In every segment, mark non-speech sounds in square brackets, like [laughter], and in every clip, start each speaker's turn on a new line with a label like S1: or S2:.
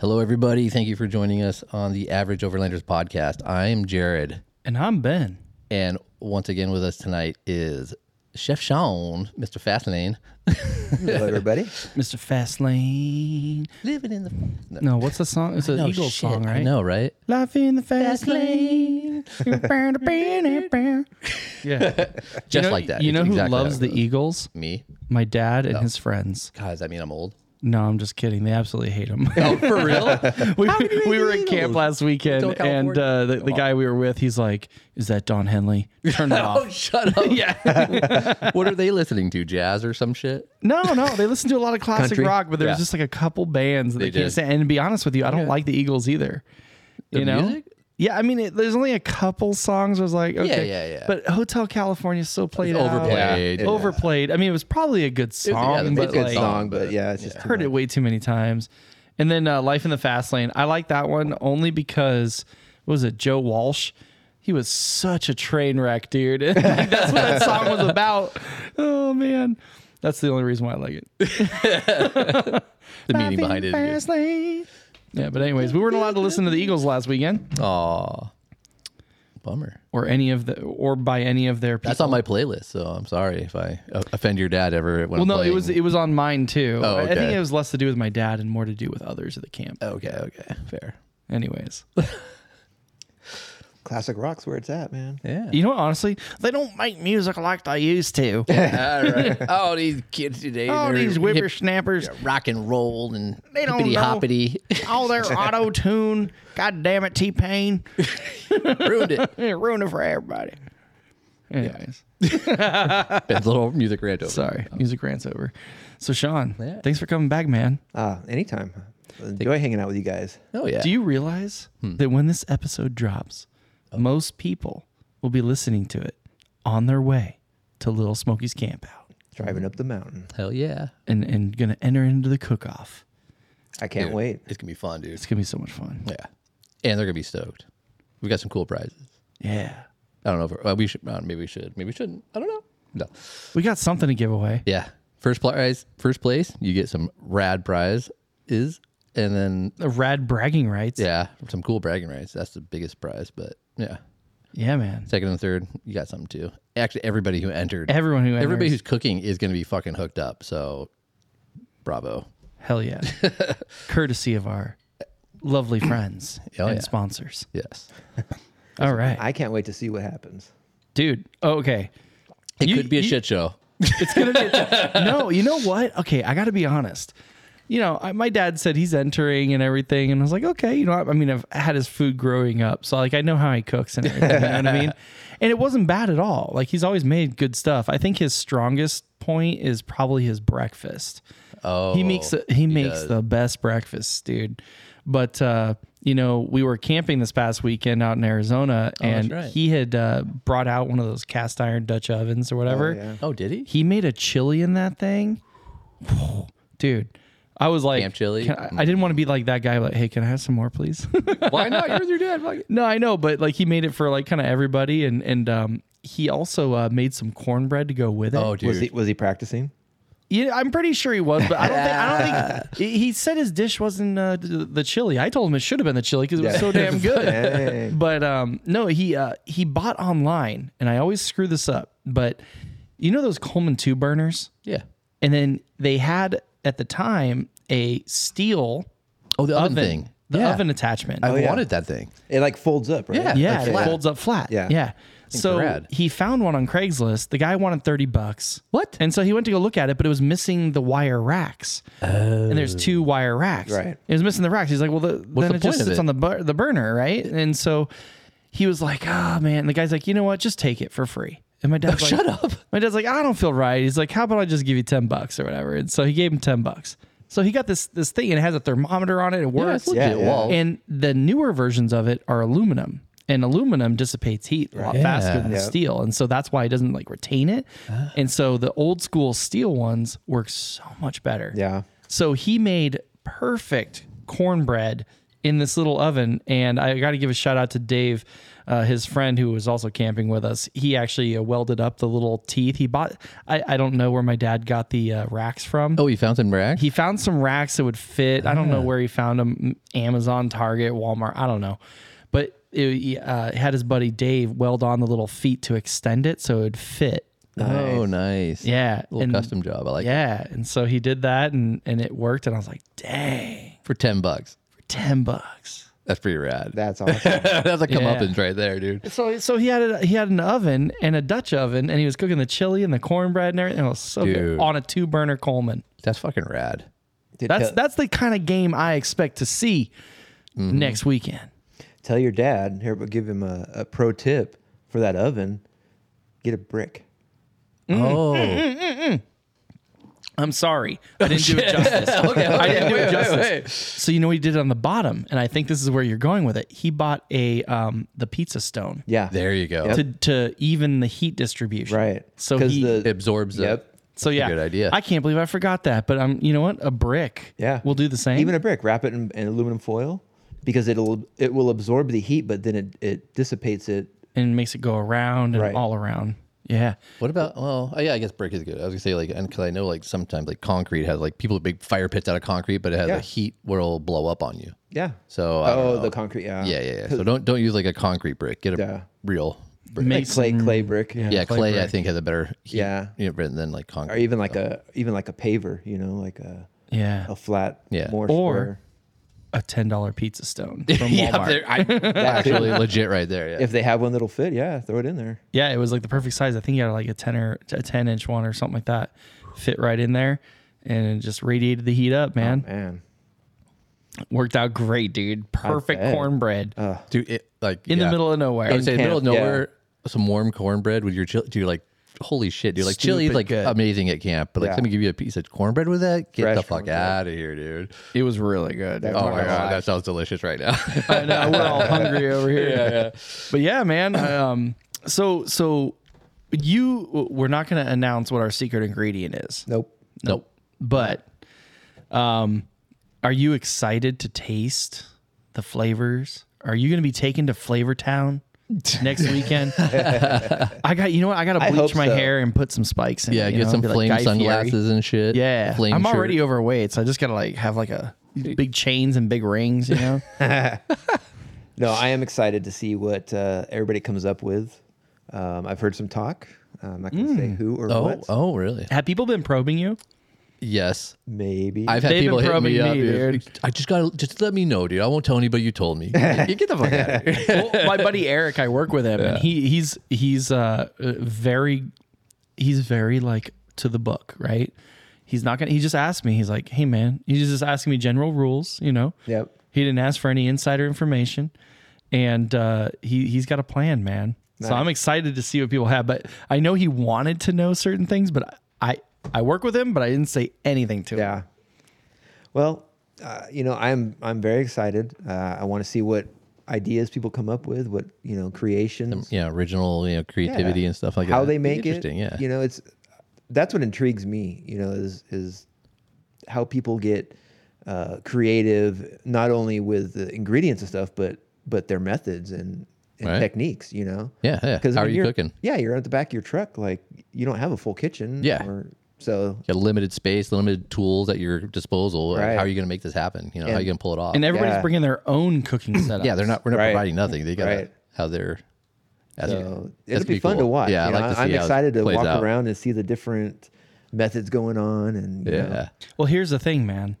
S1: Hello, everybody. Thank you for joining us on the Average Overlanders podcast. I am Jared.
S2: And I'm Ben.
S1: And once again with us tonight is Chef Sean, Mr. Fastlane,
S3: [laughs] Hello, everybody.
S2: Mr. Fastlane.
S1: living in the no,
S2: No, what's the song? It's an
S1: no,
S2: Eagles
S1: shit.
S2: song,
S1: I
S2: right?
S1: know, right?
S2: Life in the fast lane.
S1: [laughs]
S2: yeah.
S1: Just like that.
S2: You
S1: It's
S2: know who
S1: exactly
S2: loves
S1: how
S2: the E-
S1: it
S2: Eagles?
S1: goes. me?
S2: My dad and his friends.
S1: God, does that mean I'm old?
S2: No, I'm just kidding. They absolutely hate him. [laughs] for real? [laughs] we we were at camp last
S1: Don't
S2: weekend, and
S1: California.
S2: uh, the, the guy we were with, he's like, "Is that Don Henley? Turn it
S1: [laughs] Oh,
S2: off."
S1: shut
S2: [laughs]
S1: up! [laughs] yeah. what are they listening to? Jazz or some shit?
S2: No, no, they listen to a lot of classic
S3: Country.
S2: rock, but there's
S1: Yeah.
S2: just like a couple bands that they,
S1: They did.
S2: can't stand. And to be honest with you, I don't like the Eagles either. you know?
S1: music?
S2: Yeah, I mean, it, there's only a couple songs. I was like, okay,
S1: yeah, yeah.
S2: But Hotel California is so played
S1: It's
S2: out.
S1: overplayed.
S2: Yeah, overplayed. I mean, it was probably a good
S1: yeah,
S2: song,
S1: it's a
S2: but
S3: Good
S2: like,
S3: song, but yeah, it's just too
S2: heard it way too many times. And then uh, Life in the Fast Lane. I like that one only because what was it Joe Walsh? He was such a train wreck, dude. [laughs] That's what that song was
S1: [laughs]
S2: about. Oh man, that's the only reason why I like it.
S1: The meaning behind it. Is
S2: Yeah, but anyways, we weren't allowed to listen to the Eagles last weekend,
S1: good. Aw, bummer.
S2: or any of the, or by any of their. People.
S1: That's on my playlist, so I'm sorry if I o- offend your dad ever. When
S2: Well,
S1: I'm
S2: no,
S1: playing.
S2: it was it was on mine too.
S1: Oh,
S2: I- I think
S1: okay. Oh.
S2: it was less to do with my dad and more to do with others at the camp.
S1: okay, okay, fair.
S2: Anyways,
S3: classic rock's where it's at, man.
S1: Yeah.
S2: you know what? Honestly, they don't make music like they used
S1: [laughs]
S2: to.
S1: All right. Oh, these kids today.
S2: All
S1: they're
S2: these
S1: hip-
S2: whippersnappers,
S1: rock and roll and
S2: They don't
S1: hippity
S2: know.
S1: hoppity [laughs]
S2: all their auto tune. God damn it, T Pain.
S1: [laughs] ruined it.
S2: It ruined it for everybody. Anyways,
S1: Ben's little music rant over.
S2: sorry, music rants over. So, Sean,
S1: Yeah.
S2: thanks for coming back, man.
S3: Ah, anytime. Enjoy hanging out with you guys.
S1: Oh yeah. Hmm.
S2: Do you realize that when this episode drops,
S1: Oh.
S2: most people will be listening to it on their way to Little Smoky's camp out
S3: Driving up the mountain.
S1: Hell yeah.
S2: and, and going to enter into the cook off?
S3: I can't
S1: Dude,
S3: wait.
S1: It's gonna be fun, dude.
S2: It's going to be so much fun.
S1: Yeah. And they're gonna be stoked. We've got some cool prizes.
S2: Yeah.
S1: I don't know if we're- well, we should. uh, Maybe we should. Maybe we shouldn't. I don't know. No.
S2: We got something to give away.
S1: Yeah. First prize. First place. You get some rad prize. Is and then
S2: The rad bragging rights.
S1: yeah, some cool bragging rights. That's the biggest prize. But yeah,
S2: Yeah, man.
S1: second and third, you got something too. Actually, everybody who entered,
S2: Everyone who
S1: everybody
S2: enters-
S1: who's cooking is gonna be fucking hooked up. So, bravo. [laughs]
S2: Hell yeah. Courtesy of our lovely friends
S1: Oh,
S2: and
S1: yeah.
S2: sponsors.
S1: Yes.
S2: All right.
S3: I can't wait to see what happens.
S2: Dude, okay.
S1: It
S2: You-
S1: could be a
S2: you-
S1: shit show.
S2: It's going to
S1: [laughs]
S2: be. no, you know what? Okay, I got to be honest. You know, I, my dad said he's entering and everything. And I was like, okay, you know, I, I mean, I've had his food growing up. So, like, I know how he cooks and everything. you know what I
S1: [laughs]
S2: mean? And it wasn't bad at all. Like, he's always made good stuff. I think his strongest point is probably his breakfast.
S1: Oh,
S2: he makes the, he, makes
S1: does.
S2: the best breakfasts, dude. But uh, you know, we were camping this past weekend out in Arizona, and
S1: Oh, right.
S2: he had uh, brought out one of those cast iron Dutch ovens or whatever.
S3: yeah.
S1: Oh, did he?
S2: He made a chili in that thing, [sighs] dude. I was like,
S1: Camp chili?
S2: can I, I didn't want to be like that guy. Like, hey, can I have some more, please? [laughs]
S1: Why not? You're with your dad. Fuck it.
S2: no, I know, but like he made it for like kind of everybody, and and um, he also uh, made some cornbread to go with it.
S1: Oh, dude.
S3: Was he was he practicing?
S2: Yeah, I'm pretty sure he was, but I don't think. I don't
S1: [laughs]
S2: think he he said his dish wasn't uh, th- the chili. I told him it should have been the chili because it was
S3: Yeah.
S1: [laughs]
S2: so damn good.
S3: Dang.
S2: but um, no, he uh, he bought online, and I always screw this up. But you know those Coleman two burners,
S1: yeah.
S2: and then they had at the time a steel
S1: Oh, the oven,
S2: oven,
S1: thing.
S2: the
S1: yeah.
S2: oven Oh, attachment.
S1: I
S3: yeah.
S1: wanted that thing.
S3: It like folds up, right?
S1: Yeah.
S2: yeah,
S1: like
S2: it
S1: flat.
S2: folds up flat.
S3: Yeah.
S2: yeah. So
S1: rad.
S2: he found one on Craigslist. The guy wanted thirty bucks.
S1: What?
S2: And so he went to go look at it, but it was missing the wire racks. And there's two wire racks.
S3: Right.
S2: It was missing the racks. He's like, well, the, then
S1: Oh. the
S2: it just
S1: point of
S2: sits
S1: it?
S2: on the bur- the burner, right? And so he was like, oh man. And the guy's like, you know what? Just take it for free. And my dad's
S1: [laughs]
S2: like,
S1: Shut up.
S2: my dad's like, I don't feel right. He's like, how about I just give you ten bucks or whatever? And so he gave him ten bucks. So he got this this thing and it has a thermometer on it. It
S1: Yeah,
S2: works.
S1: it's legit
S3: yeah.
S1: wall.
S2: And the newer versions of it are aluminum. And aluminum dissipates heat a lot faster than
S3: Yeah. Ah.
S2: steel. And so that's why it doesn't like retain it. And so the old school steel ones work so much better.
S3: Yeah.
S2: So he made perfect cornbread in this little oven. And I got to give a shout out to Dave uh, his friend who was also camping with us, he actually uh, welded up the little teeth. He bought, I, I don't know where my dad got the uh, racks from.
S1: Oh, you found some rack?
S2: He found some racks that would fit. I don't
S1: Ah.
S2: know where he found them Amazon, Target, Walmart. I don't know. But it, he, uh, had his buddy Dave weld on the little feet to extend it so it would fit.
S1: Oh, nice.
S2: Yeah.
S1: Little
S2: and-
S1: custom job. I like it.
S2: Yeah. And so he did that and, and it worked. And I was like, dang,
S1: For 10 bucks.
S2: for 10 bucks.
S1: That's pretty rad.
S3: That's awesome.
S1: [laughs] That's a comeuppance right there, dude.
S2: So so he had a, he had an oven and a Dutch oven and he was cooking the chili and the cornbread and everything. It was so
S1: Dude.
S2: good on a two burner Coleman.
S1: That's fucking rad.
S3: Dude,
S2: That's
S3: tell,
S2: that's the kind of game I expect to see
S1: Mm-hmm.
S2: next weekend.
S3: tell your dad here, but give him a, a pro tip for that oven. Get a brick.
S1: Oh,
S2: I'm sorry. I didn't do it
S3: [laughs]
S2: justice. I didn't do it justice. So you know what he did on the bottom, and I think this is where you're going with it. He bought a um the pizza stone
S3: Yeah,
S1: there you go.
S2: to to even the heat distribution.
S3: right.
S2: So
S3: because
S2: he-
S1: It absorbs it.
S3: Yep.
S2: So
S1: That's a
S2: yeah,
S1: good idea.
S2: I can't believe I forgot that. But um, you know what? A brick.
S3: Yeah.
S2: We'll do the same.
S3: even a brick, wrap it in, in aluminum foil because it'll it will absorb the heat, but then it, it dissipates it.
S2: and makes it go around and
S3: Right.
S2: all around. Yeah.
S1: What about? Well, oh, yeah, I guess brick is good. I was gonna say like, because I know like sometimes like concrete has like people have big fire pits out of concrete, but it has
S3: Yeah.
S1: a heat where it'll blow up on you.
S3: Yeah.
S1: So I don't
S3: Oh,
S1: know.
S3: the concrete. Yeah.
S1: yeah, yeah, yeah.
S3: [laughs]
S1: So don't don't use like a concrete brick. Get a
S3: Yeah.
S1: real brick.
S3: Like clay clay brick.
S2: Yeah.
S1: yeah,
S2: clay
S1: clay, I
S2: brick.
S1: think has a better heat,
S3: Yeah.
S1: you know, than like
S3: Or
S1: concrete. [laughs]
S3: even like a even like a paver, you know, like a
S2: Yeah.
S3: a flat
S1: Yeah.
S3: more
S2: Or-
S3: square.
S2: A ten dollar pizza
S3: [laughs]
S2: stone from Walmart.
S1: yeah,
S2: yeah,
S1: there- I,
S3: That too.
S1: actually legit right there. Yeah.
S3: if they have one that'll fit, yeah, throw it in there.
S2: it was like the perfect size. I think you had like a ten or a ten inch one or something like that. Fit right in there. And it just radiated the heat up, man.
S3: Man.
S2: Worked out great, dude. Perfect
S3: bet.
S2: cornbread
S1: Dude, it like
S2: in
S1: Uh, yeah.
S2: the middle of
S1: I
S2: nowhere.
S1: would say middle of
S3: camp, yeah.
S1: nowhere, some warm cornbread with your chili. Dude, like holy shit, dude! Like chili is
S2: Stupid
S1: like
S2: good.
S1: amazing at camp, but like
S3: Yeah.
S1: let me give you a piece of cornbread with that. Get
S3: Fresh
S1: the fuck
S3: cornbread.
S1: out of here, dude!
S2: It was really good. dude.
S1: Oh
S3: Oh
S1: my
S3: my
S1: god, that sounds delicious right now.
S2: I know we're all hungry over here. But yeah, man. Um, so so you we're not going to announce what our secret ingredient is.
S3: [laughs] Nope.
S1: nope.
S2: But um are you excited to taste the flavors? Are you going to be taken to Flavor Town next weekend? I got you know what? I got to bleach
S3: hope
S2: my
S3: so.
S2: hair and put some spikes in.
S1: Yeah,
S2: it, you
S1: get
S2: know,
S1: some
S2: be like
S1: flame
S2: Guy Fieri.
S1: sunglasses and shit.
S2: Yeah,
S1: flame
S2: I'm
S1: shirt.
S2: already overweight, so I just got to like have like a big chains and big rings, you know.
S3: No, I am excited to see what uh, everybody comes up with. Um, I've heard some talk. I'm not going to
S2: Mm.
S3: say who or
S1: Oh,
S3: what.
S1: oh, really?
S2: [laughs] Have people been probing you?
S1: Yes,
S3: Maybe.
S1: I've had
S2: They've been
S1: people hit
S2: probing
S1: me
S2: me,
S1: up.
S2: dude.
S1: I just gotta just let me know, dude. I won't tell anybody you told
S3: [laughs]
S1: me. you get the fuck out of here.
S2: well, my buddy Eric, I work with him, and he he's he's uh uh, very he's very like to the book, right? He's not gonna. He just asked me. He's like, "Hey, man," he's just asking me general rules. You know,
S3: Yep.
S2: he didn't ask for any insider information, and uh, he he's got a plan, man. So I'm excited to see what people have. But I know he wanted to know certain things, but I I work with him, but I didn't say anything to him.
S3: Yeah. Well, uh, you know, I'm I'm very excited. Uh, I want to see what ideas people come up with, what you know, creations,
S1: Yeah, original, you know, creativity
S3: Yeah.
S1: and stuff like that.
S3: how they
S1: Be
S3: make it.
S1: interesting, Yeah,
S3: You know, it's that's what intrigues me. You know, is is how people get uh, creative, not only with the ingredients and stuff, but but their methods and, and
S1: Right.
S3: techniques. You know.
S1: yeah, yeah. How
S3: when
S1: are you
S3: you're-
S1: cooking?
S3: Yeah, you're at the back of your truck. Like you don't have a full kitchen.
S1: Yeah.
S3: Or, so
S1: You got limited space, limited tools at your disposal.
S3: Right.
S1: How are you going to make this happen? You know, how are you going to pull it off?
S2: And everybody's
S3: Yeah.
S2: bringing their own cooking setup.
S1: yeah, they're not. We're not
S3: Right.
S1: providing nothing. They got to
S3: Right.
S1: how they're. That's
S3: So
S1: that's
S3: it'll be fun to
S1: cool.
S3: watch.
S1: Yeah,
S3: you
S1: I
S3: know,
S1: like to see
S3: I'm
S1: how it
S3: excited to
S1: plays
S3: walk
S1: out.
S3: around and see the different methods going on. And you
S1: Yeah,
S3: know,
S2: Well, here's the thing, man.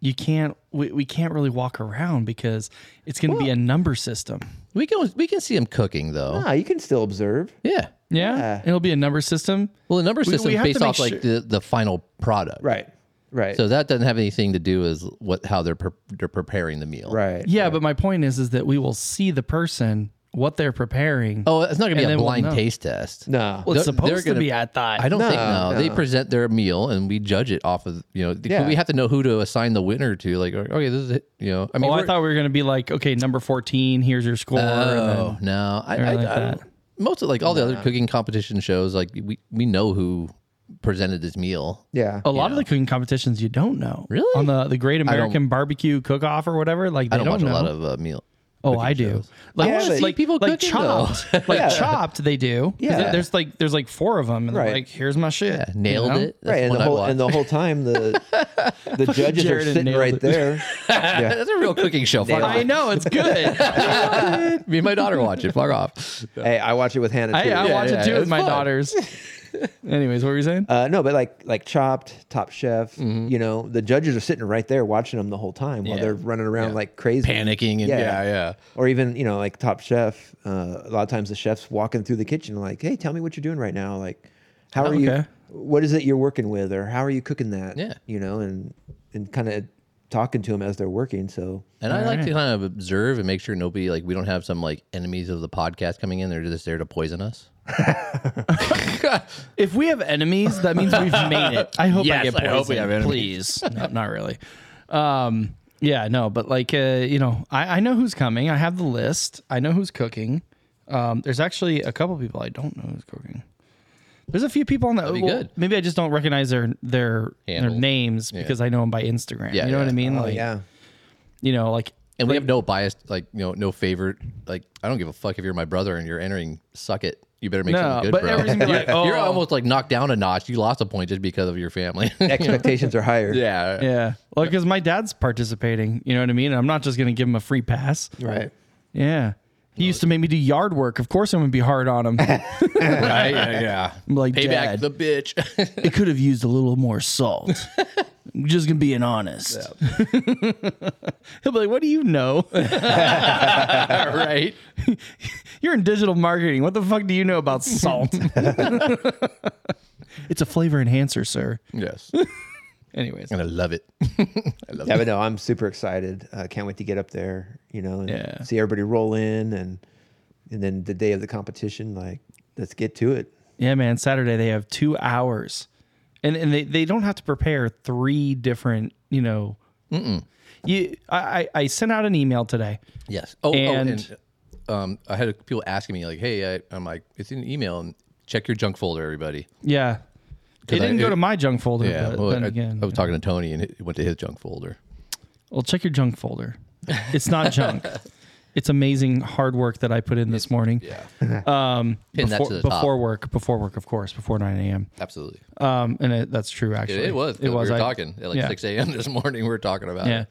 S2: You can't we, we can't really walk around because it's going to be a number system.
S1: we can we can see them cooking though.
S3: ah, you can still observe.
S1: Yeah.
S2: Yeah,
S3: Yeah.
S2: it'll be a number system.
S1: Well, the number
S2: We-
S1: system
S2: we
S1: is
S2: have to
S1: based
S2: make
S1: off
S2: sure-
S1: like the, the final product.
S3: Right. Right.
S1: So that doesn't have anything to do with what how they're pre- they're preparing the meal.
S3: right.
S2: Yeah, but my point is is that we will see the person what they're preparing.
S1: Oh, it's not going to be
S2: And
S1: a
S2: then we'll
S1: blind
S2: know.
S1: taste test.
S3: No.
S2: well, it's
S1: they're-
S2: supposed
S1: they're
S2: to
S1: gonna-
S2: be. I thought.
S1: I don't think
S3: No,
S1: no. They
S3: no.
S1: present their meal and we judge it off of you know th-
S3: Yeah.
S1: we have to know who to assign the winner to. Like oh, okay, this is it, you know. I mean,
S2: Oh, I
S1: we're-
S2: thought we were going to be like, okay, number fourteen. Here's your score.
S1: Oh
S2: and then-
S1: no, I, I,
S2: like
S1: I
S2: that.
S1: don't, most of like all the other cooking competition shows, like we we know who presented this meal.
S3: Yeah.
S2: a lot of the cooking competitions you don't know.
S1: Really?
S2: On the the Great American Barbecue Cook Off or whatever, like they
S1: I don't, watch
S2: know.
S1: a lot of uh, meal
S2: Oh, I do.
S1: shows.
S2: Like,
S3: I wanna
S2: just
S3: see
S2: like
S1: people
S2: like
S1: cooking, though.
S2: chopped, like
S3: Yeah.
S2: chopped. They do. 'Cause
S3: Yeah.
S2: There's like there's like four of them, and they're
S3: Right.
S2: like, here's my shit.
S1: Yeah, nailed
S2: You know?
S1: it. That's
S3: right, and
S1: one
S3: the
S1: I
S3: whole and the
S1: watched.
S3: whole time the
S1: [laughs]
S3: the judges are
S2: Jared
S3: sitting
S2: nailed
S3: right
S2: it.
S3: there. Yeah.
S1: That's a real cooking show. Fuck
S3: Nailed
S2: I
S1: off.
S2: know it's good.
S1: [laughs]
S2: hey,
S1: Me and my daughter watch it. Fuck off.
S3: Hey, I watch it with Hannah too.
S2: I watch
S1: yeah,
S2: it too with
S1: it's
S2: my
S1: fun.
S2: daughters. Anyways, what were you saying?
S3: Uh, no, but like like Chopped, Top Chef,
S1: Mm-hmm.
S3: you know, the judges are sitting right there watching them the whole time while
S2: Yeah.
S3: they're running around like crazy,
S1: [laughs] Panicking and yeah, yeah.
S3: Or even you know like Top Chef, uh, a lot of times the chefs walking through the kitchen like, hey, tell me what you're doing right now, like how are you,
S2: okay.
S3: what is it you're working with, or how are you cooking that,
S1: Yeah.
S3: you know, and and kind of talking to them as they're working. So
S1: And I
S2: All
S1: like to
S2: right.
S1: kind of observe and make sure nobody like we don't have some like enemies of the podcast coming in. They're just there to poison us.
S2: If we have enemies, that means we've made it. [laughs] I hope
S1: Yes,
S2: I get
S1: I
S2: poisoned.
S1: hope we have enemies.
S2: Please, no, not really. Um, yeah, no, but like, uh, you know, I, I know who's coming. I have the list. I know who's cooking. Um, there's actually a couple people I don't know who's cooking. There's a few people on that.
S1: be good.
S2: Maybe I just don't recognize their their
S1: Handles.
S2: their names because I know them by Instagram.
S1: Yeah,
S2: you know
S1: yeah.
S2: what I mean?
S3: oh
S2: like,
S3: yeah,
S2: you know, like
S1: And we have no bias, like you know, no favorite. Like I don't give a fuck if you're my brother and you're entering. Suck it. You better make
S2: No,
S1: something good,
S2: but
S1: bro.
S2: everybody's gonna be
S1: you're,
S2: like, oh.
S1: [laughs] you're almost like knocked down a notch. You lost a point just because of your family. [laughs]
S3: expectations are higher.
S1: yeah.
S2: yeah, well, because my dad's participating. You know what I mean? I'm not just gonna give him a free pass.
S3: right.
S2: Yeah. He used to make me do yard work. Of course, I'm going to be hard on him.
S1: [laughs] Right? Yeah, yeah.
S2: I'm like,
S1: Payback
S2: Dad,
S1: the bitch. [laughs]
S2: it could have used a little more salt. I'm just going to be an honest. [laughs] He'll be like, what do you know?
S1: right.
S2: You're in digital marketing. What the fuck do you know about salt? it's a flavor enhancer, sir.
S1: Yes.
S2: Anyways.
S1: And I love it. I love
S3: Yeah,
S1: it.
S3: but no, I'm super excited. Uh, can't wait to get up there, you know, and
S2: Yeah.
S3: see everybody roll in, and and then the day of the competition, like let's get to it.
S2: Yeah, man. Saturday, they have two hours. And, and they, they don't have to prepare three different, you know. You, I, I I sent out an email today.
S1: Yes. Oh,
S2: And-
S1: oh and um, I had people asking me like, "Hey, I, I'm like, it's in an email. And check your junk folder, everybody."
S2: Yeah. It
S1: I-
S2: didn't go
S1: it-
S2: to my junk folder,
S1: Yeah.
S2: but
S1: well,
S2: then
S1: I,
S2: again.
S1: I was talking to Tony, and it went to his junk folder.
S2: well, check your junk folder. It's
S1: [laughs]
S2: not junk. It's amazing hard work that I put in this morning. [laughs]
S1: Yeah. Pin that
S2: Um, Before,
S1: to the top.
S2: before work, before work, of course, before 9 a.m.
S1: Absolutely.
S2: Um, and it, that's true,
S1: It,
S2: actually.
S1: it was.
S2: It was.
S1: We were
S2: I-
S1: talking at like
S2: yeah.
S1: 6 a.m. [laughs] this morning. We were talking about
S2: Yeah.
S1: it.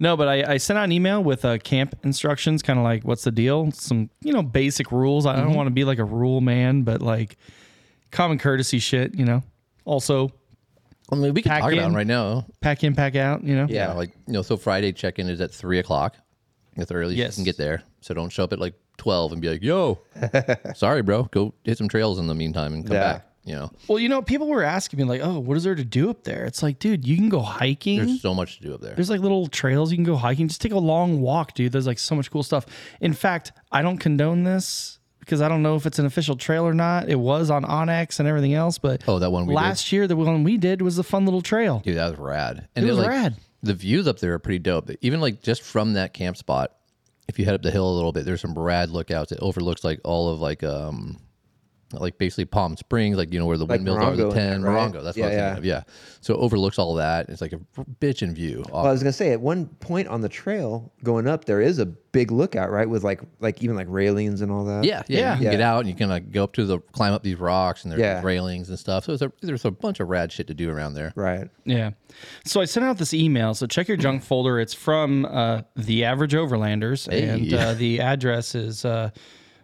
S2: No, but I, I sent out an email with uh, camp instructions, kind of like what's the deal? Some, you know, basic rules. I
S1: Mm-hmm.
S2: don't want to be like a rule man, but like common courtesy shit, you know? Also,
S1: I mean, we can
S2: Pack
S1: talk about
S2: in.
S1: it right now.
S2: pack in, pack out, you know?
S1: Yeah. Like you know, so Friday check in is at three o'clock. That's the earliest
S2: Yes.
S1: you can get there. So don't show up at like twelve and be like, "Yo, sorry, bro, go hit some trails in the meantime and come
S3: Yeah.
S1: back." You know,
S2: Well, you know, people were asking me like, "Oh, what is there to do up there?" It's like, dude, you can go hiking.
S1: there's
S2: There's,
S1: so much to do up there.
S2: like little trails you can go hiking. Just take a long walk, dude. There's like so much cool stuff. In fact, I don't condone this because I don't know if it's an official trail or not. It was on Onyx and everything else, but
S1: Oh, that one we did?
S2: last year, the one we did was a fun little trail.
S1: Dude, that was rad. And
S2: It was
S1: like,
S2: rad.
S1: The views up there are pretty dope. Even like just from that camp spot, if you head up the hill a little bit, there's some rad lookouts. It overlooks like all of like um like basically Palm Springs, like you know where the windmills are,
S3: Morongo
S1: the
S3: and
S1: ten
S3: that, right?
S1: Morongo. That's what
S3: Yeah,
S1: I was
S3: yeah.
S1: thinking of. Yeah. So it overlooks all that. It's like a bitchin' view.
S3: Well, Oh, I
S1: Off.
S3: was gonna say at one point on the trail going up, there is a big lookout, right, with like like even like railings and all that.
S1: Yeah, yeah, You
S2: yeah.
S1: can get
S3: Yeah.
S1: out and you can like go up to the climb up these rocks and there's
S3: Yeah.
S1: railings and stuff. So it's a, there's a bunch of rad shit to do around there.
S3: right.
S2: Yeah. So I sent out this email. So check your junk folder. It's from uh, the Average Overlanders, and
S1: Hey.
S2: uh, the address is uh,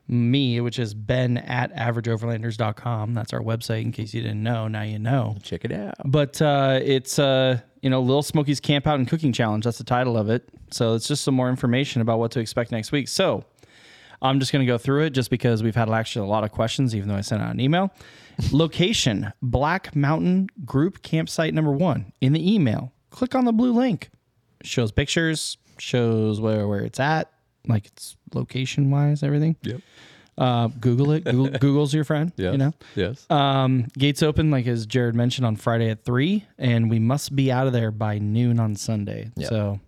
S2: me, which is Ben at averageoverlanders.com. That's our website. In case you didn't know, now you know.
S1: Check it out.
S2: But uh, it's uh, you know Little Smoky's Camp Out and Cooking Challenge. That's the title of it. So it's just some more information about what to expect next week. So I'm just going to go through it just because we've had actually a lot of questions, even though I sent out an email. [laughs] Location Black Mountain Group Campsite Number One. In the email, click on the blue link. Shows pictures, shows where, where it's at, like it's location wise, everything. Yep. Uh, Google it. Google, Google's your friend. You know?
S1: Yes.
S2: Um, gates open, like as Jared mentioned, on Friday at three, and we must be out of there by noon on Sunday. So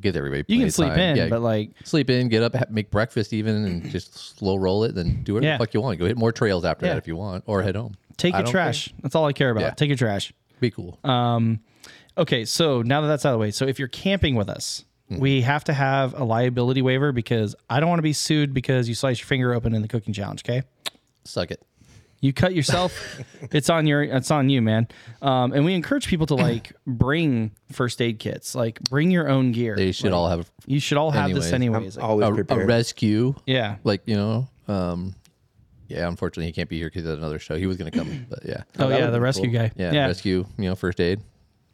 S1: Give everybody.
S2: you
S1: plenty
S2: can
S1: of
S2: sleep
S1: time.
S2: in,
S1: Yeah,
S2: but like,
S1: sleep in, get up, ha- make breakfast even,
S3: Mm-hmm.
S1: and just slow roll it. Then do whatever
S2: Yeah.
S1: the fuck you want. Go hit more trails after
S2: Yeah.
S1: that if you want, or head home.
S2: take
S1: I
S2: your
S1: don't
S2: trash. That's all I care about.
S1: Yeah.
S2: Take your trash.
S1: Be cool.
S2: Uh, Um, okay, so now that that's out of the way, so if you're camping with us,
S1: Hmm.
S2: We have to have a liability waiver because I don't want to be sued because you slice your finger open in the cooking challenge. Okay.
S1: Suck it.
S2: You
S1: [laughs]
S2: cut yourself. it's on your. It's on you, man. Um, and we encourage
S1: [clears throat]
S2: people to like bring first aid kits. Like bring your own gear.
S1: They should
S2: Like,
S1: all have
S2: You should all have this anyways. Like,
S1: a,
S3: Always
S1: a
S3: prepared.
S1: rescue.
S2: yeah.
S1: Like you know, um, yeah. Unfortunately, he can't be here because had another show. He was gonna
S2: [clears throat]
S1: come, but yeah,
S2: Oh yeah, the rescue guy.
S1: yeah,
S2: Yeah.
S1: Rescue. You know, first aid.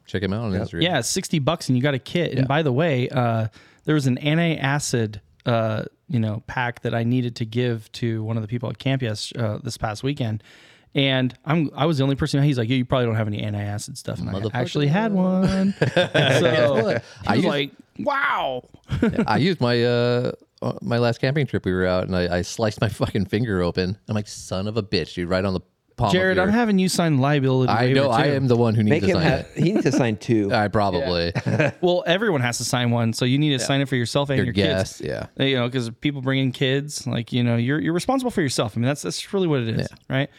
S1: Check him out on Instagram.
S2: Yeah, sixty bucks and you got a kit. And by the way, uh, there was an antacid uh, you know pack that I needed to give to one of the people at camp yes uh, this past weekend, and I'm I was the only person. He's like, yeah, you probably don't have any antacid stuff. And I
S1: Motherfucker.
S2: actually
S1: [laughs]
S2: had one. so I
S1: I
S2: was
S1: used- Oh,
S2: like, wow.
S1: I used my uh uh, my last camping trip. We were out and I, I sliced my [laughs] fucking finger open. I'm like, son of a bitch, dude, right on the palm.
S2: Jared,
S1: of
S2: I'm
S1: your,
S2: having you sign liability.
S1: I
S2: waiver,
S1: know. I
S2: too.
S1: am the one who
S3: Make
S1: needs to
S3: him
S1: sign
S3: have,
S1: it.
S3: he needs to
S1: [laughs]
S3: sign two.
S1: I
S2: [laughs]
S1: probably.
S2: Well, everyone has to sign one, so you need to sign it for yourself and your, kids.
S1: guests, yeah.
S2: you know, because people bring in kids, like you know, you're you're responsible for yourself. I mean, that's that's really what it is, right?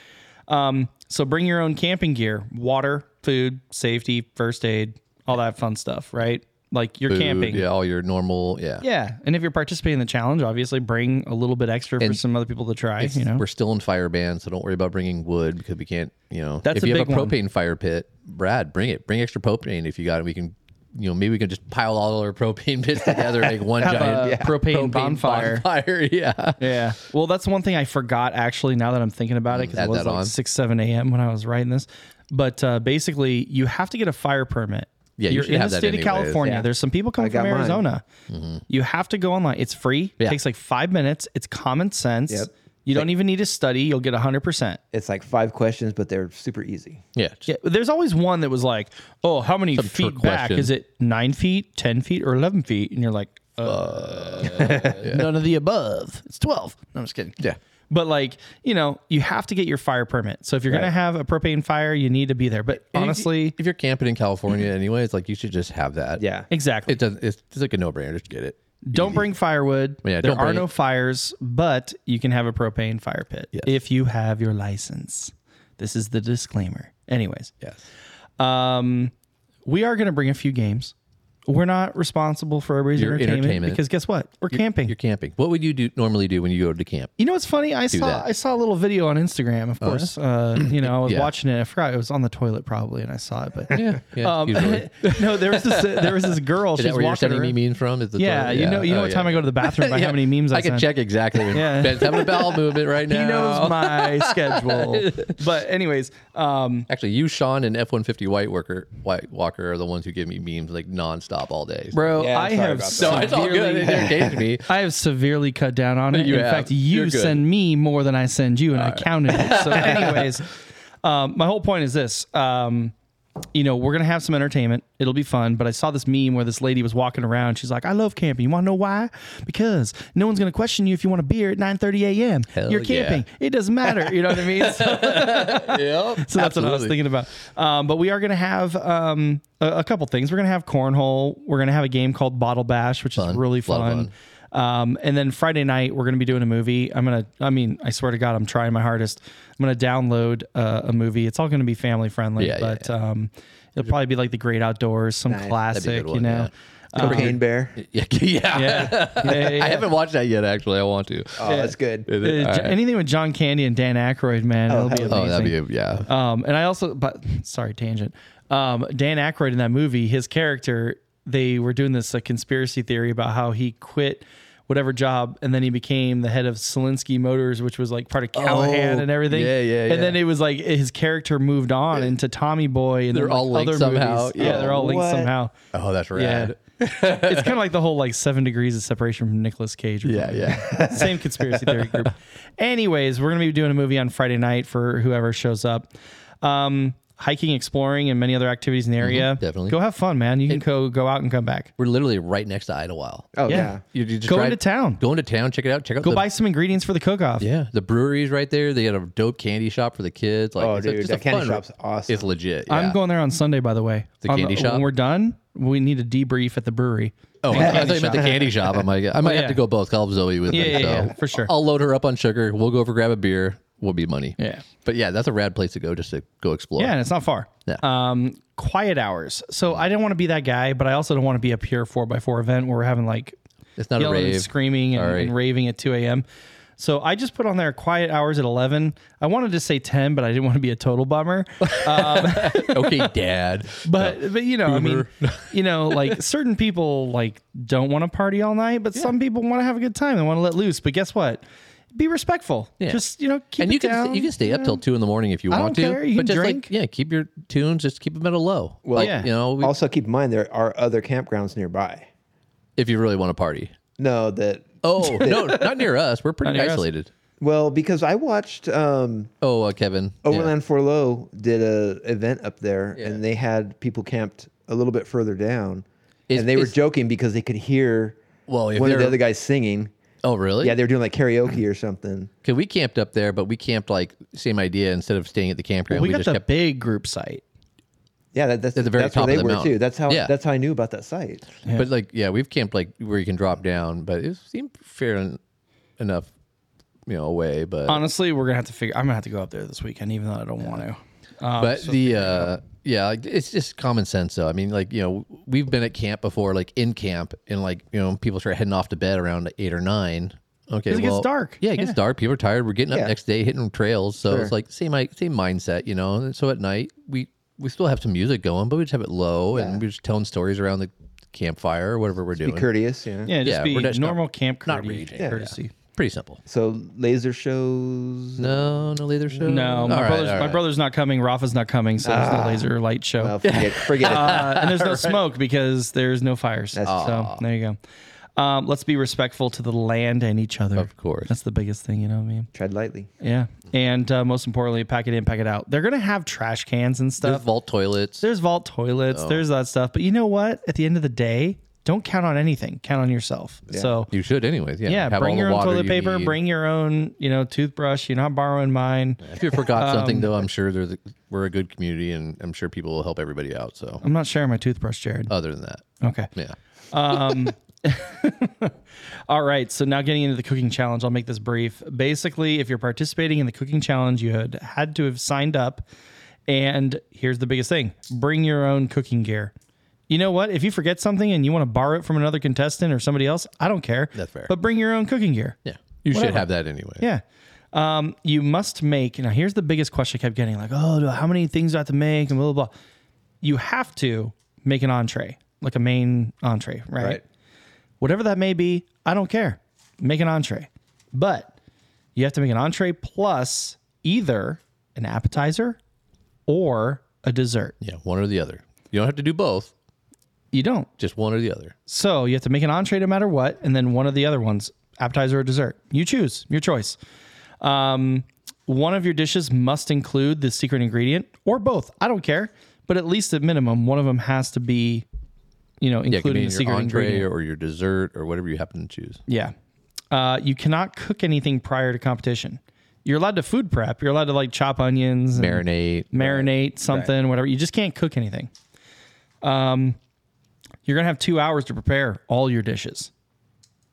S2: Um, so bring your own camping gear, water, food, safety, first aid, all that fun stuff, right? Like you're camping,
S1: Yeah, all your normal. Yeah.
S2: Yeah. And if you're participating in the challenge, obviously bring a little bit extra for some other people to try. You know,
S1: We're still in fire ban, so don't worry about bringing wood because we can't. You know,
S2: That's
S1: if
S2: a
S1: you have a
S2: big one.
S1: propane fire pit, Brad, bring it. Bring extra propane if you got it. We can. You know, maybe we can just pile all our propane [laughs] pits together, and make one
S2: Have
S1: giant
S2: a Uh, propane bonfire.
S1: bonfire. [laughs] Yeah. Mm,
S2: Yeah. Well, that's one thing I forgot actually. Now that I'm thinking about it, because
S1: Add
S2: it was
S1: that
S2: like
S1: on.
S2: six, seven a.m. when I was writing this. But uh, basically, you have to get a fire permit.
S1: Yeah, you
S2: you're
S1: should
S2: in
S1: have
S2: the
S1: that
S2: state of
S1: anyways. Mm-hmm.
S2: California.
S1: Yeah.
S2: There's some people
S3: I
S2: coming
S3: got
S2: from
S3: mine.
S2: Arizona. You have to go online. It's free. It takes like five minutes. It's common sense.
S3: Yep.
S2: You don't even need to study. You'll get hundred percent.
S3: It's like five questions, but they're super easy.
S1: Yeah. just-
S2: Yeah, there's always one that was like, "Oh, how many feet
S1: trick
S2: back
S1: question.
S2: is it? Nine feet, ten feet, or eleven feet?" And you're like, [laughs] uh, "None of the above. It's 12. No, I'm just kidding.
S1: Yeah.
S2: but like you know, you have to get your fire permit. So if you're gonna have a propane fire, you need to be there. But
S1: And if you-
S2: honestly,
S1: if you're camping in California anyway, it's like you should just have that.
S3: Yeah.
S2: exactly.
S1: It doesn't. It's, it's like a no-brainer. Just get it.
S2: don't bring firewood.
S1: Yeah,
S2: there
S1: don't
S2: are
S1: bring
S2: no
S1: it.
S2: fires, but you can have a propane fire pit if you have your license. This is the disclaimer. Anyways,
S1: Yes.
S2: Um, we are going to bring a few games. We're not responsible for everybody's
S1: Your
S2: entertainment,
S1: entertainment.
S2: because guess what? We're camping.
S1: You're camping. What would you do normally do when you go to camp?
S2: you know what's funny? I saw
S1: that. Oh,
S2: I saw a little video on Instagram. Of course, uh, you know I was
S1: [clears throat] Yeah.
S2: watching it. I forgot it was on the toilet probably, and I saw it. But
S1: Yeah. yeah
S2: um, [laughs]
S1: usually.
S2: no, there was this uh, there was this
S1: [laughs]
S2: girl.
S1: Is
S2: she's
S1: that where you're
S2: walking
S1: sending me
S2: around-
S1: memes from? Is the
S2: Yeah,
S1: toilet?
S2: you know you know
S1: Oh,
S2: what
S1: yeah.
S2: time I go to the bathroom
S1: [laughs]
S2: by
S1: Yeah.
S2: how many memes I,
S1: I can
S2: send.
S1: check exactly when
S2: [laughs] Yeah.
S1: Ben's having a bowel movement right now.
S2: [laughs] He knows [laughs] my schedule. But anyways, um,
S1: Actually, you, Sean, and F one fifty White Worker White Walker are the ones who give me memes like nonstop all day.
S2: bro,
S3: Yeah, I'm
S2: I
S3: sorry
S2: have
S3: about that.
S1: so it's all good.
S2: severely-
S1: It [laughs] engaged
S2: [laughs]
S1: me.
S2: I have severely cut down on it.
S1: You
S2: In
S1: have.
S2: fact, you
S1: You're good.
S2: send me more than I send you, and I
S1: [laughs]
S2: counted it. So, anyways, um, my whole point is this. Um, you know, we're gonna have some entertainment. It'll be fun. But I saw this meme where this lady was walking around. She's like, "I love camping. You want to know why? Because no one's gonna question you if you want a beer at 9:30 a.m.
S1: Hell
S2: You're
S1: yeah.
S2: camping. It doesn't matter. You know what
S1: [laughs]
S2: I mean? So-
S1: Yep.
S2: so that's what I was thinking about. Um, but we are going to have um, a, a couple things. We're going to have cornhole. We're going to have a game called Bottle Bash, which is really
S1: Lot of
S2: fun. Um, and then Friday night, we're going to be doing a movie. I'm going to, I mean, I swear to God, I'm trying my hardest. I'm going to download uh, a movie. It's all going to be family friendly,
S1: Yeah, yeah,
S2: but Um, it'll probably be like The Great Outdoors, some
S1: That'd be a
S2: classic,
S1: good
S2: you
S1: one,
S2: know.
S3: Cocaine Bear.
S1: Yeah. [laughs] Yeah. yeah.
S2: Yeah. Yeah, yeah,
S1: I
S2: [laughs] yeah.
S1: haven't watched that yet. Actually, I want to.
S3: Oh, that's good.
S1: Is
S2: Uh,
S1: it?
S2: J-
S1: All right.
S2: Anything with John Candy and Dan Aykroyd, man, it'll be amazing.
S1: Oh, that'd be a, yeah.
S2: Um, and I also, but sorry, tangent. Um, Dan Aykroyd in that movie, his character, they were doing this like, conspiracy theory about how he quit whatever job and then he became the head of Selinsky Motors, which was like part of Callahan and everything.
S1: Oh, yeah, yeah,
S2: And
S1: yeah.
S2: then it was like his character moved on into Tommy Boy and
S1: They're
S2: then, like,
S1: all linked
S2: other
S1: somehow.
S2: movies. Yeah,
S1: Oh,
S2: they're all linked
S3: what?
S2: somehow.
S1: Oh, that's
S2: Yeah.
S1: rad.
S2: it's kind of like the whole like seven degrees of separation from Nicolas Cage.
S1: [laughs]
S2: or
S1: Yeah,
S2: something. [laughs]
S1: yeah.
S2: Same conspiracy theory group. Anyways, we're gonna be doing a movie on Friday night for whoever shows up. Um, hiking, exploring, and many other activities in the area.
S1: Mm-hmm, definitely.
S2: go have fun, man. You can go go out and come back.
S1: We're literally right next to Idlewild.
S3: Oh,
S2: Yeah.
S3: yeah.
S1: You, you just
S2: Go
S1: drive-
S2: into town.
S1: Go into town. Check it out. Check out
S2: Go
S1: the,
S2: buy some ingredients for the cook off.
S1: Yeah, the brewery's right there. They got a dope candy shop for the kids. Like,
S3: Oh,
S1: it's a-
S3: dude,
S1: just
S3: that
S1: a
S3: candy
S1: fun-
S3: shop's awesome.
S1: It's legit. yeah.
S2: I'm going there on Sunday, by the way.
S1: The
S2: On
S1: candy shop?
S2: When we're done, we need a debrief at the brewery.
S1: Oh, I, I thought you meant the candy
S2: [laughs]
S1: shop. I'm like, I might
S2: Oh, yeah.
S1: have to go both. I'll have Zoe with
S2: Yeah,
S1: me.
S2: yeah,
S1: so
S2: yeah, for sure.
S1: I'll load her up on sugar. We'll go over grab a beer. would be money.
S2: Yeah.
S1: But yeah, that's a rad place to go just to go explore.
S2: Yeah, and it's not far.
S1: Yeah.
S2: Um, quiet hours. So I don't want to be that guy, but I also don't want to be a pure four by four event where we're having like
S1: It's not a
S2: yelling
S1: rave.
S2: and screaming and,
S1: Sorry.
S2: and raving at two a.m. So I just put on there quiet hours at eleven. I wanted to say ten, but I didn't want to be a
S1: [laughs]
S2: total bummer.
S1: okay, dad.
S2: But but you know, I mean, [laughs] you know, like certain people like don't want to party all night, but some people want to have a good time. They want to let loose. But guess what? Be respectful.
S1: Yeah.
S2: Just you know, keep
S1: and
S2: it
S1: you can
S2: down,
S1: you can stay
S2: you
S1: up
S2: know?
S1: till two in the morning if you
S2: I
S1: want
S2: don't
S1: to.
S2: care. You
S1: but
S2: can
S1: just
S2: drink.
S1: like yeah, keep your tunes. Just keep them at a low. Well, like,
S2: yeah.
S1: you know, we-
S3: Also, keep in mind there are other campgrounds nearby.
S1: if you really want to party.
S3: No, that
S1: Oh no, not near us. We're pretty
S2: near us.
S1: isolated.
S3: well because I watched um,
S1: Oh, uh, Kevin. Yeah.
S3: Overland Forlow did a event up there, and they had people camped a little bit further down,
S1: Is-
S3: and they were
S1: is-
S3: joking because they could hear
S1: Well, if
S3: one of the
S1: they're-
S3: other guys singing.
S1: Oh, really?
S3: Yeah, they were doing like karaoke or something.
S1: Cause we camped up there, but we camped like same idea. Instead of staying at the campground,
S2: we, got
S1: just
S2: the
S1: kept.
S2: big group site.
S3: Yeah, that, that's
S1: At the very
S3: that's
S1: top
S3: where
S1: of
S3: they
S1: the
S3: were
S1: mountain.
S3: too. That's how
S1: Yeah.
S3: that's how I knew about that site.
S1: But like, yeah, we've camped like where you can drop down, but it seemed fair en- enough, you know, away. But
S2: Honestly, we're gonna have to figure. I'm gonna have to go up there this weekend, even though I don't want to. Um,
S1: but
S2: so-
S1: the uh yeah like, it's just common sense though i mean like you know we've been at camp before like in camp and like you know people start heading off to bed around eight or nine okay
S2: 'Cause it gets
S1: well,
S2: dark.
S1: yeah it gets
S2: Yeah.
S1: dark people are tired we're getting up
S3: Yeah.
S1: next day hitting trails so
S3: Sure.
S1: it's like same like, same mindset you know and so at night we we still have some music going but we just have it low and we're just telling stories around the campfire or whatever we're
S3: Be
S1: doing
S3: courteous, yeah.
S2: yeah, just
S1: yeah,
S2: be
S1: we're just not-
S2: normal camp
S1: not
S2: courte-
S1: raging. Yeah.
S2: courtesy.
S1: pretty simple
S3: So laser shows.
S1: no no laser show
S2: No, my
S1: All right,
S2: brother's
S1: all
S2: my
S1: right. Ah,
S2: brother's not coming. Rafa's not coming, so there's no laser light show.
S1: [laughs]
S3: Oh, forget, forget it.
S2: uh, and there's no smoke because there's no fires. so there you go. Um, let's be respectful to the land and each other.
S1: Of course.
S2: that's the biggest thing. You know what I mean?
S3: Tread lightly.
S2: Yeah. And uh, most importantly, pack it in, pack it out. They're gonna have trash cans and
S1: there's Oh.
S2: stuff.
S1: vault toilets
S2: There's vault toilets. There's that stuff. But you know what? At the end of the day, don't count on anything. Count on yourself. So
S1: you should anyways yeah
S2: yeah,
S1: Have all
S2: bring
S1: the
S2: your own
S1: water
S2: toilet
S1: you
S2: paper.
S1: need.
S2: Bring your own, you know, toothbrush. You're not borrowing mine.
S1: If you
S2: [laughs] Um,
S1: forgot something, though, I'm sure there's a, we're a good community, and I'm sure people will help everybody out. So,
S2: I'm not sharing my toothbrush, Jared.
S1: other than that,
S2: Okay.
S1: yeah,
S2: All right, so now getting into the cooking challenge, I'll make this brief. Basically, if you're participating in the cooking challenge, you had had to have signed up. And here's the biggest thing: bring your own cooking gear. You know what? If you forget something and you want to borrow it from another contestant or somebody else, I don't care.
S1: That's fair.
S2: But bring your own cooking gear.
S1: yeah, you should
S2: Whatever.
S1: have that anyway.
S2: Yeah. Um, you must make. Now, here's the biggest question I kept getting: like, oh, do- how many things do I have to make? And blah blah blah. You have to make an entree, like a main entree, right?
S3: Right.
S2: Whatever that may be, I don't care. Make an entree, but you have to make an entree plus either an appetizer or a dessert.
S1: yeah, one or the other. You don't have to do both;
S2: You don't.
S1: just one or the other.
S2: So you have to make an entree no matter what, and then one of the other ones, appetizer or dessert. You choose, your choice. Um, one of your dishes must include the secret ingredient or both. I don't care, but at least at minimum, one of them has to be, you know,
S1: Yeah, it could
S2: including
S1: be
S2: the
S1: your
S2: secret
S1: entree
S2: ingredient.
S1: or your dessert or whatever you happen to choose.
S2: yeah. Uh, you cannot cook anything prior to competition. You're allowed to food prep. You're allowed to like chop onions, and-
S1: Marinate.
S2: marinate something, whatever. You just can't cook anything. Um, you're gonna have two hours to prepare all your dishes.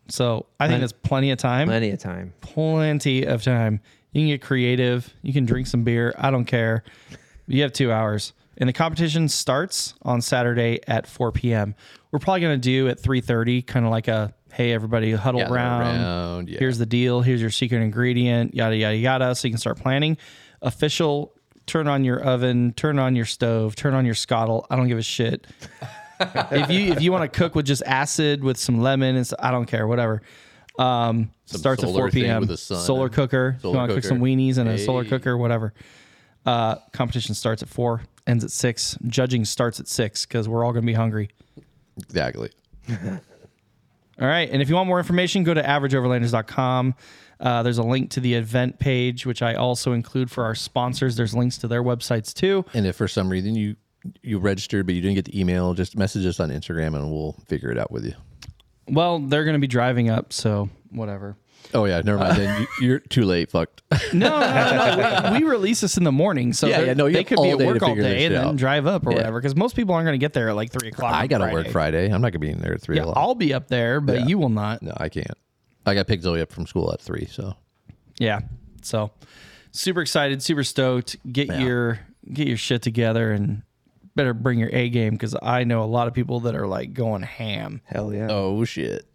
S2: So I think that's plenty of time.
S3: Plenty of time.
S2: Plenty of time. You can get creative. You can drink some beer. I don't care. You have two hours, and the competition starts on Saturday at 4 p.m. We're probably gonna do at 3:30, kind of like a hey everybody huddle
S1: Gather
S2: around.
S1: around, yeah.
S2: Here's the deal. Here's your secret ingredient. Yada yada yada. So you can start planning. Official. Turn on your oven. Turn on your stove. Turn on your scottle. I don't give
S1: [laughs]
S2: a shit. if you if you want to cook with just acid with some lemon and s- I don't care whatever. Um, starts at
S1: solar
S2: 4
S1: thing
S2: p.m.
S1: with the sun.
S2: Solar cooker. if
S1: Solar
S2: you want to cook
S1: cooker.
S2: some weenies and a solar
S1: Hey.
S2: cooker, whatever. Uh, competition starts at four, ends at six. Judging starts at six because we're all gonna be hungry.
S1: Exactly.
S2: All right. And if you want more information, go to averageoverlanders.com. Uh, there's a link to the event page, which I also include for our sponsors. There's links to their websites too.
S1: And if for some reason you you registered but you didn't get the email, just message us on Instagram and we'll figure it out with you.
S2: Well, they're going to be driving up, so whatever.
S1: Oh yeah, never
S2: Uh,
S1: mind. then you, you're too late.
S2: [laughs]
S1: Fucked.
S2: No, no, no. we, we release this in the morning, so
S1: Yeah,
S2: they're-
S1: yeah, no, you
S2: they
S1: have
S2: could be
S1: all
S2: at
S1: day to
S2: work all
S1: figure
S2: day
S1: this
S2: and then
S1: out.
S2: drive up or whatever. Because most people aren't going to get there at like three o'clock.
S1: I
S2: on
S1: gotta
S2: Friday.
S1: work Friday. I'm not gonna be in there at three
S2: Yeah,
S1: o'clock.
S2: I'll be up there, but you will not.
S1: no, I can't. I got pick Zoe up from school at three, so
S2: Yeah. So super excited, super stoked. Get
S1: Yeah.
S2: your get your shit together and better bring your A game because I know a lot of people that are like going ham,
S3: Hell yeah.
S1: Oh shit.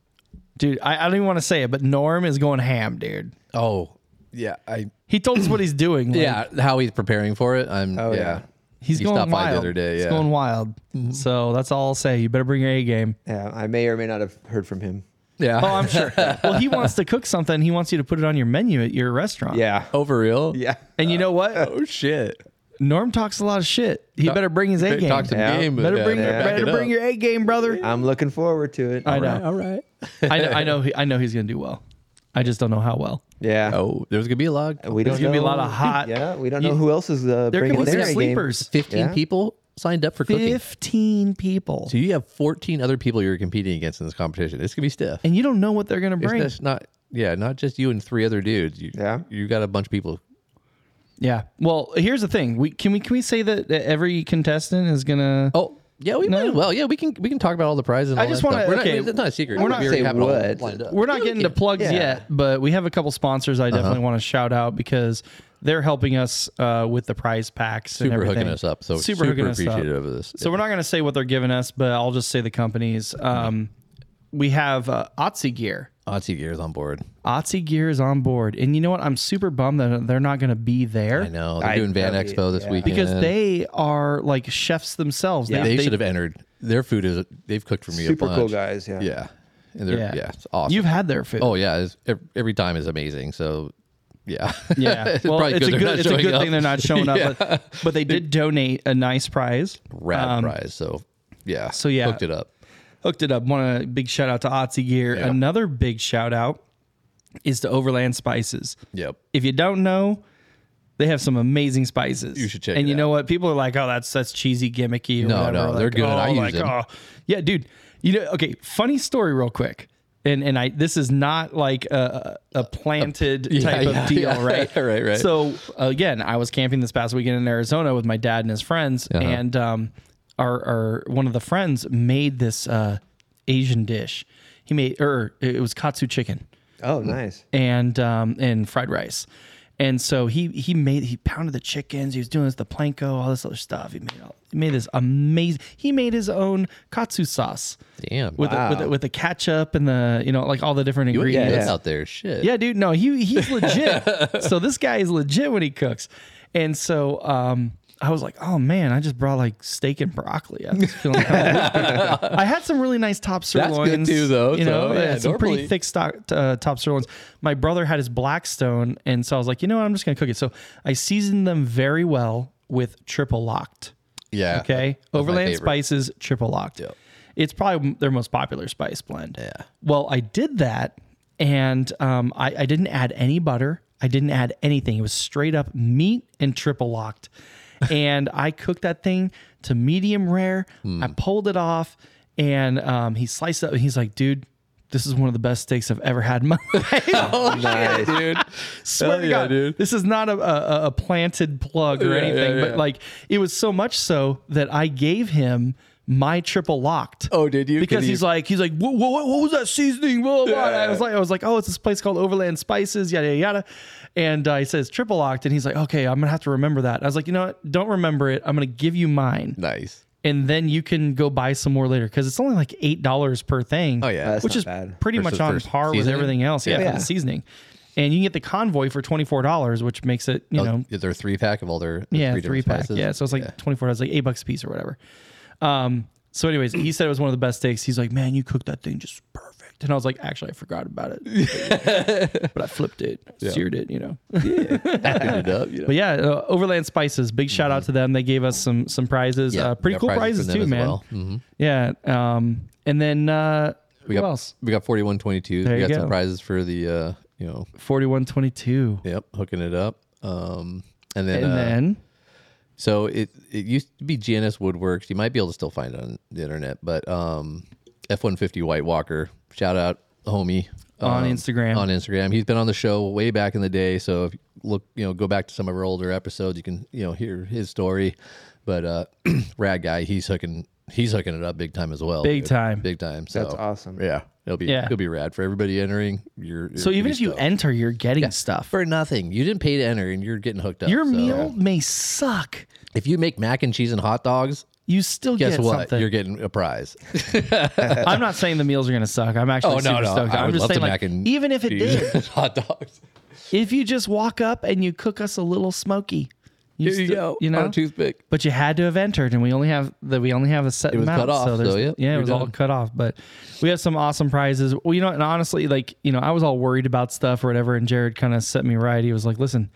S2: dude. I, I don't even want to say it, but Norm is going ham, dude.
S1: Oh yeah. I
S2: He told us what he's doing. like,
S1: yeah. How he's preparing for it. I'm.
S3: Oh,
S1: yeah.
S3: yeah.
S2: he's
S1: he
S2: going
S1: stopped
S2: wild.
S1: by the other day.
S2: He's
S1: Yeah.
S2: going wild. So that's all I'll say. You better bring your A
S1: [laughs]
S2: game.
S3: Yeah, I may or may not have heard from him.
S1: yeah.
S2: Oh, I'm sure. well, he wants to cook something. He wants you to put it on your menu at your restaurant.
S3: Yeah.
S1: [laughs] Over real.
S3: Yeah.
S2: And you know what?
S1: [laughs] Oh shit.
S2: Norm talks a lot of shit. He better bring
S1: [laughs]
S2: his A game.
S1: Talk some
S3: Yeah.
S1: game. but
S2: better
S1: yeah,
S2: bring,
S1: back it
S2: better
S1: up.
S2: bring your A game, brother.
S3: I'm looking forward to it.
S2: I know.
S1: [laughs] All right.
S2: I know. I know. He, I know he's gonna do well. I just don't know how well.
S3: Yeah.
S1: Oh, there's gonna be a lot.
S3: We don't
S2: There's gonna be a
S3: know- [laughs]
S2: lot of hot-
S3: Yeah, we don't
S2: You-
S3: know who else is uh,
S2: There
S3: bringing
S2: could be
S3: their
S2: some
S3: A game.
S2: sleepers.
S1: Fifteen
S3: Yeah.
S1: people signed up for cooking.
S2: Fifteen people,
S1: So you have 14 other people you're competing against in this competition. It's gonna be stiff.
S2: and you don't know what they're gonna
S1: It's
S2: bring.
S1: just not. Yeah, not just you and three other dudes. You,
S3: Yeah.
S1: You got a bunch of people.
S2: yeah. Well, here's the thing. We can we can we say that every contestant is gonna.
S1: Oh. Yeah, we might
S2: No.
S1: as well. Yeah, we can we can talk about all the prizes. And
S2: I
S1: all
S2: just
S1: that
S2: wanna-
S1: stuff. We're not-
S2: okay,
S1: it's not a secret.
S3: we're not
S1: We already
S3: say
S1: have it all
S3: what.
S1: lined up.
S2: We're not getting to plugs
S3: yeah.
S2: yet, but we have a couple sponsors
S1: Uh-huh.
S2: I definitely want to shout out because they're helping us uh, with the prize packs and
S1: super
S2: everything.
S1: hooking us up. So
S2: Super
S1: super,
S2: hooking us up.
S1: appreciative of this.
S2: So we're not going to say what they're giving us, but I'll just say the companies.
S1: Uh-huh.
S2: Um, we have uh, Otzi Gear.
S1: Otzi Oh, Gear's on board.
S2: Otzi Gear is on board, and you know what? I'm super bummed that they're not going to be there
S1: I know they're
S3: I-
S1: doing Van
S3: that'd be-
S1: Expo this
S3: yeah.
S1: weekend
S2: because they are like chefs themselves.
S1: they, should have entered. Their food is they've cooked for me
S3: Super
S1: a bunch.
S3: cool guys. Yeah.
S1: Yeah, and they're yeah, it's awesome.
S2: You've had their food.
S1: oh yeah, it's, ev- every time is amazing. So yeah,
S2: [laughs] yeah.
S1: it's
S2: well,
S1: probably
S2: it's
S1: good [laughs] they're not
S2: a good, it's a
S1: showing
S2: good
S1: up.
S2: thing they're not
S1: [laughs]
S2: showing up, but, but they did donate a nice prize.
S1: Rad prize. So yeah,
S2: Um, so yeah.
S1: hooked it up.
S2: hooked it up. Want a big shout out to Otzi Gear.
S1: Yeah.
S2: Another big shout out is to Overland Spices.
S1: Yep.
S2: If you don't know, they have some amazing spices.
S1: You should check
S2: And
S1: it
S2: you know what? People are like, "Oh, that's that's cheesy, gimmicky." or
S1: No,
S2: whatever.
S1: no,
S2: Like,
S1: they're good.
S2: Oh,
S1: I use
S2: like,
S1: them.
S2: Oh. Yeah, dude. You know, okay. Funny story, real quick. And and I this is not like a a planted
S1: [laughs] yeah,
S2: type
S1: yeah,
S2: of deal,
S1: yeah.
S2: right?
S1: Right, right.
S2: So again, I was camping this past weekend in Arizona with my dad and his friends,
S1: Uh-huh.
S2: and um, our our one of the friends made this uh Asian dish. He made or it was katsu chicken [laughs]
S3: Oh, nice.
S2: and um, and fried rice. And so he he made he pounded the chickens. He was doing this the planko, all this other stuff. He made all, he made this amazing. He made his own katsu sauce
S1: Damn,
S2: with the, with the, with the ketchup and the you know like all the different
S1: you
S2: ingredients.
S1: yeah,
S3: yeah.
S1: out there. Shit.
S2: Yeah, dude. No, he he's
S1: [laughs]
S2: legit. so this guy is legit when he cooks. And so um I was like, oh man, I just brought like steak and broccoli. I, was feeling kinda
S1: [laughs]
S2: weird. I had some really nice top
S1: good
S2: sirloins
S1: too, though,
S2: You know,
S1: so,
S2: I had
S1: yeah,
S2: some pretty
S1: normally-
S2: thick stock uh, top sirloins. My brother had his blackstone, and so I was like, you know what, I'm just gonna cook it. So I seasoned them very well with triple locked.
S1: Yeah.
S2: Okay.
S1: That's my
S2: Overland
S1: favorite.
S2: Spices Triple Locked. It's probably their most popular spice blend. Yeah. Well, I did that and um, I, I didn't add any butter. I didn't add anything. It was straight up meat and triple locked. and I cooked that thing to medium rare.
S1: Hmm.
S2: I pulled it off and um, he sliced it up and he's like, dude, this is one of the best steaks I've ever had in my [laughs] life.
S1: [laughs]
S3: Nice.
S1: dude.
S2: Swear to
S1: yeah,
S2: God,
S1: dude.
S2: this is not a, a, a planted plug or
S1: Yeah,
S2: anything,
S1: yeah,
S2: but
S1: yeah.
S2: like it was so much so that I gave him my triple locked.
S1: Oh, did you?
S2: Because
S1: Did he-
S2: he's like, he's like, what, what, what was that seasoning? Blah, blah. blah." And I
S1: Yeah.
S2: was like, I was like, oh, it's this place called Overland Spices, yada yada yada. And uh, he says triple locked, and he's like, okay, I'm gonna have to remember that. I was like, you know what? Don't remember it. I'm gonna give you mine,
S1: nice.
S2: and then you can go buy some more later because it's only like eight dollars per thing.
S1: Oh yeah.
S3: That's
S2: which
S3: not
S2: is
S3: bad.
S2: pretty
S1: For
S2: much
S1: the
S2: on
S1: first
S2: par with
S1: seasoning?
S2: everything else. Yeah,
S1: Yeah.
S2: for the seasoning. And you can get the convoy for twenty four dollars, which makes it you know
S1: Is there a Oh, three pack of all their their
S2: yeah
S1: different
S2: three pack
S1: spices?
S2: yeah. So it's like twenty four dollars, like eight bucks a piece or whatever. Um. So, anyways, he said it was one of the best steaks. He's like, "Man, you cooked that thing just perfect," and I was like, "Actually, I forgot about it,
S1: [laughs]
S2: but I flipped it, seared it, you know."
S1: Packing it up, you know.
S2: But yeah, uh, Overland Spices, big shout out to them. They gave us some some prizes,
S1: Yeah,
S2: uh,
S1: we
S2: pretty
S1: got
S2: cool
S1: prizes
S2: prizes,
S1: from them
S2: too,
S1: as
S2: man.
S1: well. Mm-hmm.
S2: Yeah. Um. And then uh,
S1: We
S2: who
S1: got
S2: else?
S1: we got forty one twenty two.
S2: There
S1: We
S2: you
S1: got
S2: go.
S1: some prizes for the uh, you know,
S2: Forty one twenty two.
S1: yep, hooking it up. Um, and then,
S2: And
S1: uh,
S2: then
S1: so it it used to be GNS Woodworks. You might be able to still find it on the internet, but um, F one fifty White Walker. Shout out, homie.
S2: On
S1: um,
S2: Instagram.
S1: On Instagram, he's been on the show way back in the day. So if you look, you know, go back to some [clears throat] of our older episodes, you can you know hear his story. But uh, rad guy, he's hooking he's hooking it up big time as well.
S2: Big time.
S1: Big time. So
S3: That's awesome.
S1: Yeah. It'll be
S2: Yeah.
S1: it'll be rad for everybody entering. You're
S2: So even if you enter, you're getting stuff.
S1: for nothing, you didn't pay to enter and you're getting hooked up.
S2: Your
S1: so-
S2: meal may suck.
S1: If you make mac and cheese and hot dogs,
S2: You still
S1: guess
S2: get
S1: what?
S2: something.
S1: You're getting a
S2: [laughs]
S1: prize.
S2: I'm not saying the meals are gonna suck. I'm actually
S1: Oh, no,
S2: super
S1: no.
S2: stoked.
S1: I
S2: I'm
S1: would
S2: just
S1: love
S2: saying,
S1: to
S2: like,
S1: mac [laughs] and
S2: even if it did,
S1: hot dogs.
S2: if you just walk up and you cook us a little smoky, you,
S1: Here you
S2: still-
S1: go.
S2: you
S1: on
S2: know.
S1: a toothpick.
S2: But you had to have entered, and we only have that we only have a set
S1: was
S2: amount.
S1: cut off,
S2: so there's-
S1: so yep,
S2: yeah, it
S1: you're
S2: was all
S1: done.
S2: cut off. But we have some awesome prizes. Well, you know, and honestly, like you know, I was all worried about stuff or whatever, and Jared kind of set me right. He was like, "Listen,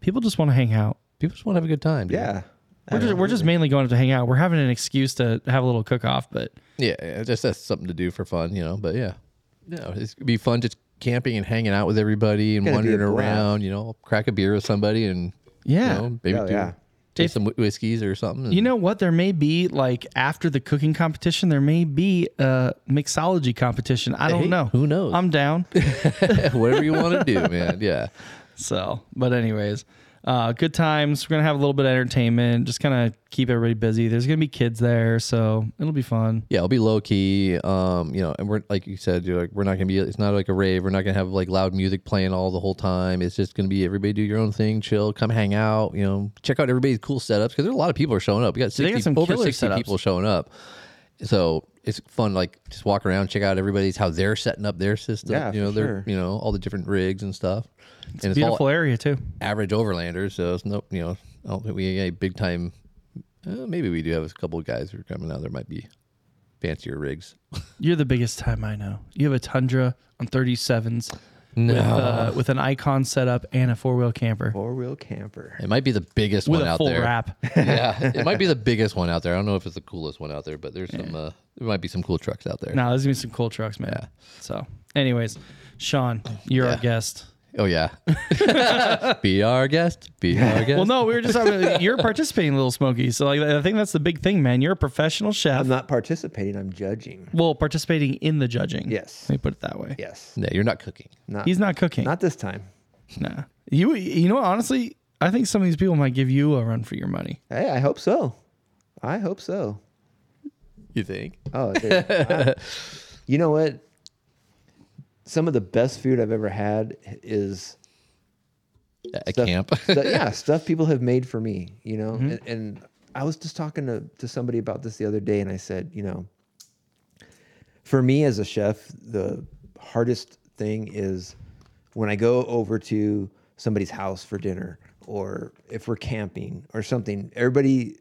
S2: people just want to hang out.
S1: People just want to have a good time. dude.
S3: Yeah.
S2: We're just, we're just mainly going up to hang out. We're having an excuse to have a little cook off, but
S1: Yeah, yeah, just that's something to do for fun, you know. But yeah, no, it's it'd be fun just camping and hanging out with everybody and
S3: Gotta be
S1: wandering
S3: a blast.
S1: around. You know, crack a beer with somebody and
S2: Yeah.
S1: you know, maybe
S3: Oh,
S1: do,
S3: yeah.
S1: taste some whi- whiskeys or something.
S2: you know what? There may be like after the cooking competition, there may be a mixology competition. I don't
S1: Hey,
S2: know.
S1: who knows? [laughs]
S2: I'm down.
S1: whatever you want to
S3: [laughs]
S1: do, man. Yeah,
S2: So, but anyways, uh, good times. We're gonna have a little bit of entertainment. Just kind of keep everybody busy. There's gonna be kids there, so it'll be fun.
S1: yeah. It'll be low key. Um, you know, and we're like you said, you're like we're not gonna be. It's not like a rave. We're not gonna have like loud music playing all the whole time. It's just gonna be everybody do your own thing, chill, come hang out. You know, check out everybody's cool setups because there are a lot of people are showing up. We got 60,
S2: They got some
S1: over
S2: killer
S1: sixty
S2: setups.
S1: people showing up. So it's fun, like just walk around, check out everybody's how they're setting up their system.
S3: Yeah,
S1: you know,
S3: for
S1: their
S3: sure.
S1: you know all the different rigs and stuff. and it's all
S2: Beautiful area too.
S1: average overlanders, so it's no, you know, I don't think we got any big time. Uh, maybe we do have a couple of guys who are coming out. There might be fancier rigs.
S2: You're the biggest time I know. You have a Tundra on 37s
S1: No,
S2: with, uh, with an icon setup and a four wheel camper
S3: Four wheel camper.
S1: it might be the biggest
S2: with
S1: one
S2: a
S1: out
S2: full
S1: there.
S2: wrap.
S1: yeah, [laughs] it might be the biggest one out there. I don't know if it's the coolest one out there, but there's some. Uh, there might be some cool trucks out there.
S2: now there's gonna be some cool trucks, man.
S1: Yeah.
S2: So, anyways, Sean, you're our
S1: Yeah.
S2: guest.
S1: Oh
S2: [laughs]
S1: yeah, be our guest. Be our guest.
S2: Well, no, we were just talking. about- you're participating, in Little Smoky. So, like, I think that's the big thing, man. You're a professional chef.
S3: I'm not participating. I'm judging.
S2: well, participating in the judging.
S3: Yes.
S2: Let me put it that way.
S3: Yes.
S1: no, you're not cooking.
S3: Not,
S2: He's not cooking.
S3: not this time.
S2: Nah. You you know what, honestly, I think some of these people might give you a run for your money.
S3: Hey, I hope so. I hope so.
S1: You think?
S3: Oh, dude,
S2: [laughs]
S3: I- you know what? Some of the best food I've ever had is
S1: At
S3: stuff- [laughs]
S1: camp? Mm-hmm.
S3: stu- yeah, stuff people have made for me. You know, and, and I was just talking to to somebody about this the other day, and I said, you know, for me as a chef, the hardest thing is when I go over to somebody's house for dinner, or if we're camping or something. Everybody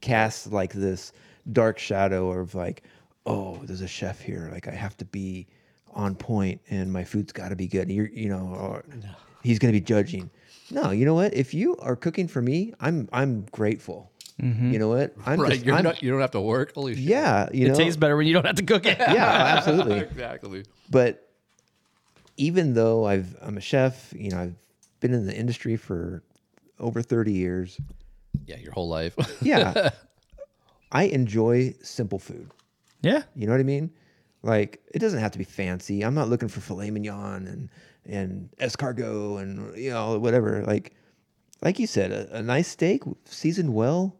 S3: casts like this dark shadow of like, oh, there's a chef here. Like I have to be on point and my food's got to be good. You're, you know, or he's going to be judging. No, you know what? If you are cooking for me, I'm I'm grateful. You know what?
S1: [laughs]
S3: I'm
S1: right.
S3: just,
S1: You're
S3: I'm-
S1: not. You don't have to work. Holy shit.
S3: yeah, you know,
S2: It tastes better when you don't have to cook it.
S3: yeah, oh,
S1: [laughs]
S3: absolutely
S1: Exactly.
S3: but even though I've I'm a chef, you know, I've been in the industry for over 30 years.
S1: Yeah, your whole life. [laughs]
S3: Yeah. I enjoy simple food.
S2: Yeah.
S3: You know what I mean? Like it doesn't have to be fancy. I'm not looking for filet mignon and and escargot and you know whatever. Like like you said, a, a nice steak seasoned well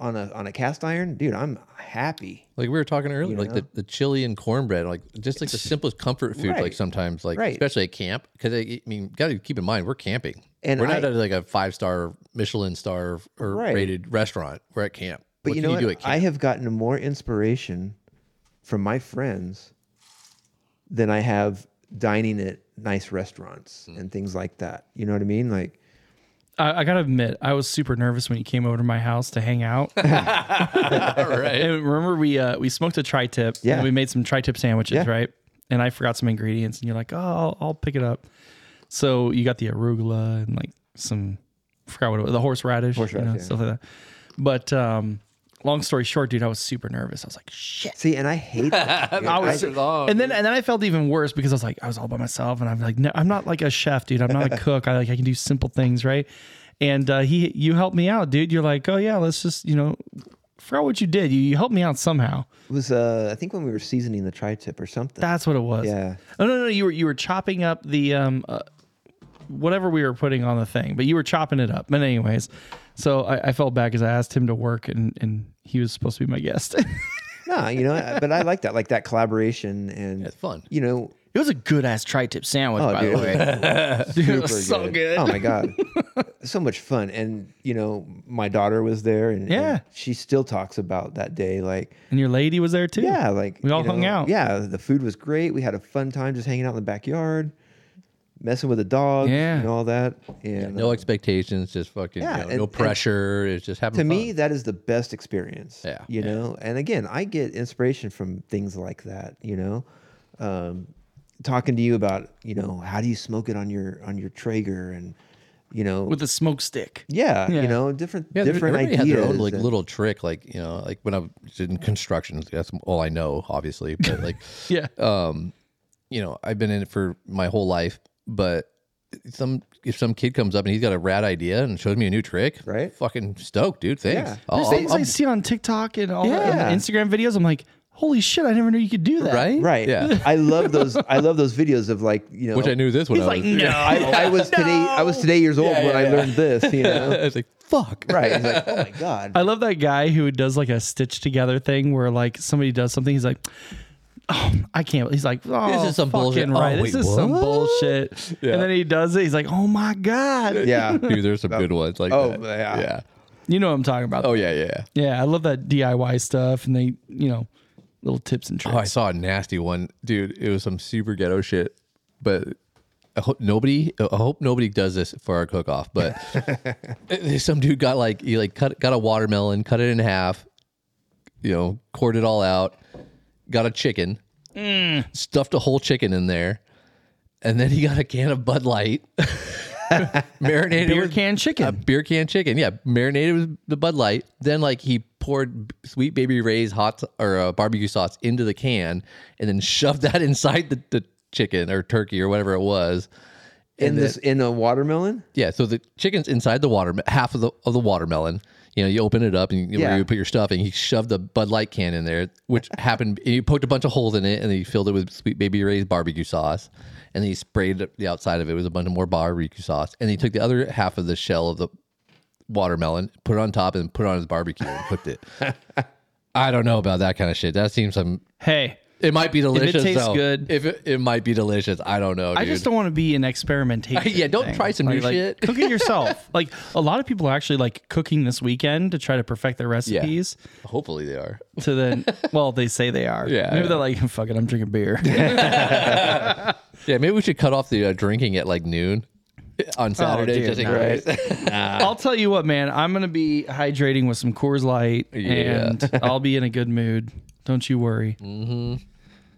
S3: on a on a cast iron, dude, I'm happy.
S1: Like we were talking earlier, like the,
S3: know?
S1: the chili and cornbread, like just like the simplest comfort food, like
S3: Right. sometimes,
S1: sometimes, like
S3: Right.
S1: especially at camp, because I, I mean, got to keep in mind we're camping,
S3: And
S1: we're not
S3: I-
S1: at like a five star Michelin star or
S3: Right.
S1: rated restaurant. We're at camp.
S3: But
S1: what
S3: you
S1: can
S3: know
S1: you do at
S3: what?
S1: camp?
S3: I have gotten more inspiration from my friends than I have dining at nice restaurants
S1: Hmm.
S3: and things like that. You know what I mean? Like,
S2: I, I gotta admit, I was super nervous when you came over to my house to hang out.
S1: All [laughs] right.
S2: and remember we uh, we smoked a tri tip.
S3: Yeah.
S2: And we made some tri tip sandwiches,
S3: Yeah.
S2: right? And I forgot some ingredients, and you're like, oh, I'll, I'll pick it up. So you got the arugula and like some, forgot what it was, the horseradish, you
S3: Horseradish,
S2: know,
S3: yeah.
S2: stuff like that. But um, long story short, dude, I was super nervous. I was like, shit.
S3: see, and I
S1: [laughs]
S3: hate that. You know,
S2: I was,
S1: Nice.
S4: Oh,
S1: Long,
S2: and then and then I felt even worse because I was like, I was all by myself, and I'm like, no, I'm not like a chef, dude.
S4: [laughs]
S2: I'm not a cook. I like I can do simple things, right? And uh, he, you helped me out, dude. You're like, oh yeah, let's just you know, forgot what you did. You, you helped me out somehow.
S3: it was, uh, I think, when we were seasoning the tri tip or something.
S2: That's what it was.
S3: Yeah.
S2: Oh no no, you were you were chopping up the um. Uh, Whatever we were putting on the thing, but you were chopping it up. But anyways, so I, I fell back as I asked him to work, and and he was supposed to be my guest. [laughs]
S3: no, you know, but I like that, like that collaboration and
S1: It's fun.
S3: you know,
S4: It was a good ass tri-tip sandwich,
S3: Oh,
S4: by
S3: dude.
S4: the way.
S2: [laughs] Dude, it
S3: super
S2: was so good.
S3: Oh
S2: [laughs]
S3: my god, so much fun! And you know, my daughter was there, and and
S2: Yeah.
S3: she still talks about that day. Like,
S2: And your lady was there too.
S3: yeah, like
S2: We all
S3: you
S2: hung out.
S3: Yeah, the food was great. We had a fun time just hanging out in the backyard, messing with the dog,
S2: Yeah.
S3: and all that. And
S1: No expectations, just fucking
S3: Yeah,
S1: you know,
S3: and-
S1: no
S3: and
S1: pressure. It's just having
S3: to
S1: fun.
S3: me, that is the best experience.
S1: Yeah.
S3: you know. And again, I get inspiration from things like that. You know, um, talking to you about you know how do you smoke it on your on your Traeger and you know
S4: With a smoke stick.
S3: Yeah,
S2: Yeah.
S3: you know, different
S1: Yeah, there-
S3: different
S1: everybody
S3: ideas.
S1: Had their own, like
S3: and-
S1: little trick, like you know, like when I was in construction, that's all I know, obviously. But like,
S2: Yeah.
S1: um, you know, I've been in it for my whole life. But some if some kid comes up and he's got a rad idea and shows me a new trick,
S3: Right.
S1: Fucking stoked, dude. Thanks.
S3: Yeah.
S1: I'll-
S2: There's
S1: I'll-
S2: things
S1: I'll-
S2: I see on TikTok and all the-
S3: Yeah.
S2: and the Instagram videos. I'm like, holy shit, I never knew you could do that.
S1: right?
S3: right.
S1: Yeah.
S3: I love those. I love those videos of like you know.
S1: Which I knew this one.
S4: He's
S1: I
S4: like,
S1: was,
S4: no.
S3: I,
S1: [laughs]
S3: I was today. I was today years old when I learned this. You know.
S1: I was like, fuck.
S3: right. It's like, oh my god.
S1: [laughs]
S2: I love that guy who does like a stitch together thing where like somebody does something. He's like, oh, I can't. He's like, oh,
S1: This is some
S2: fucking
S1: bullshit. Oh,
S2: Right.
S1: wait,
S2: this is some
S1: what?"
S2: bullshit.
S1: Yeah.
S2: And then he does it. He's like, oh my God.
S3: yeah.
S1: [laughs] Dude, there's
S3: [laughs]
S1: some good ones like
S3: Oh,
S1: that.
S3: yeah.
S1: yeah.
S2: You know what I'm talking about.
S1: Oh yeah, yeah.
S2: Yeah. I love that DIY stuff and they, you know, little tips and tricks.
S1: Oh, I saw a nasty one, dude. It was some super ghetto shit, but I hope nobody. I hope nobody does this for our cook off. But some dude got like he like cut got a watermelon, cut it in half, you know, cored it all out, got a chicken, stuffed a whole chicken in there, and then he got a can of Bud Light, [laughs] marinated
S2: Beer
S1: with-
S2: can chicken.
S1: a beer can chicken. Yeah, marinated with the Bud Light. Then like he poured b- sweet baby Ray's hot s- or uh, barbecue sauce into the can, and then [laughs] shoved that inside the, the chicken or turkey or whatever it was.
S3: in this in a watermelon.
S1: Yeah, so the chicken's inside the water, half of the of the watermelon. You know, you open it up and you, where
S3: Yeah.
S1: you put your stuffing. He shoved the Bud Light can in there,
S2: [laughs]
S1: which happened. He poked a bunch of holes in it, and then he filled it with Sweet Baby Ray's barbecue sauce, and then he sprayed it- the outside of it with a bunch of more barbecue sauce. And he took the other half of the shell of the watermelon, put it on top, and put it on his barbecue and cooked
S2: [laughs]
S1: it. I don't know about that kind of shit. That seems some.
S2: hey,
S1: It might be delicious.
S2: tastes
S1: though.
S2: good.
S1: if it, it might be delicious, I don't know. Dude.
S2: I just don't want
S1: [laughs]
S2: to be an experimentation.
S1: Yeah, don't
S2: thing.
S1: try some
S2: like,
S1: new
S2: like,
S1: shit.
S2: cook
S1: [laughs]
S2: it yourself. like a lot of people are actually like cooking this weekend to try to perfect their recipes.
S1: Hopefully they are. [laughs]
S2: to then well they say they are
S1: Yeah,
S2: maybe
S1: yeah.
S2: they're like fuck it i'm drinking
S1: [laughs]
S2: beer
S1: Yeah, maybe we should cut off the uh, drinking at like noon [laughs]
S3: Oh,
S1: on Saturday.
S4: dude,
S1: just in
S4: no.
S1: case.
S2: i'll tell you what man i'm gonna be hydrating with some coors light
S1: Yeah. [laughs]
S2: and i'll be in a good mood don't you worry mm-hmm.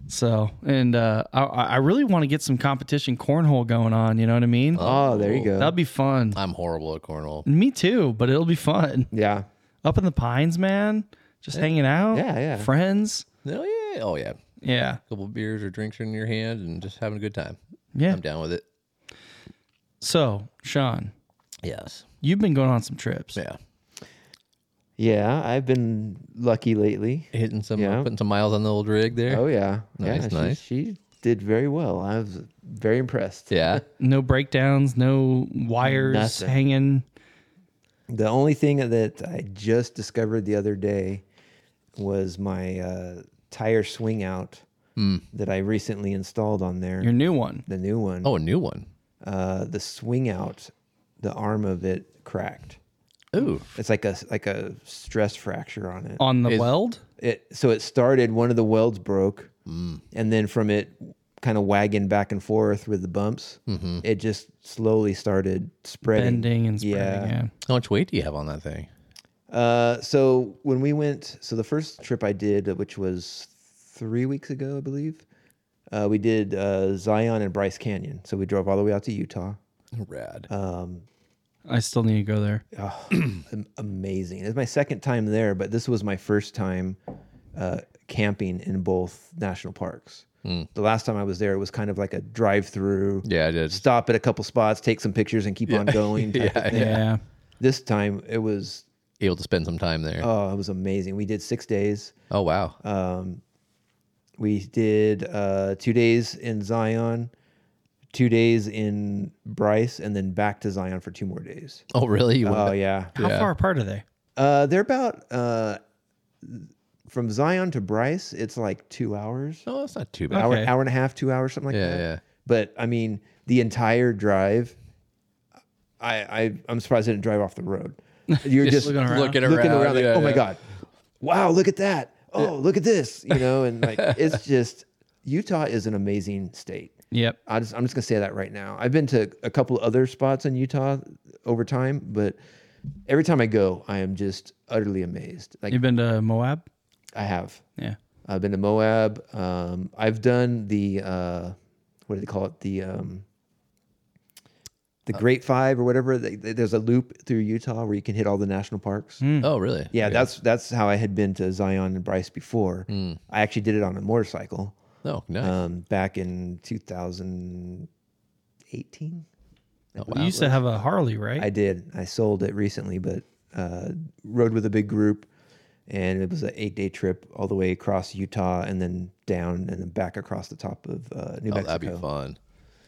S2: so and uh i, I really want to get some competition cornhole going on you know what i mean
S3: Oh, there you go.
S2: that'll be fun
S1: [laughs] I'm horrible at cornhole.
S2: me too but it'll be fun
S3: Yeah.
S2: up in the pines man just hanging out
S3: Yeah, yeah.
S2: friends
S1: No, yeah, oh yeah, a
S2: yeah
S1: couple beers or drinks in your hand and just having a good time.
S2: Yeah.
S1: I'm down with it.
S2: so sean
S1: Yes,
S2: you've been going on some trips
S1: yeah,
S3: Yeah. I've been lucky lately.
S1: hitting some, uh,
S3: Yeah.
S1: putting some miles on the old rig there.
S3: Oh yeah.
S1: Nice,
S3: yeah, she-
S1: nice.
S3: She, did very well. I was very impressed.
S1: Yeah,
S2: no breakdowns, no wires
S3: Nothing.
S2: hanging.
S3: The only thing that I just discovered the other day was my uh, tire swing out
S1: Hmm.
S3: that I recently installed on there.
S2: Your new one.
S3: the new one.
S1: Oh, a new one.
S3: Uh, the swing out, the arm of it cracked.
S1: Ooh,
S3: It's like a like a stress fracture on it.
S2: On the weld?
S3: It so it started one of the welds broke, and then from it kind of wagging back and forth with the bumps, it just slowly started spreading.
S2: Bending and spreading. Yeah.
S3: Yeah.
S1: how much weight do you have on that thing?
S3: Uh, so when we went, so the first trip I did, uh, which was three weeks ago, I believe, uh, we did uh, Zion and Bryce Canyon. So we drove all the way out to Utah.
S1: Rad.
S2: I still need to go there.
S3: Am- Amazing. It's my second time there, but this was my first time uh, camping in both national parks. The last time I was there, it was kind of like a drive-through.
S1: yeah, I did.
S3: Stop at a couple spots, take some pictures, and keep
S2: [laughs]
S3: on going. type of
S2: Yeah.
S3: thing. This time it was
S1: Able to spend some time there. Oh,
S3: oh, Uh, it was amazing. We did six days.
S1: wow.
S3: We did uh, two days in Zion, two days in Bryce, and then back to Zion for two more days.
S1: oh really? You went
S3: Oh yeah,
S2: How far apart are they?
S3: uh, they're about uh, from Zion to Bryce, it's like two hours,
S1: No, Oh, that's not too bad.
S3: hour,
S2: Okay.
S3: hour and a half, two hours, something like
S1: Yeah,
S3: that.
S1: yeah.
S3: But I mean, the entire drive, I, I I'm surprised I didn't drive off the
S2: [laughs]
S3: road. You're just,
S2: looking around.
S1: Looking around,
S3: uh, looking around, like,
S1: yeah,
S3: oh my
S1: yeah.
S3: god, wow, look at that. Oh, look at this. You know,
S1: [laughs]
S3: and like it's just Utah is an amazing state.
S2: Yep.
S3: I just, I'm just gonna say that right now. I've been to a couple other spots in Utah over time, but every time I go, I am just utterly amazed. Like
S2: You've been to Moab?
S3: I have,
S2: Yeah.
S3: I've been to Moab. Um, I've done the uh, what do they call it? The um,
S1: Uh,
S3: the Great Five or whatever. They, they- there's a loop through Utah where you can hit all the national parks.
S1: Oh, really?
S3: Yeah, that's that's how I had been to Zion and Bryce before. I actually did it on a motorcycle
S1: No, no.
S3: um, back in 2018.
S2: you used to have a Harley, right?
S3: I did. I sold it recently, but uh, rode with a big group, and it was an eight day trip all the way across Utah and then down and then back across the top of uh, New
S1: oh,
S3: Mexico.
S1: that'd be fun.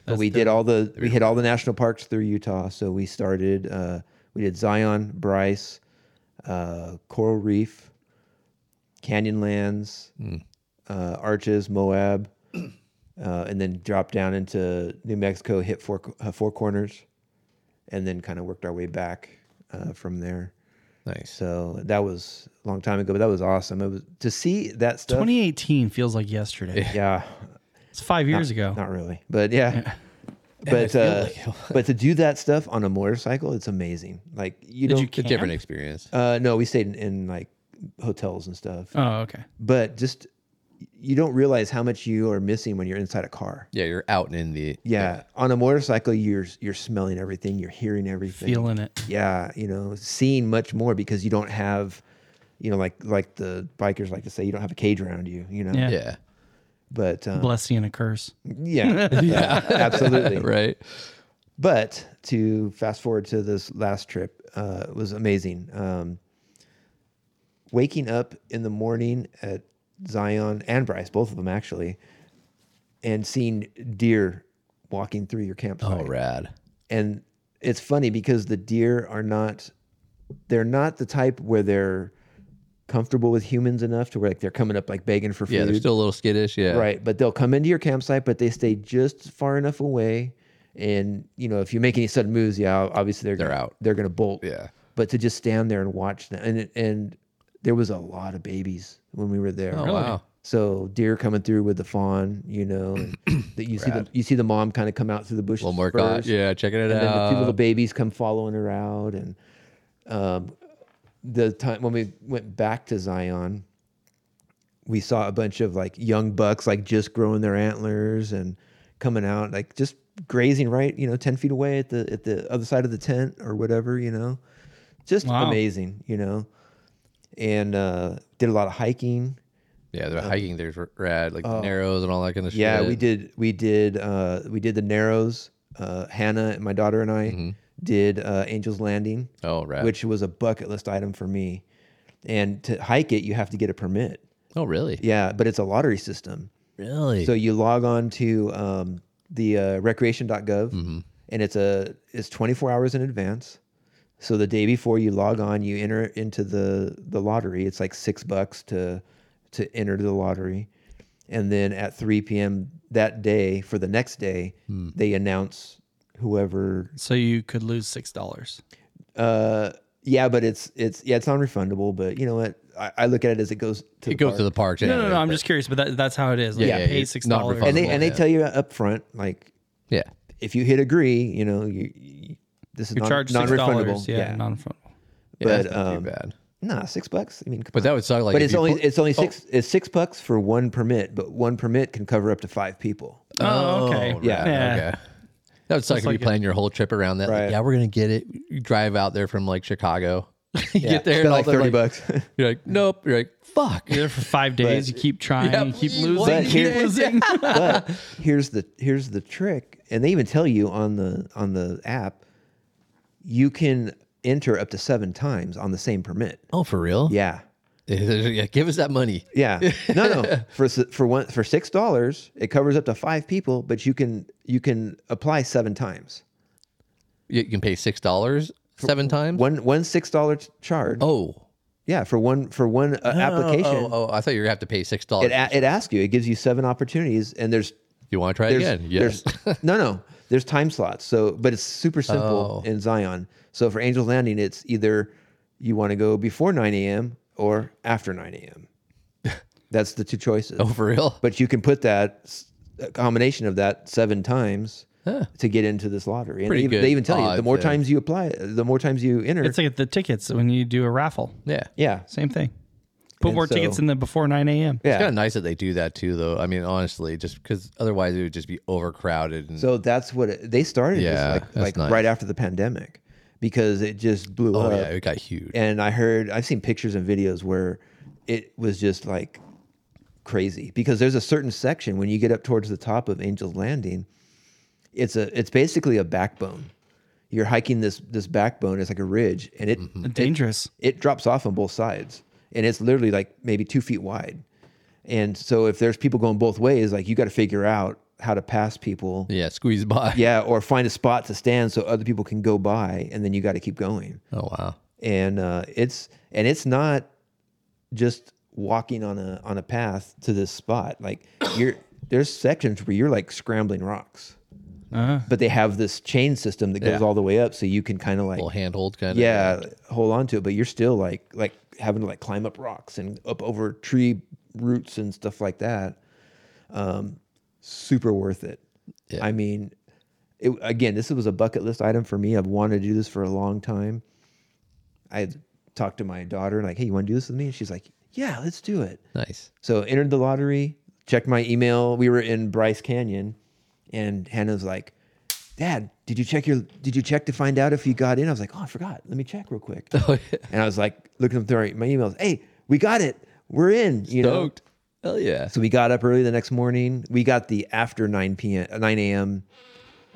S3: But we did all the we hit all the national parks through Utah. So we started. Uh, we did Zion, Bryce, uh, Coral Reef, Canyonlands, uh, Arches, Moab, [clears throat] uh, and then dropped down into New Mexico, hit four uh, four corners, and then kind of worked our way back uh, from there.
S1: Nice.
S3: So that was a long time ago, but that was awesome. It was to see that stuff.
S2: 2018 feels like yesterday.
S3: yeah,
S2: It's five years ago.
S3: not really, but [laughs] yeah. But uh, but to do that stuff on a motorcycle, it's amazing. Like you
S2: Did
S3: don't.
S2: you
S1: It's a
S2: camp?
S1: different experience.
S3: uh, no, we stayed in, in like hotels and stuff.
S2: Oh, okay.
S3: But just you don't realize how much you are missing when you're inside a car.
S1: Yeah, you're out and in the.
S3: Yeah, on a motorcycle, you're you're smelling everything, you're hearing everything.
S2: Feeling it.
S3: yeah, you know, seeing much more because you don't have, you know, like like the bikers like to say, you don't have a cage around you. You know.
S2: Yeah.
S1: Yeah.
S2: [laughs]
S3: But um,
S2: Blessing and a curse.
S3: yeah, yeah, [laughs] absolutely.
S1: Right.
S3: But to fast forward to this last trip, uh, it was amazing. Um, waking up in the morning at Zion and Bryce, both of them actually, and seeing deer walking through your campsite.
S1: Oh, rad.
S3: And it's funny because the deer are not, they're not the type where they're comfortable with humans enough to where like they're coming up like begging for food.
S1: Yeah, they're still a little skittish. Yeah.
S3: Right. But they'll come into your campsite, but they stay just far enough away. And you know, if you make any sudden moves, yeah, obviously they're
S1: They're
S3: gonna,
S1: out.
S3: They're gonna bolt.
S1: Yeah.
S3: But to just stand there and watch them, and and there was a lot of babies when we were there.
S1: Oh, wow.
S3: So deer coming through with the fawn, you know, and
S1: [clears throat]
S3: that you see the you see the mom kind of come out through the bushes.
S1: Little more caught.
S3: first,
S1: Yeah, checking it
S3: And then the
S1: out.
S3: two little babies come following her out, and um, the time when we went back to Zion, we saw a bunch of like young bucks like just growing their antlers and coming out like just grazing right you know 10 feet away at the at the other side of the tent or whatever you know just
S2: Wow.
S3: amazing you know and uh did a lot of hiking
S1: yeah, the hiking there's r- rad, like the narrows and all that kind of
S3: Oh. yeah
S1: shit.
S3: we did we did uh we did the narrows uh hannah my daughter and i did uh angel's landing
S1: Oh, rad.
S3: which was a bucket list item for me and to hike it you have to get a permit
S1: oh, really?
S3: yeah but it's a lottery system
S1: Really?
S3: So you log on to um, the uh, recreation.gov, and it's a it's 24 hours in advance. So the day before you log on, you enter into the the lottery. It's like six bucks to to enter the lottery, and then at 3 p.m. that day for the next day, they announce whoever.
S2: So you could lose $6.
S3: Uh, yeah, but it's it's yeah it's non-refundable. But you know what? I, I look at it as it goes to
S1: it
S3: the
S1: goes
S3: park.
S1: to the parks.
S2: No,
S1: yeah,
S2: no, no.
S1: yeah,
S2: I'm just curious, but that, that's how it is. Like,
S1: Yeah,
S2: I
S1: yeah,
S2: paid
S1: it's
S2: $6. dollars.
S1: non-refundable.
S3: and they
S1: possible,
S3: and they
S1: yeah.
S3: tell you up front like
S1: Yeah.
S3: if you hit agree, you know, you, you this is
S2: You're
S3: non,
S2: charged $6.
S3: non-refundable.
S2: Yeah, non-refundable.
S1: yeah
S3: But,
S1: that's not
S3: um,
S1: too bad.
S3: nah, six bucks. I mean,
S1: But that would suck. Like,
S3: but
S1: if
S3: it's
S1: you
S3: only
S1: put-
S3: it's only
S2: Oh.
S3: six it's six bucks for one permit, but one permit can cover up to five people.
S2: Oh, okay.
S3: yeah,
S1: Okay. That would suck if you plan your whole trip around that. Like,
S3: Right.
S1: yeah, we're gonna get it. You drive out there from like Chicago. [laughs] you
S3: Yeah,
S1: get there
S3: spend
S1: and all
S3: like
S1: they're
S3: thirty
S1: like,
S3: bucks. [laughs]
S1: You're like, nope. You're like, fuck.
S2: You're there for five days. you keep trying.
S1: Yeah,
S2: you keep
S1: but-
S2: losing.
S3: but
S2: You
S3: here-
S2: keep losing.
S3: but here's the here's the trick, and they even tell you on the on the app, you can enter up to seven times on the same permit.
S1: Oh, for real?
S3: Yeah,
S1: [laughs] yeah. Give us that money. [laughs]
S3: Yeah. No, no. for s- for one for six dollars, it covers up to five people, but you can you can apply seven times.
S1: You, you can pay six dollars seven times.
S3: One one six dollar charge.
S1: Oh,
S3: Yeah, for one for one uh, application,
S1: Oh, oh, I thought you were gonna have to pay six dollars.
S3: it a- it asks you. It gives you seven opportunities, and there's
S1: you want to try it
S3: there's,
S1: again? Yes.
S3: there's no no there's time slots. So, but it's super simple
S1: Oh.
S3: in Zion. So for Angel's Landing, it's either you want to go before nine a.m. or after
S1: [laughs]
S3: nine a.m. That's the two choices.
S1: [laughs] Oh, for real?
S3: But you can put that s- a combination of that seven times to get into this lottery. And
S1: Pretty
S3: they, even- they
S1: good
S3: even tell you the
S1: odds
S3: more
S1: there.
S3: times you apply, the more times you enter.
S2: [laughs] It's like the tickets when you do a raffle.
S1: yeah.
S3: yeah,
S2: Same thing. Put
S3: And
S2: more
S3: so-
S2: tickets in the before 9 a.m.
S3: yeah.
S1: It's kind of nice that they do that too, though. I mean, honestly, just because otherwise it would just be overcrowded. And,
S3: So that's what it, they started.
S1: Yeah,
S3: just
S1: that's
S3: like, like
S1: nice.
S3: right after the pandemic, because it just blew
S1: oh
S3: up.
S1: yeah, it got huge.
S3: And I heard I've seen pictures and videos where it was just like crazy because there's a certain section when you get up towards the top of Angel's Landing, it's a it's basically a backbone. You're hiking this this backbone. It's like a ridge, and it
S1: Mm-hmm.
S2: Dangerous.
S3: it drops off on both sides and it's literally like maybe two feet wide and so if there's people going both ways like you got to figure out how to pass people yeah.
S1: yeah, squeeze by.
S3: or find a spot to stand so other people can go by and then you got to keep going
S1: Oh wow.
S3: and uh, it's and it's not just walking on a on a path to this spot like you're there's sections where you're like scrambling rocks but they have this chain system that goes all the way up so you can kind of like
S1: Little handhold kind of.
S3: yeah hold on to it but you're still like like having to like climb up rocks and up over tree roots and stuff like that um super worth it
S1: Yeah.
S3: i mean it, again this was a bucket list item for me i've wanted to do this for a long time i had talked to my daughter and like hey you want to do this with me and she's like yeah let's do it
S1: Nice. [laughs]
S3: so entered the lottery, checked my email. We were in Bryce Canyon, and Hannah was like, "Dad, did you check your? Did you check to find out if you got in?" I was like, "Oh, I forgot. Let me check real
S1: [laughs]
S3: quick."
S1: Oh, yeah.
S3: and I was like looking through my emails. Hey, we got it. We're in. You know.
S1: Stoked. Hell yeah.
S3: So we got up early the next morning. We got the after nine p.m. uh, nine a.m.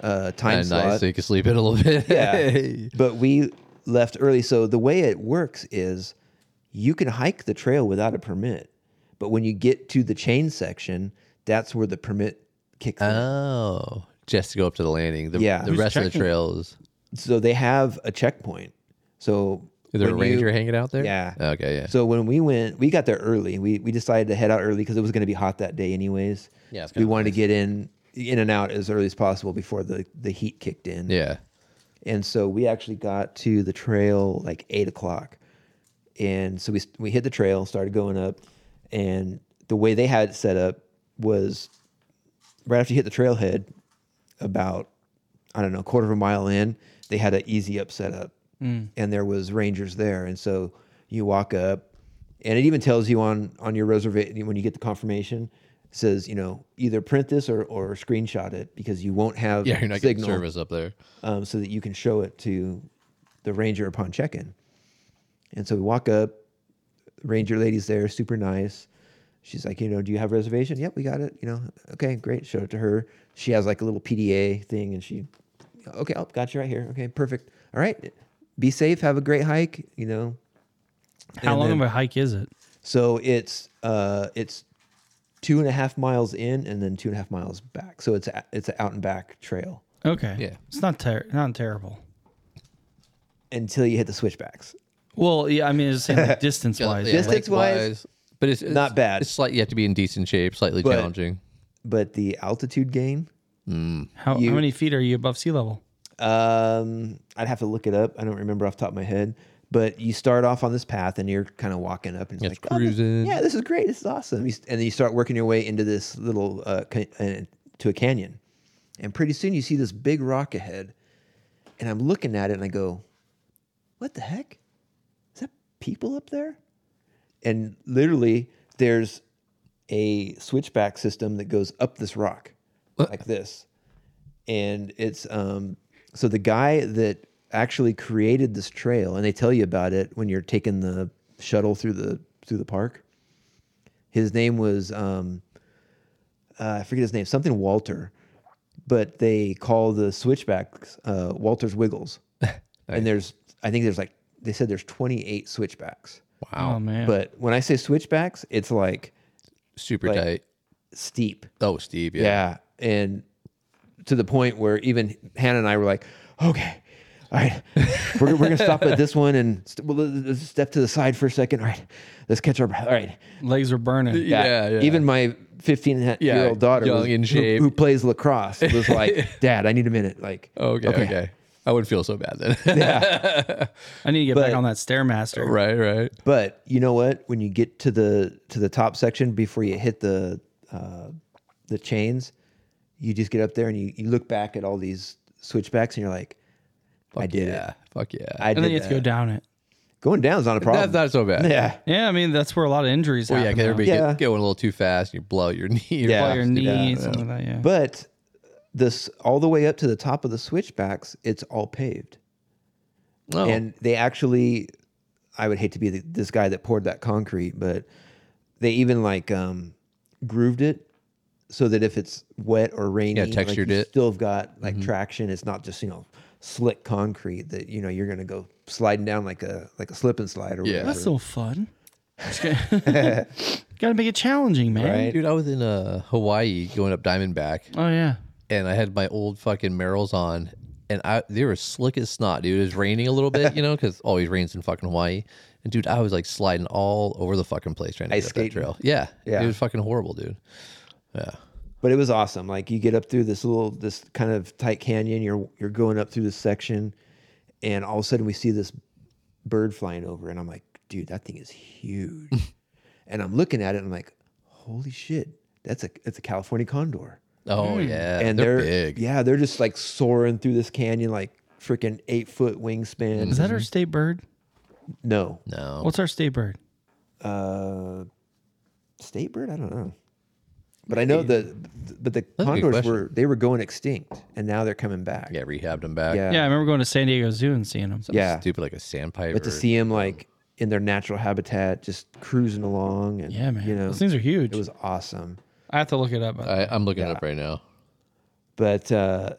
S3: Uh, time
S1: And
S3: slot.
S1: nice. So you can sleep in a little [laughs] bit.
S3: Yeah. but we left early. So the way it works is you can hike the trail without a permit. But when you get to the chain section, that's where the permit kicks
S1: [laughs]
S3: in.
S1: oh, just to go up to the landing. The,
S3: Yeah.
S1: The
S3: Who's
S1: rest of the trails.
S3: So they have a checkpoint. So
S1: Is there a
S3: when you-
S1: ranger hanging out there?
S3: Yeah.
S1: Okay. Yeah.
S3: So when we went, we got there early. We we decided to head out early because it was going to be hot that day, anyways.
S1: Yeah, it's
S3: we
S1: kinda
S3: wanted to get in in and out as early as possible before the the heat kicked in.
S1: yeah.
S3: And so we actually got to the trail like eight o'clock. And so we, we hit the trail, started going up. And the way they had it set up was right after you hit the trailhead, about, I don't know, quarter of a mile in, they had an easy up set up.
S1: Mm.
S3: And there was rangers there. And so you walk up and it even tells you on, on your reservation, when you get the confirmation, it says, you know, either print this or, or screenshot it because you won't have
S1: Yeah. You're not getting
S3: signal
S1: service up there.
S3: um, so that you can show it to the ranger upon check-in. And so we walk up. Ranger lady's there, super nice. She's like, you know, do you have a reservation? Yep, we got it. You know, okay, great. Showed it to her. She has like a little PDA thing, and she, okay, oh, got you right here. Okay, perfect. All right, be safe. Have a great hike. You know,
S2: How
S3: And
S2: long
S3: then-
S2: of a hike is it?
S3: so it's uh it's two and a half miles in, and then two and a half miles back. So it's a, it's an out and back trail
S2: Okay.
S1: Yeah.
S2: It's not ter- not terrible.
S3: until you hit the switchbacks.
S2: Well, yeah, I mean, it's the
S3: [laughs]
S2: same like, distance wise.
S1: Yeah,
S3: Distance-wise,
S1: lengthwise, But it's, it's
S3: not bad.
S1: It's slightly you have to be in decent shape, slightly
S3: But-
S1: challenging.
S3: But the altitude gain,
S2: How,
S3: You-
S2: how many feet are you above sea level?
S3: Um, I'd have to look it up. I don't remember off the top of my head. But you start off on this path and you're kind of walking up and it's
S1: It's
S3: like, oh, this-
S1: cruising.
S3: yeah, this is great. This is awesome. You, st- and then you start working your way into this little, uh, ca- uh, to a canyon. And pretty soon you see this big rock ahead. And I'm looking at it and I go, what the heck? Is that people up there? And literally, there's a switchback system that goes up this rock like this and it's um so the guy that actually created this trail and they tell you about it when you're taking the shuttle through the through the park his name was um uh, i forget his name something walter but they call the switchbacks uh walter's wiggles and there's i think there's like they said there's 28 switchbacks
S2: Oh, man.
S3: but when i say switchbacks it's like
S1: Super
S3: like-
S1: tight.
S3: steep
S1: Oh, Steve. Yeah.
S3: yeah. And to the point where even Hannah and I were like, okay, all right, we're, we're gonna stop at this one and st- well, let's let's step to the side for a second. All right, let's catch our breath. All right,
S2: Legs are burning.
S1: Yeah, yeah.
S3: Even my 15 year
S1: Yeah,
S3: old daughter,
S1: young
S3: was-
S1: in
S3: who-
S1: shape.
S3: who, plays
S1: [laughs]
S3: lacrosse, was like, "Dad, I need a minute." Like,
S1: Okay, okay. I would feel so bad
S3: [laughs]
S1: then.
S2: I need to get
S3: But-
S2: back on that
S1: [laughs]
S2: stairmaster.
S1: right, right.
S3: But you know what? When you get to the to the top section before you hit the uh, the chains, you just get up there and you, you look back at all these switchbacks and you're like, I did
S1: Yeah.
S3: it.
S1: Fuck yeah.
S3: I
S2: And then
S3: did
S2: you have to
S3: that.
S2: go down it.
S3: Going down's not a problem.
S1: That's not so bad.
S3: yeah.
S2: Yeah, I mean that's where a lot of injuries
S1: Well, yeah,
S2: happen.
S1: because
S2: though.
S1: everybody
S3: Yeah.
S1: get, going a little too fast. You blow out your [laughs] knee. Your
S3: Yeah.
S2: Blow
S1: fucking
S2: your
S1: stupid-
S2: knee, something like that. Yeah.
S3: But this all the way up to the top of the switchbacks, it's all paved.
S1: Oh,
S3: And they actually, I would hate to be the, this guy that poured that concrete, but they even like um, grooved it so that if it's wet or rainy,
S1: Yeah,
S3: like,
S1: textured
S3: you
S1: it.
S3: still have got like traction. It's not just you know slick concrete that you know you're gonna go sliding down like a like a slip and slide or
S1: Yeah.
S3: whatever.
S2: That's so fun. [laughs] Got to make it challenging, man.
S1: dude, I was in uh, Hawaii going up Diamondback,
S2: Oh yeah.
S1: and I had my old fucking Merrills on, and I they were slick as snot, dude. It was raining a little bit, you know,
S3: [laughs]
S1: because always rains in fucking Hawaii. And dude, I was like sliding all over the fucking place trying to
S3: Ice
S1: get up that
S3: skating.
S1: trail. Yeah,
S3: Yeah.
S1: it was fucking horrible, dude.
S3: but it was awesome. Like you get up through this little, this kind of tight canyon. You're you're going up through this section, and all of a sudden we see this bird flying over, and I'm like, dude, that thing
S1: [laughs]
S3: is huge. and I'm looking at it, and I'm like, holy shit, that's a it's a California condor.
S1: Oh yeah,
S3: Hmm. and
S1: they're, big.
S3: yeah, they're just like soaring through this canyon, like freaking eight foot wingspan.
S2: Is that our state bird?
S3: no
S1: No,
S2: What's our state bird?
S3: uh, state bird? I don't know. But I know the, but the
S1: a good
S3: condors
S1: question.
S3: were they were going extinct, and now they're coming back.
S1: yeah, rehabbed them back.
S2: Yeah, I remember going to San Diego Zoo and seeing them.
S3: Uh, yeah.
S1: stupid like a sandpiper.
S3: But to see him like in their natural habitat, just cruising along, and
S2: Yeah, man.
S3: you know,
S2: Those things are huge.
S3: it was awesome.
S2: I have to look it up.
S1: I, I'm looking it up right now.
S3: But uh,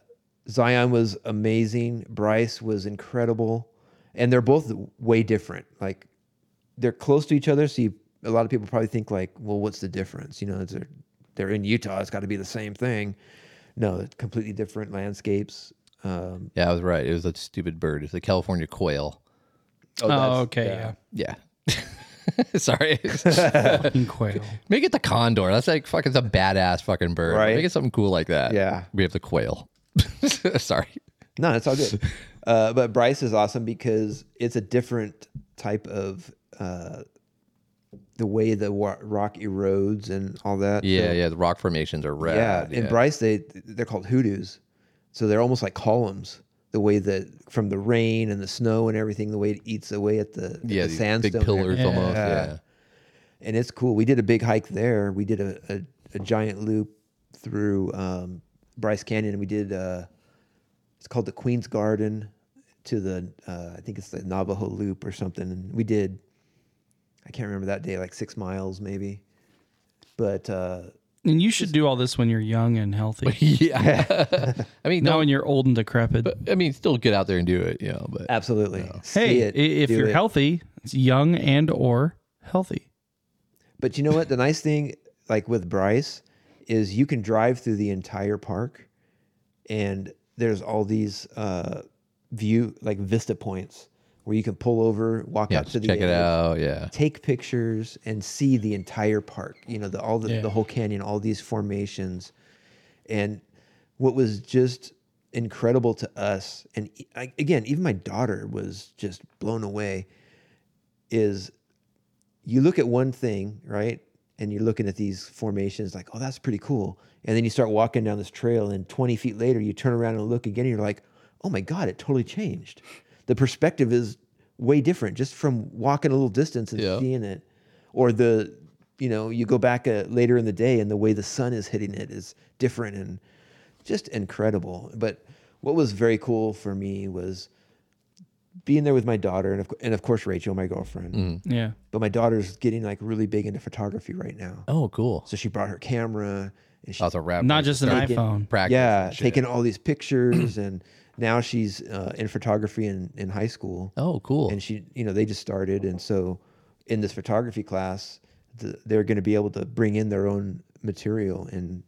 S3: Zion was amazing. Bryce was incredible, and they're both way different. Like they're close to each other, so you, a lot of people probably think like, well, what's the difference? You know, it's a, they're in Utah. It's got to be the same thing. No, it's completely different landscapes. Um,
S1: Yeah, I was right. It was a stupid bird. It's the California quail.
S2: oh,
S3: that's-
S2: okay, yeah.
S1: Yeah. [laughs]
S3: [laughs]
S1: Sorry.
S2: Fucking quail.
S1: Make it the condor. That's like fucking some badass fucking bird.
S3: Right.
S1: Make it something cool like that.
S3: Yeah.
S1: We have the quail. [laughs] Sorry.
S3: No, it's
S1: [laughs]
S3: all good. uh, but Bryce is awesome because it's a different type of uh, the way the wa- rock erodes and all that. So,
S1: Yeah, yeah. The rock formations are
S3: yeah.
S1: rad.
S3: In Bryce, they they're called hoodoos, so they're almost like columns. The way that from the rain and the snow and everything, the way it eats away at the, at
S1: yeah,
S3: the
S1: these
S3: sandstone,
S1: big
S3: and
S1: pillars
S3: everything.
S1: almost.
S3: [laughs]
S1: Yeah. [laughs]
S3: and it's cool. We did a big hike there. We did a, a, a giant loop through um, Bryce Canyon, and we did uh, it's called the Queen's Garden to the uh, I think it's the Navajo Loop or something. And we did I can't remember that day, like six miles maybe, but uh,
S2: And you should do all this when you're young and healthy,
S1: Yeah. [laughs] I mean,
S2: not
S1: no,
S2: when you're old and decrepit.
S1: I mean, still get out there and do it, you know, but
S3: absolutely. See
S2: hey,
S3: it,
S2: i- if
S3: do
S2: you're
S3: it.
S2: healthy, it's young and or healthy.
S3: But you know what? The nice thing, like with Bryce, is you can drive through the entire park, and there's all these uh, view like vista points where you can pull over, walk
S1: yeah,
S3: out to
S1: just
S3: the
S1: check it
S3: edge,
S1: out. Yeah.
S3: take pictures, and see the entire park. You know, the all the, the whole canyon, all these formations, and what was just incredible to us, and e- I, again, even my daughter was just blown away. Is you look at one thing, right? And you're looking at these formations like, oh, that's pretty cool. And then you start walking down this trail, and 20 feet later, you turn around and look again, and you're like, oh my God, it totally changed. The perspective is way different just from walking a little distance and
S1: Yeah.
S3: seeing it. Or the, you know, you go back uh, later in the day, and the way the sun is hitting it is different and just incredible. But what was very cool for me was being there with my daughter and of, and of course Rachel, my girlfriend
S2: Yeah.
S3: but my daughter's getting like really big into photography right now.
S1: Oh, cool.
S3: So she brought her camera and she
S1: That was a rap.
S2: Not just an
S3: Taking-
S2: iPhone.
S1: practice.
S3: yeah,
S1: Oh, and shit.
S3: taking all these pictures and now she's uh, in photography in, in high school.
S1: Oh, cool.
S3: And she, you know, they just started and so in this photography class, the, they're going to be able to bring in their own material and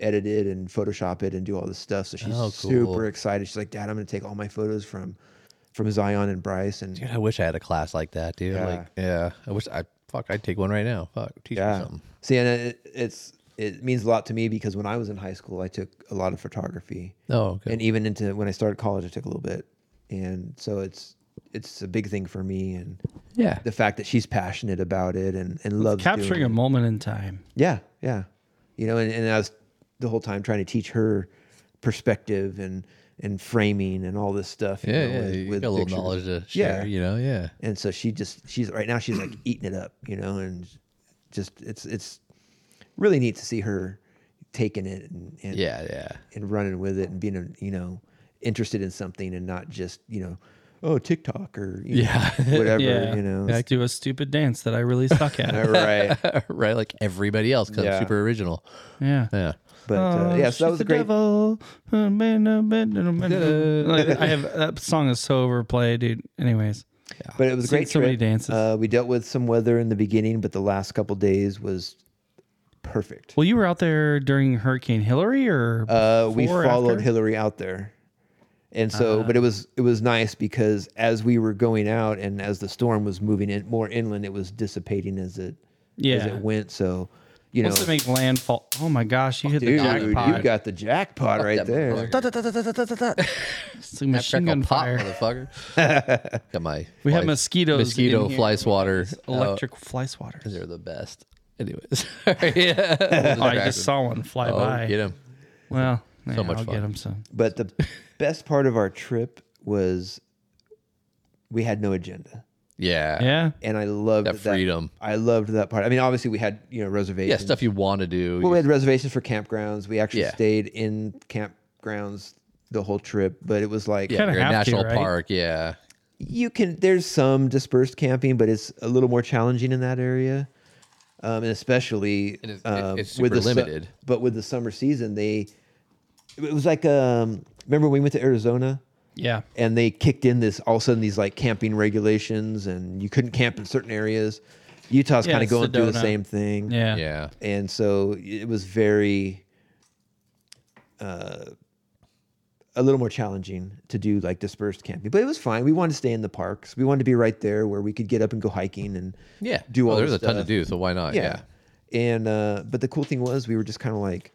S3: edit it and Photoshop it and do all this stuff. So she's
S1: Oh, cool.
S3: super excited. She's like, "Dad, I'm going to take all my photos from from Zion and Bryce and
S1: Dude, I wish I had a class like that, dude.
S3: Yeah.
S1: Like, yeah, I wish I fuck. I'd take one right now. Fuck, teach me
S3: yeah.
S1: something.
S3: See, and it, it's it means a lot to me because when I was in high school, I took a lot of photography.
S1: Oh, okay.
S3: and even into when I started college, I took a little bit, and so it's it's a big thing for me, and
S1: yeah,
S3: the fact that she's passionate about it and and loves
S2: Capturing
S3: doing
S2: a
S3: it.
S2: moment in time.
S3: Yeah, yeah, you know, and, and I was the whole time trying to teach her perspective and and framing and all this stuff. you
S1: yeah,
S3: know,
S1: yeah.
S3: with-
S1: you
S3: with
S1: got a little
S3: pictures.
S1: knowledge to
S3: Yeah.
S1: share. You know, yeah.
S3: And so she just she's right now she's like eating it up, you know, and just it's it's really neat to see her taking it and, and
S1: Yeah, yeah.
S3: and running with it and being a, you know interested in something and not just you know oh TikTok or you know,
S1: Yeah. [laughs]
S3: whatever
S2: Yeah.
S3: you know [laughs]
S2: Let's do a stupid dance that I really suck at.
S3: right
S1: [laughs] right, like everybody else, because
S3: Yeah.
S1: I'm super original.
S2: Yeah.
S1: Yeah.
S3: but
S2: Oh,
S3: uh, yeah so that was a great [laughs]
S2: I have that song is so overplayed, dude. Anyways,
S3: but it was a
S2: Seen
S3: great
S2: so many
S3: trip.
S2: dances.
S3: Uh, we dealt with some weather in the beginning but the last couple days was perfect
S2: well, you were out there during Hurricane Hillary, or
S3: uh, we
S2: before or
S3: followed
S2: after?
S3: Hillary out there and
S2: Uh.
S3: so but it was it was nice because as we were going out and as the storm was moving in more inland it was dissipating as it as
S2: Yeah.
S3: it went so you
S2: Once
S3: know
S2: it make landfall, oh my gosh, you hit
S3: Dude,
S2: the jackpot.
S3: you got the jackpot right there.
S1: Motherfucker.
S4: Da, da, da, da, da, da, da, da.
S2: It's like machine
S1: Crackle
S2: gun
S1: pop,
S2: fire.
S1: mosquitoes.
S3: [laughs]
S1: got my.
S2: We have
S1: fly-
S2: mosquitoes
S1: Mosquito
S2: in here.
S1: fly swatter.
S3: uh,
S2: Electric fly swatter.
S1: Oh, they're the best. Anyways, [laughs] yeah.
S2: Oh, I just saw one fly
S1: Oh,
S2: by.
S1: get him.
S2: Well, yeah,
S1: much
S2: I'll
S1: fun.
S2: get him soon.
S3: But the best part of our trip was we had no agenda.
S1: Yeah.
S2: Yeah.
S3: And I loved
S1: That freedom.
S3: I loved that part. I mean, obviously we had, you know, reservations.
S1: Yeah, stuff you want to do.
S3: Well, we had reservations for campgrounds. We actually
S1: Yeah.
S3: stayed in campgrounds the whole trip, but it was like
S1: yeah,
S2: kinda
S1: you're in a
S2: have to,
S1: national
S2: right?
S1: park. Yeah.
S3: you can there's some dispersed camping, but it's a little more challenging in that area. Um, and especially
S1: It is- it-
S3: um,
S1: it's
S3: with
S1: super
S3: the su-
S1: limited.
S3: but with the summer season, they it was like um, remember when we went to Arizona
S2: Yeah.
S3: and they kicked in this all of a sudden these like camping regulations and you couldn't camp in certain areas. Utah's
S2: Yeah,
S3: kind of going through the
S2: Sedona.
S3: same thing.
S2: Yeah.
S1: Yeah.
S3: And so it was very uh, a little more challenging to do like dispersed camping, but it was fine. We wanted to stay in the parks. We wanted to be right there where we could get up and go hiking and
S1: Yeah.
S3: do
S1: Well,
S3: all
S1: there's
S3: the
S1: a ton to
S3: stuff.
S1: do, so why not? Yeah.
S3: And uh, but the cool thing was we were just kind of like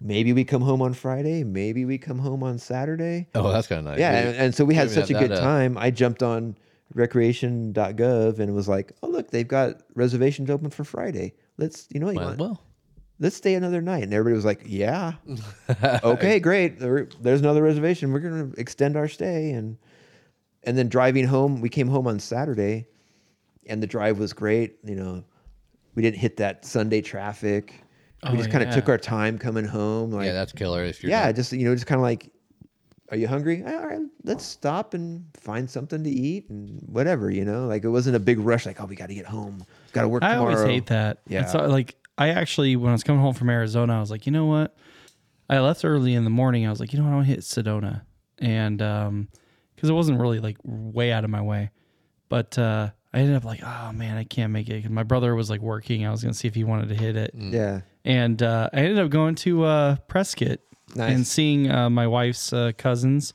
S3: maybe we come home on Friday, maybe we come home on Saturday.
S1: Oh, that's kind of nice.
S3: yeah,
S1: Dude.
S3: and, and so we had
S1: even
S3: such a
S1: have
S3: good
S1: that, uh,
S3: time. I jumped on recreation.gov and was like, "Oh, look, they've got reservations open for Friday. Let's, you know what? You
S1: Might as
S3: want?
S1: well.
S3: Let's stay another night." And everybody was like,
S2: [laughs]
S3: "Yeah. okay, great. There- there's another reservation. We're going to extend our stay and and then driving home, we came home on Saturday and the drive was great, you know. We didn't hit that Sunday traffic.
S2: Oh,
S3: we just kind of
S2: yeah.
S3: took our time coming home like
S1: Yeah, that's killer. If you're
S3: yeah,
S1: not-
S3: just you know, just kind of like, are you hungry? All right, let's stop and find something to eat and whatever. You know, like it wasn't a big rush. Like, oh, we got to get home. Got to work
S2: I
S3: tomorrow.
S2: always hate that.
S3: Yeah.
S2: It's uh, like I actually when I was coming home from Arizona, I was like, you know what? I left early in the morning. I was like, you know what? I'll hit Sedona, and um, because it wasn't really like way out of my way, but uh, I ended up like, oh man, I can't make it. 'Cause my brother was like working. I was gonna see if he wanted to hit it,
S3: Yeah,
S2: and uh, I ended up going to uh, Prescott
S3: Nice.
S2: and seeing uh, my wife's uh, cousins,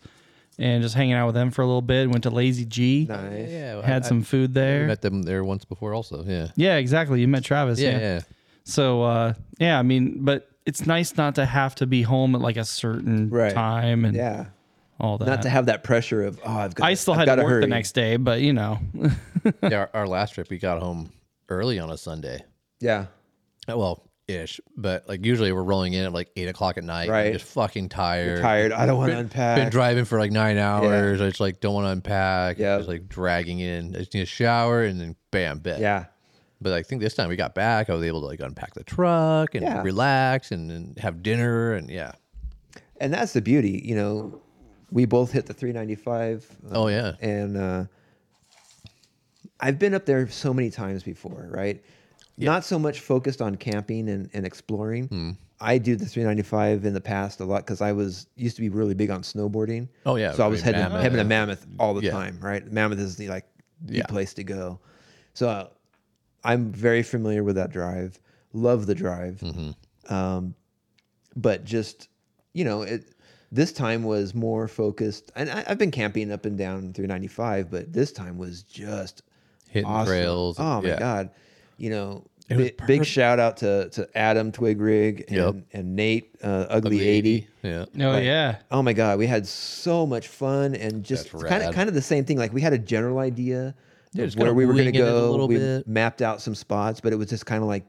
S2: and just hanging out with them for a little bit. Went to Lazy G,
S1: yeah,
S3: nice.
S1: yeah,
S2: had
S1: I-
S2: some food
S1: I
S2: there.
S1: met them there once before, also. Yeah.
S2: yeah, exactly. You met Travis.
S1: Yeah. Yeah.
S2: So uh, yeah, I mean, but it's nice not to have to be home at like a certain
S3: Right.
S2: time and
S3: Yeah,
S2: all that.
S3: not to have that pressure of oh, I've got.
S2: I still
S3: I've
S2: had
S3: gotta
S2: to work
S3: hurry.
S2: the next day, but you
S3: [laughs]
S2: know, Oh,
S1: Yeah, our, our last trip, we got home early on a Sunday.
S3: Yeah,
S1: Uh, Well, ish, but like usually we're rolling in at like eight o'clock at night.
S3: Right.
S1: You're just fucking tired.
S3: tired. I don't want to
S1: Been
S3: unpack.
S1: driving for like nine hours. I just like don't want to unpack.
S3: Yep.
S1: Just like dragging in. I just need a shower and then bam, bed.
S3: yeah,
S1: But I think this time we got back, I was able to like unpack the truck and
S3: Yeah.
S1: relax and, and have dinner and yeah.
S3: and that's the beauty. You know, we both hit the 395. uh,
S1: Oh yeah.
S3: and uh, I've been up there so many times before, right? Not so much focused on camping and, and exploring.
S1: Mm.
S3: I do the 395 in the past a lot because I was used to be really big on snowboarding.
S1: Oh, yeah,
S3: so I
S1: I
S3: was
S1: mean,
S3: heading
S1: Mammoth.
S3: having a mammoth all the
S1: Yeah.
S3: time, right? Mammoth is the like the
S1: Yeah.
S3: place to go. So uh, I'm very familiar with that drive.
S1: Mm-hmm.
S3: Love the drive, um, but just you know it This time was more focused, and I, I've been camping up and down through 95, but this time was just
S1: Hitting
S3: awesome.
S1: trails.
S3: Oh my
S1: yeah.
S3: god! You know,
S1: It was
S3: bi- big shout out to to Adam Twigrig and,
S1: Yep.
S3: and Nate uh, Ugly,
S1: The
S3: 80.
S1: Yeah.
S2: Oh yeah.
S3: Oh my god, we had so much fun and just
S1: That's
S3: kind of
S1: rad.
S3: kind of the same thing. Like we had a general idea
S1: Yeah,
S3: of
S1: just
S3: where
S1: kinda
S3: we were going to
S1: winging it a
S3: go.
S1: little
S3: we
S1: bit.
S3: mapped out some spots, but it was just kind of like,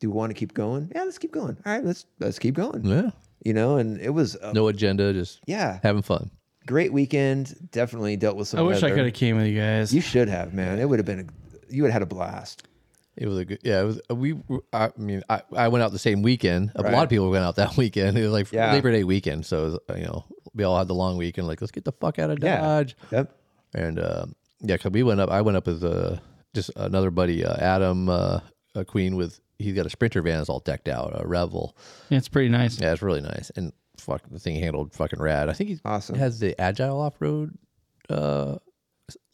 S3: do we want to keep going? Yeah, let's keep going. All right, let's let's keep going.
S1: Yeah.
S3: You know, and it was a,
S1: No agenda, just
S3: yeah,
S1: having fun.
S3: great weekend. Definitely dealt with some.
S2: I wish I
S3: weather.
S2: could have came with you guys.
S3: You should have, man. It would have been. A, you would have had a blast.
S1: It was a good, yeah. It was we. were- I mean, I, I went out the same weekend. A lot of people went out that [laughs] weekend. It was like
S3: Yeah.
S1: Labor Day weekend, so it was, uh, you know we all had the long weekend. Like, let's get the fuck out of
S3: Yeah.
S1: Dodge.
S3: Yep.
S1: And uh, yeah, cause we went up. I went up with uh, just another buddy, uh, Adam uh, uh, Queen. With he's got a Sprinter van, it's all decked out, a Revel.
S2: Yeah, it's pretty nice.
S1: Yeah, it's really nice. And fuck, the thing handled fucking rad. I think he
S3: Awesome.
S1: has the Agile off road uh,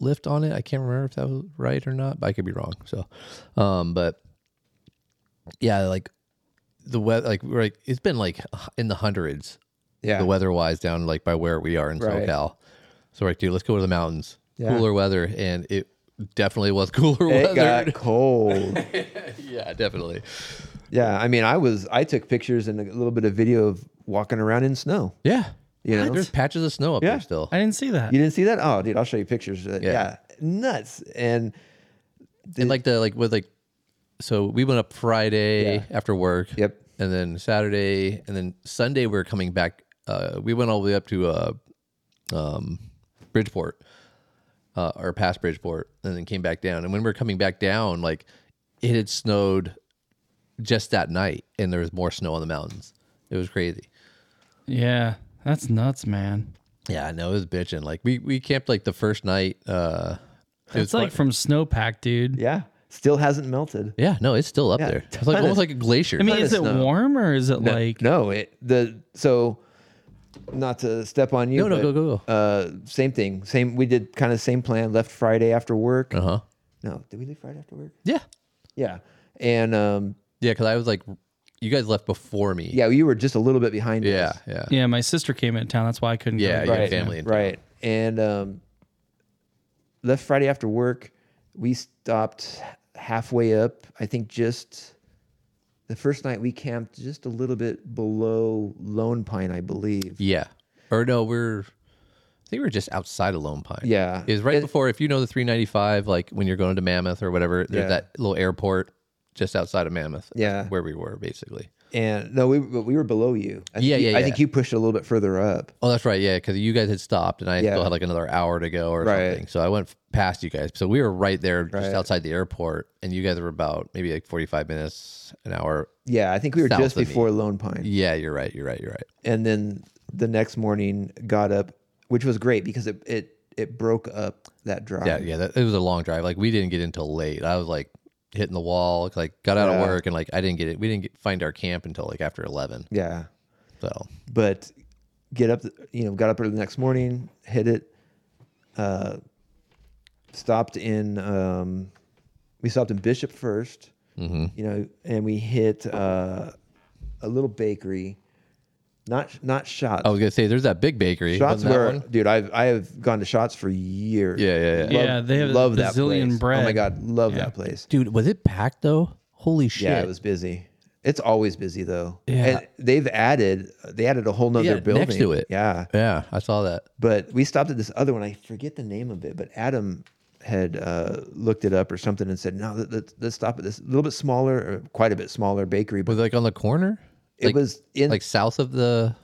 S1: lift on it. I can't remember if that was right or not, but I could be wrong. So, um, but yeah, like the weather, like we're like it's been like in the hundreds,
S3: Yeah.
S1: the weather wise down like by where we are in
S3: Right.
S1: SoCal. So we're like, dude, let's go to the mountains.
S3: Yeah.
S1: Cooler weather, and it definitely was [laughs] cooler
S3: It
S1: weather.
S3: got cold.
S1: [laughs]
S3: [laughs]
S1: yeah, definitely.
S3: yeah, I mean, I was. I took pictures and a little bit of video of walking around in snow.
S1: Yeah,
S3: You know?
S1: there's patches of snow up
S3: Yeah.
S1: there still.
S2: I didn't see that.
S3: You didn't see that? Oh, dude, I'll show you pictures. Uh, yeah.
S1: Yeah.
S3: nuts. And
S1: and like the like with like so we went up friday
S3: Yeah.
S1: after work
S3: Yep.
S1: and then saturday and then sunday we were coming back uh we went all the way up to uh um bridgeport uh or past bridgeport and then came back down and when we were coming back down like it had snowed just that night and there was more snow on the mountains it was crazy
S2: Yeah, that's nuts, man.
S1: yeah i know it was bitching like we we camped like the first night uh it
S2: It's
S1: was
S2: like
S1: fun-
S2: from snowpack, dude.
S3: yeah, still hasn't melted.
S1: yeah no it's still up
S3: Yeah,
S1: there it's like
S3: ton of-
S1: almost like a glacier
S2: I mean,
S3: Ton
S2: is
S3: of
S2: it
S3: snow.
S2: warm or is it like?
S3: No, it the so not to step on you.
S1: No, no,
S3: but,
S1: go, go, go.
S3: Uh, same thing. Same. We did kind of same plan. Left Friday after work.
S1: uh-huh
S3: No, did we leave Friday after work?
S1: yeah
S3: Yeah. And um,
S1: Yeah, because I was like, you guys left before me.
S3: yeah, you were just a little bit behind.
S1: yeah,
S3: us.
S1: yeah,
S2: Yeah, my sister came into town. That's why I couldn't.
S1: yeah.
S2: go.
S1: You
S3: Right.
S1: had family, and
S3: Right. And um, left Friday after work. We stopped halfway up. I think just the first night we camped just a little bit below Lone Pine, I believe.
S1: yeah. Or no, we're. I think we we're just outside of Lone Pine.
S3: Yeah.
S1: is right
S3: It-
S1: before if you know the 395, like when you're going to Mammoth or whatever. There's
S3: Yeah.
S1: that little airport just outside of Mammoth.
S3: Yeah.
S1: where we were basically.
S3: And no, we but we were below you. I think
S1: Yeah,
S3: you-
S1: yeah,
S3: I
S1: yeah.
S3: think you pushed a little bit further up.
S1: Oh, that's right. Yeah, because you guys had stopped, and I
S3: Yeah.
S1: still had like another hour to go or
S3: Right.
S1: something. So I went f- past you guys. So we were right there, just
S3: Right.
S1: outside the airport, and you guys were about maybe like 45 minutes, an hour.
S3: Yeah, I think we were
S1: South
S3: just
S1: of me.
S3: before Lone Pine.
S1: Yeah, you're right. You're right. You're right.
S3: and then the next morning got up, which was great because it it it broke up that drive.
S1: Yeah, yeah, that, it was a long drive. Like we didn't get in till late. I was like hitting the wall. Like got out
S3: Yeah.
S1: of work and like I didn't get it. We didn't get, find our camp until like after eleven.
S3: yeah.
S1: So
S3: But get up, you know, got up early the next morning, hit it. Uh, stopped in, um, we stopped in Bishop 1st
S1: Mm-hmm.
S3: you know, and we hit uh, a little bakery, not not shots.
S1: I was gonna say there's that big bakery.
S3: Shots
S1: Wasn't that
S3: were,
S1: one?
S3: dude. I've I have gone to Shots for years.
S1: Yeah, yeah, yeah.
S2: Yeah, they have a bazillion
S3: place. Oh my
S2: bread.
S3: god, love that place.
S1: dude, was it packed though? Holy shit!
S3: Yeah, it was busy. It's always busy though.
S1: Yeah.
S3: And they've added they added a whole nother
S1: Yeah, next
S3: building
S1: to it.
S3: Yeah.
S1: Yeah, I saw that.
S3: But we stopped at this other one. I forget the name of it, but Adam had uh, looked it up or something and said, "No, let, let, let's stop at this little bit smaller, or quite a bit smaller bakery." But
S1: Was it like on the corner?
S3: it
S1: like-
S3: was in
S1: like south of the.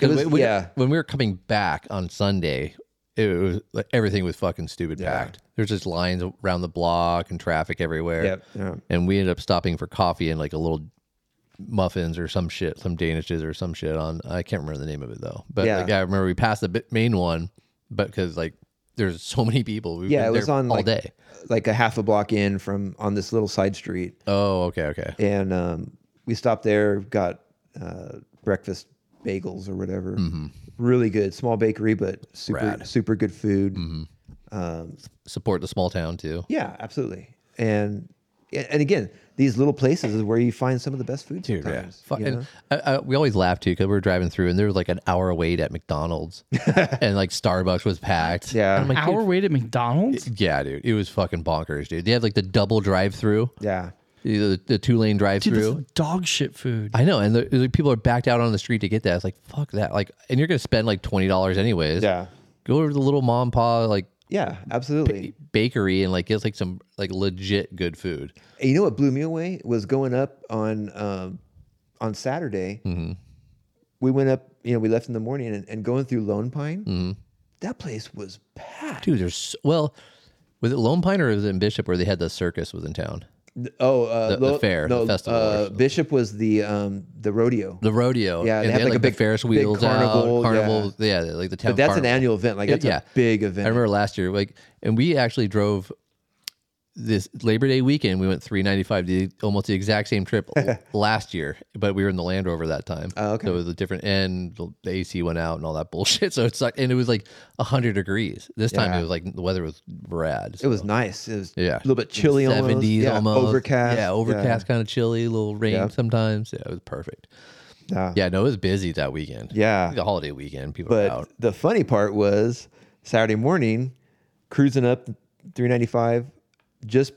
S3: It was-
S1: When- when-
S3: yeah.
S1: When we were coming back on Sunday, it was like everything was fucking stupid packed. There's just lines around the block and traffic everywhere.
S3: Yep, yeah.
S1: And we ended up stopping for coffee and like a little muffins or some shit, some danishes or some shit on. I can't remember the name of it though. But
S3: Yeah.
S1: like, I remember we passed the bi- main one, but because like there's so [laughs] many people, we
S3: Yeah, it was on,
S1: all
S3: like-
S1: day.
S3: like a half a block in from on this little side street,
S1: Oh, okay, okay.
S3: and um, we stopped there, got uh, breakfast bagels or whatever. Really good, small bakery, but super
S1: Mm-hmm. Rad. Mm-hmm.
S3: super good food.
S1: Support the small town too.
S3: Yeah, absolutely. And and again, these little places is where you find some of the best food
S1: Dude, yeah.
S3: sometimes.
S1: Fuck,
S3: you know?
S1: and I, I, we always laugh too because we were driving through and there was like an hour wait at
S3: [laughs]
S1: McDonald's and like Starbucks was packed.
S3: Yeah.
S1: And I'm like, dude,
S2: Hour wait at McDonald's?
S1: yeah, dude. It was fucking bonkers, dude. They had like the double drive through,
S3: yeah.
S1: the, the two lane drive
S2: Dude, that's
S1: through.
S2: dog shit food.
S1: I know. And the, the people are backed out on the street to get that. It's like, fuck that. Like, and you're going to spend like $20 anyways.
S3: Yeah.
S1: Go over to the little mom and pa, like,
S3: Yeah, absolutely.
S1: bakery and like get like some like legit good food.
S3: And you know what blew me away was going up on um, on Saturday.
S1: Mm-hmm.
S3: We went up, you know, we left in the morning and, and going through Lone Pine.
S1: Mm-hmm.
S3: That place was packed.
S1: Dude, there's so, well, was it Lone Pine or was it in Bishop where they had the circus was in town?
S3: Oh, uh,
S1: The- the fair, the festival or
S3: Uh,
S1: something.
S3: Bishop was the um, the rodeo,
S1: The rodeo.
S3: Yeah, they
S1: and
S3: had, like, a
S1: the
S3: big-
S1: Ferris
S3: big
S1: wheels
S3: carnival,
S1: out, carnival. Yeah. like the town.
S3: but that's
S1: carnival.
S3: an annual event. Like that's
S1: yeah.
S3: a big
S1: I
S3: event.
S1: remember last year, like, and we actually drove this Labor Day weekend. We went 395, the almost the exact same
S3: [laughs]
S1: trip l- last year, but we were in the Land Rover that time.
S3: Oh, okay.
S1: So it was a different, and the the AC went out and all that bullshit. [laughs] So it sucked. And it was like 100 degrees. This time
S3: Yeah.
S1: it was like the weather was rad.
S3: it was nice. It was
S1: Yeah.
S3: a little bit chilly, almost.
S1: 70s
S3: yeah,
S1: almost.
S3: overcast.
S1: Yeah, overcast, kind of chilly, a little rain
S3: Yeah.
S1: sometimes. Yeah, it was perfect.
S3: Yeah.
S1: Yeah, no, it was busy that weekend.
S3: Yeah.
S1: The holiday weekend, people were
S3: But
S1: out.
S3: the funny part was Saturday morning, cruising up 395, just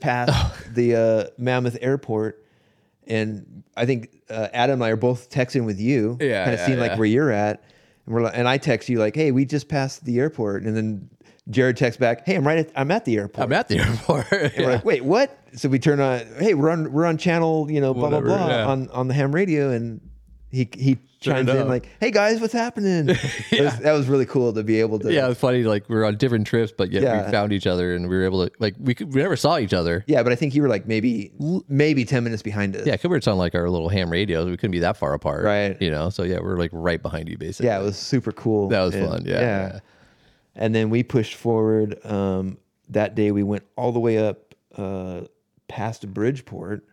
S1: [laughs]
S3: past the uh, Mammoth Airport, and I think uh, Adam and I are both texting with you,
S1: Yeah,
S3: kind of
S1: yeah,
S3: seeing like
S1: yeah.
S3: where you're at, and we're like, and I text you like, hey, we just passed the airport, and then Jared texts back, hey, I'm right, at, I'm at the airport.
S1: I'm at the [laughs] airport.
S3: And we're like, wait, what? So we turn on, hey, we're on, we're on channel, you know, blah
S1: Whatever,
S3: blah blah,
S1: yeah.
S3: on on the ham radio, and he he chimes in
S1: up.
S3: like, hey guys, what's
S1: [laughs]
S3: happening? It was- that was really cool to be able to.
S1: Yeah, it's funny. Like we were on different trips, but yet
S3: Yeah.
S1: we found each other, and we were able to like we could, we never saw each other.
S3: Yeah, but I think you were like maybe maybe ten minutes behind us.
S1: Yeah, because we were on like our little ham radios. We couldn't be that far apart,
S3: Right.
S1: You know, so yeah, we're like right behind you, basically.
S3: yeah, it was super cool.
S1: That was
S3: And-
S1: fun, yeah.
S3: and then we pushed forward. Um, that day we went all the way up uh, past Bridgeport.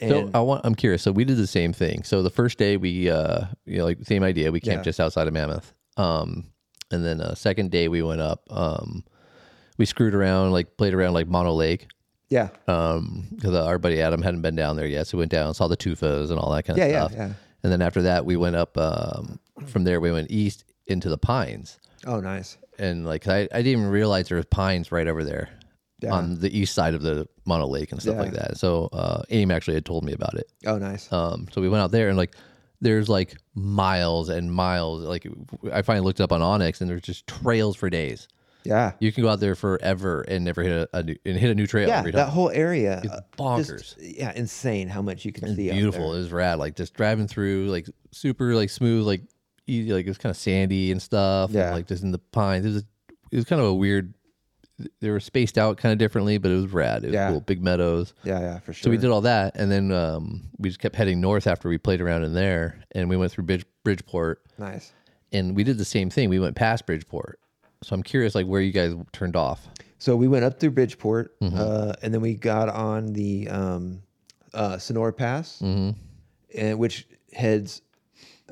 S1: So
S3: And
S1: I want. I'm curious. So we did the same thing. So the first day we, uh, you know, like same idea. We camped
S3: Yeah.
S1: just outside of Mammoth. Um, and then uh, second day we went up. Um, we screwed around, like played around, like Mono Lake.
S3: yeah,
S1: um because our buddy adam hadn't been down there yet so we went down and saw the tufas and all that kind
S3: Yeah,
S1: of
S3: yeah,
S1: stuff
S3: yeah.
S1: and then after that we went up um from there we went east into the pines
S3: oh nice.
S1: and like i, I didn't even realize there was pines right over there on the east side of the mono lake and stuff
S3: Yeah.
S1: like that so uh aim actually had told me about it
S3: Oh nice.
S1: um so we went out there and like there's like miles and miles like i finally looked up on onyx and there's just trails for days
S3: yeah,
S1: you can go out there forever and never hit a, a new, and hit a new trail
S3: yeah.
S1: every
S3: That
S1: time
S3: whole area, uh,
S1: bonkers.
S3: just- yeah, insane how much you can see. out
S1: beautiful.
S3: there.
S1: It was rad. Like just driving through, like super, like smooth, like easy, like it was kind of sandy and stuff. and,
S3: Yeah.
S1: like just in the pines. It was it was kind of a weird. They were spaced out kind of differently, but it was rad. It was
S3: Yeah.
S1: cool. Big meadows.
S3: Yeah, yeah, for sure.
S1: So we did all that, and then um, we just kept heading north after we played around in there, and we went through Bridge, Bridgeport,
S3: nice.
S1: and we did the same thing. We went past Bridgeport. So I'm curious, like where you guys turned off.
S3: So we went up through Bridgeport,
S1: Mm-hmm.
S3: uh, and then we got on the um, uh, Sonora Pass,
S1: Mm-hmm.
S3: and which heads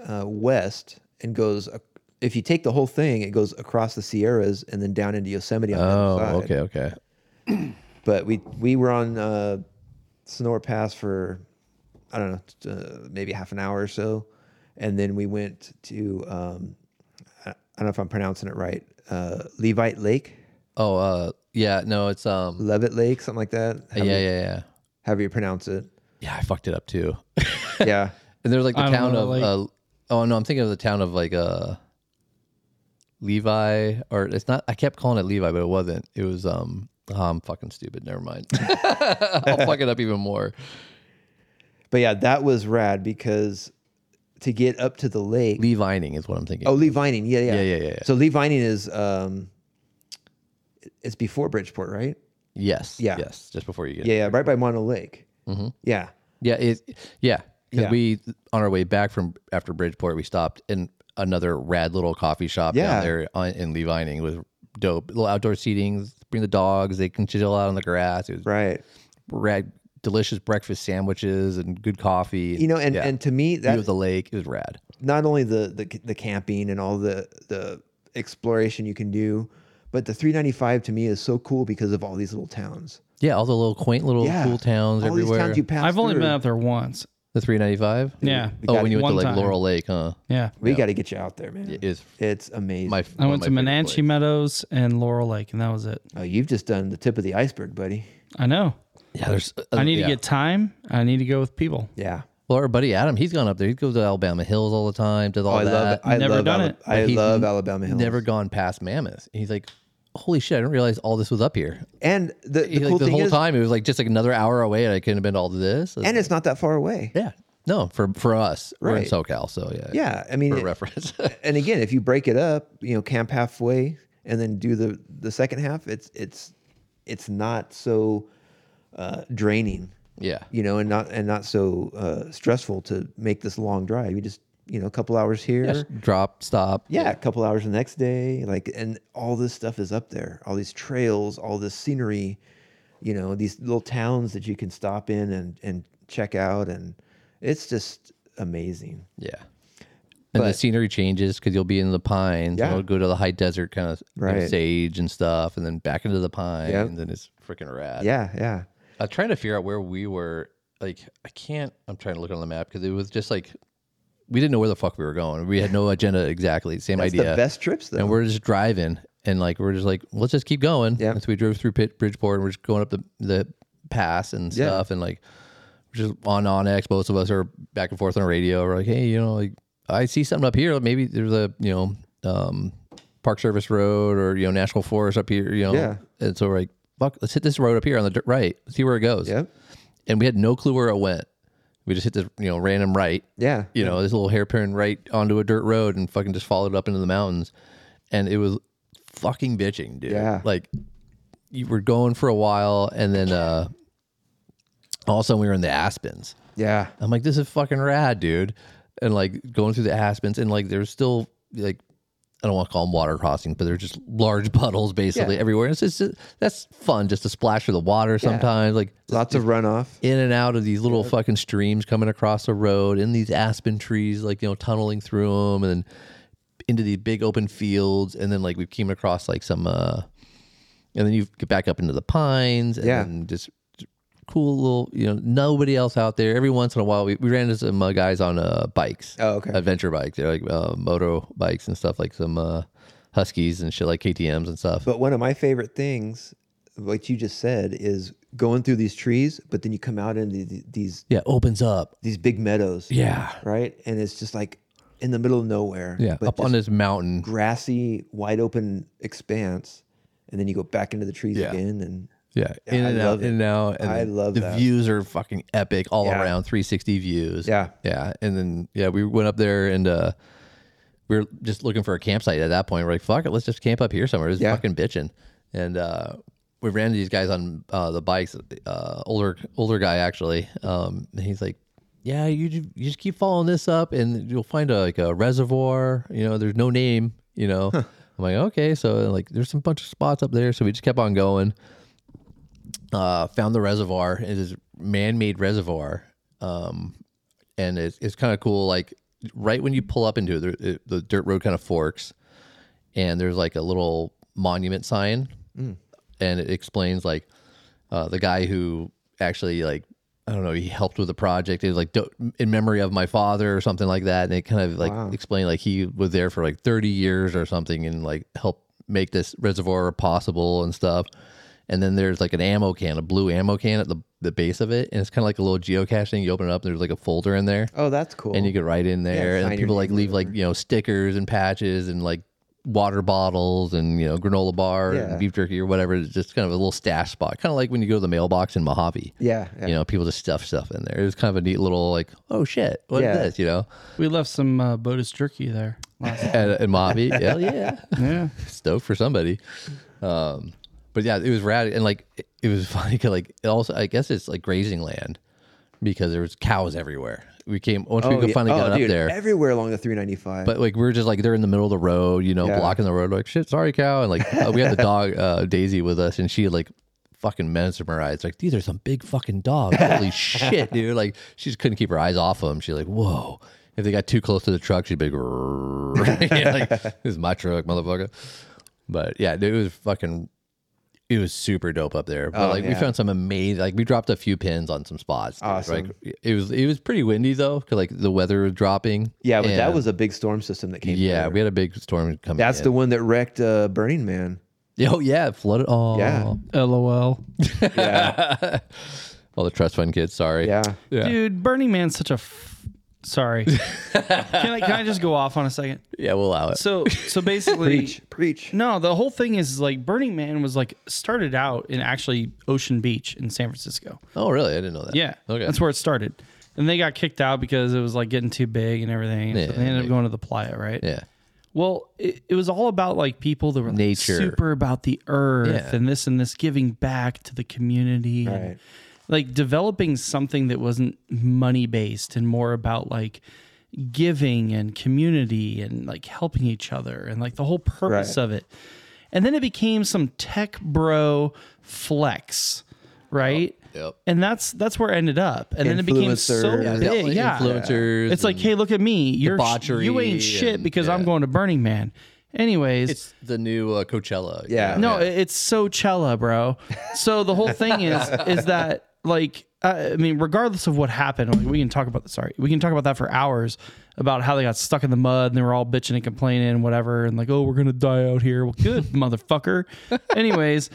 S3: uh, west and goes. ac- If you take the whole thing, it goes across the Sierras and then down into Yosemite. On
S1: Oh,
S3: the other side.
S1: okay, okay.
S3: But we we were on uh, Sonora Pass for I don't know, t- uh, maybe half an hour or so, and then we went to um, I I don't know if I'm pronouncing it right, uh, Levite Lake,
S1: Oh, uh, yeah. No, it's um,
S3: Levitt Lake, something like that.
S1: yeah,
S3: However you-
S1: yeah, yeah.
S3: however you pronounce
S1: [laughs]
S3: it.
S1: Yeah, I fucked it up too.
S3: yeah.
S1: And there's like the
S2: I don't
S1: town
S2: know,
S1: of
S2: like-
S1: uh, oh no, I'm thinking of the town of like uh Levi or it's not I kept calling it Levi, but it wasn't. It was um oh, I'm fucking stupid. Never mind. [laughs] I'll fuck it up even more.
S3: But yeah, that was rad because to get up to the lake.
S1: Levining is what I'm thinking.
S3: oh, Lee Vining. Yeah, yeah.
S1: Yeah, yeah, yeah, yeah.
S3: So Lee Vining is um it's before Bridgeport, right?
S1: yes.
S3: yeah.
S1: Yes. Just before you get
S3: Yeah, yeah, right by Mono Lake. Mm-hmm. Yeah.
S1: Yeah, it yeah. Because
S3: Yeah.
S1: we on our way back from after Bridgeport, we stopped in another rad little coffee shop
S3: Yeah.
S1: down there on, in Levining with dope little outdoor seatings. Bring the dogs; they can chill out on the grass. It was
S3: Right.
S1: rad, delicious breakfast sandwiches and good coffee.
S3: You know, and
S1: yeah.
S3: and to me
S1: view
S3: that
S1: of the lake. It was rad.
S3: not only the, the the camping and all the the exploration you can do, But the 395 to me is so cool because of all these little towns.
S1: Yeah, all the little quaint little
S3: Yeah.
S1: cool towns
S3: all
S1: everywhere.
S3: These towns you pass
S2: I've only
S3: through.
S2: been out there once.
S1: the 395?
S2: Yeah.
S1: Oh,
S3: got
S1: when
S3: it
S1: you went to
S2: one
S1: like
S2: time.
S1: Laurel Lake, huh?
S2: Yeah.
S3: We got to get you out there, man.
S1: It is
S3: It's amazing.
S1: my
S2: I
S1: one
S2: went
S1: of
S2: to
S1: my favorite
S2: Menanche
S1: places.
S2: Meadows and Laurel Lake, and that was it.
S3: oh, you've just done the tip of the iceberg, buddy.
S2: I know.
S1: Yeah, there's
S2: I need
S1: yeah.
S2: to get time. I need to go with people.
S3: Yeah.
S1: Well, our buddy Adam, he's gone up there. He goes to Alabama Hills all the time, does all
S3: Oh, I
S1: that.
S3: love. I
S2: Never
S3: love.
S2: done
S3: Ala-
S2: it.
S3: I
S1: He's
S3: love
S1: n-
S3: Alabama Hills.
S1: Never gone past Mammoth. And he's like, holy shit, I didn't realize all this was up here.
S3: And the, the
S1: He,
S3: cool
S1: like, the
S3: thing
S1: whole
S3: is,
S1: time, it was like just like another hour away, and I couldn't have been to all this.
S3: and it's not that far away.
S1: yeah, no, for for us, we're in
S3: Right.
S1: SoCal, so yeah,
S3: Yeah, I mean,
S1: for
S3: it-
S1: reference. [laughs]
S3: and again, if you break it up, you know, camp halfway and then do the the second half, it's it's it's not so uh, draining,
S1: yeah,
S3: you know, and not and not so uh, stressful to make this long drive. You just you know, a couple hours here, yeah,
S1: drop, stop.
S3: a couple hours the next day, like, and all this stuff is up there, all these trails, all this scenery, you know, these little towns that you can stop in and and check out, and it's just amazing.
S1: Yeah. And the
S3: But-
S1: scenery changes because you'll be in the pines.
S3: Yeah.
S1: And you'll go to the high desert kind of
S3: Right.
S1: sage and stuff, and then back into the pines,
S3: Yep.
S1: and it's freaking rad.
S3: Yeah, yeah.
S1: I'm trying to figure out where we were. Like, I can't. I'm trying to look on the map because it was just like we didn't know where the fuck we were going. We had no agenda exactly. Same
S3: That's
S1: idea.
S3: the best trips though.
S1: and we're just driving, and like we're just like, let's just keep going.
S3: Yep.
S1: And so we drove through Pit, Bridgeport, and we're just going up the the pass and
S3: Yeah.
S1: stuff, and like we're just on Onyx. Most of us are back and forth on radio. We're like, hey, you know, like I see something up here. Maybe there's a you know, um, Park Service Road or you know National Forest up here. You know,
S3: Yeah.
S1: And so we're like, fuck, let's hit this road up here on the d- right, see where it goes.
S3: Yep.
S1: And we had no clue where it went. We just hit this you know random right,
S3: Yeah.
S1: you know, this little hairpin right onto a dirt road and fucking just followed it up into the mountains. And it was fucking bitching, dude.
S3: Yeah.
S1: Like you were going for a while and then uh all of a sudden we were in the aspens.
S3: Yeah.
S1: I'm like, this is fucking rad, dude. And like going through the aspens and like there's still like I don't want to call them water crossings, but they're just large [laughs] puddles basically
S3: Yeah.
S1: everywhere. It's just that's fun, just to splash of the water sometimes. Like
S3: Lots of runoff.
S1: in and out of these little fucking streams coming across the road in these aspen trees, like, you know, tunneling through them and then into these big open fields. And then, like, we came across like some, uh, and then you get back up into the pines and
S3: Yeah.
S1: then just cool little, you know, nobody else out there. Every once in a while, we, we ran into some uh, guys on uh, bikes,
S3: Oh, okay.
S1: adventure bikes. They're like uh, moto bikes and stuff, like some uh, Huskies and shit, like KTMs and stuff.
S3: But one of my favorite things, like you just said, is going through these trees, but then you come out into the- these
S1: yeah, opens up.
S3: these big meadows.
S1: Yeah.
S3: Right, and it's just like in the middle of nowhere.
S1: Yeah,
S3: but
S1: up on
S3: just
S1: this mountain.
S3: grassy, wide open expanse, and then you go back into the trees
S1: Yeah.
S3: again, and
S1: Yeah,
S3: Yeah,
S1: in
S3: I
S1: and out,
S3: love
S1: in
S3: it.
S1: and out. And
S3: I
S1: the-
S3: love
S1: the
S3: that.
S1: views are fucking epic all
S3: Yeah.
S1: around, 360 views.
S3: Yeah.
S1: yeah. And then yeah, we went up there and uh, we were just looking for a campsite at that point. We're like, fuck it, let's just camp up here somewhere. It's
S3: Yeah.
S1: fucking bitching. And uh, we ran into these guys on uh, the bikes. Uh, older older guy actually. Um, and he's like, yeah, you ju- you just keep following this up, and you'll find a, like a reservoir. You know, there's no name. You know. I'm like, okay, so like, there's some bunch of spots up there, so we just kept on going uh, found the reservoir. It is man-made reservoir, um, and it's, it's kind of cool. Like right when you pull up into it, there, it, the dirt road kind of forks, and there's like a little monument sign, and it explains like uh, the guy who actually like I don't know he helped with the project. It was like do- in memory of my father or something like that, and it kind of like explained like he was there for like 30 years or something, and like helped make this reservoir possible and stuff. And then there's like an ammo can, a blue ammo can at the, the base of it, and it's kind of like a little geocache thing. You open it up, and there's like a folder in there
S3: oh, that's cool.
S1: and you could write in there
S3: sign
S1: and
S3: your
S1: people like
S3: name or
S1: leave like you know stickers and patches and like water bottles and you know granola bar
S3: Yeah.
S1: and beef jerky or whatever it's just kind of a little stash spot kind of like when you go to the mailbox in mojave
S3: yeah, yeah.
S1: you know people just stuff stuff in there it was kind of a neat little like oh shit what is
S3: Yeah.
S1: this you know
S2: We left some uh, Botus jerky there.
S1: and, and
S3: [laughs]
S1: mojave hell yeah
S2: [laughs] Yeah.
S1: stoked for somebody. Um, but yeah, it was rad, and like it, it was [laughs] funny because like it also I guess it's like grazing land because there was cows everywhere. We came once we
S3: Oh,
S1: got-
S3: yeah.
S1: finally
S3: Oh,
S1: got up
S3: dude,
S1: there,
S3: everywhere along the 395.
S1: but like we were just like they're in the middle of the road, you know,
S3: Yeah.
S1: blocking the road. Like shit, sorry cow, and like uh, we had the dog uh, Daisy with us, and she like fucking mesmerized. Like these are some big fucking dogs.
S3: [laughs]
S1: Holy shit, dude! Like she just couldn't keep her eyes off of them. She's like, whoa. [laughs]
S3: [laughs]
S1: If they got too close to the truck, she'd be like, "Grrr." Yeah, like, "This is my truck, motherfucker." But yeah, it was fucking. It was super dope up there. But
S3: Oh,
S1: like we
S3: yeah.
S1: found some amazing. Like we dropped a few pins on some spots. dude.
S3: Awesome.
S1: Like it was it was pretty windy though, because like the weather was dropping.
S3: Yeah, but that
S1: and-
S3: was a big storm system that came.
S1: yeah.
S3: through.
S1: We had a big storm coming.
S3: that's the one that wrecked uh, Burning Man.
S1: the [laughs] oh yeah it flooded. Oh
S3: Yeah.
S2: LOL.
S3: Yeah,
S1: All the trust fund kids. Sorry.
S3: yeah.
S1: Yeah.
S2: Dude, Burning Man's such a. F-
S1: [laughs]
S2: Sorry. can, I, can I just go off on a second?
S1: Yeah. We'll allow it.
S2: So so basically,
S3: Preach, preach.
S2: no, the whole thing is like Burning Man was like started out in actually Ocean Beach in San Francisco.
S1: Oh really? I didn't know that.
S2: Yeah.
S1: Okay.
S2: That's where it started. And they got kicked out because it was like getting too big and everything. so
S1: Yeah,
S2: they ended
S1: right.
S2: up going to the playa, right?
S1: Yeah.
S2: Well, it, it was all about like people that were like,
S1: Nature.
S2: super about the earth
S1: Yeah.
S2: and this and this giving back to the community. and,
S3: Right.
S2: like developing something that wasn't money based and more about like giving and community and like helping each other and like the whole purpose
S3: Right.
S2: of it. And then it became some tech bro flex, right?
S1: Yep.
S2: And that's that's where it ended up. And then it became so
S3: Influencer. Yeah,
S2: big.
S1: Definitely
S2: Yeah.
S1: Influencers.
S2: It's like, hey, look at me. You're sh- you
S1: Debauchery
S2: ain't shit
S1: and-
S2: because I'm
S1: yeah.
S2: going to Burning Man. Anyways,
S1: It's the new uh, Coachella.
S3: Yeah.
S1: you know?
S2: no, it- it's so Cella, bro. So the whole
S1: [laughs]
S2: thing is is that like I I mean, regardless of what happened, like we can talk about sorry, we can talk about that for hours about how they got stuck in the mud and they were all bitching and complaining and whatever and like, oh, we're gonna die out here. Well,
S1: [laughs]
S2: good motherfucker. Anyways,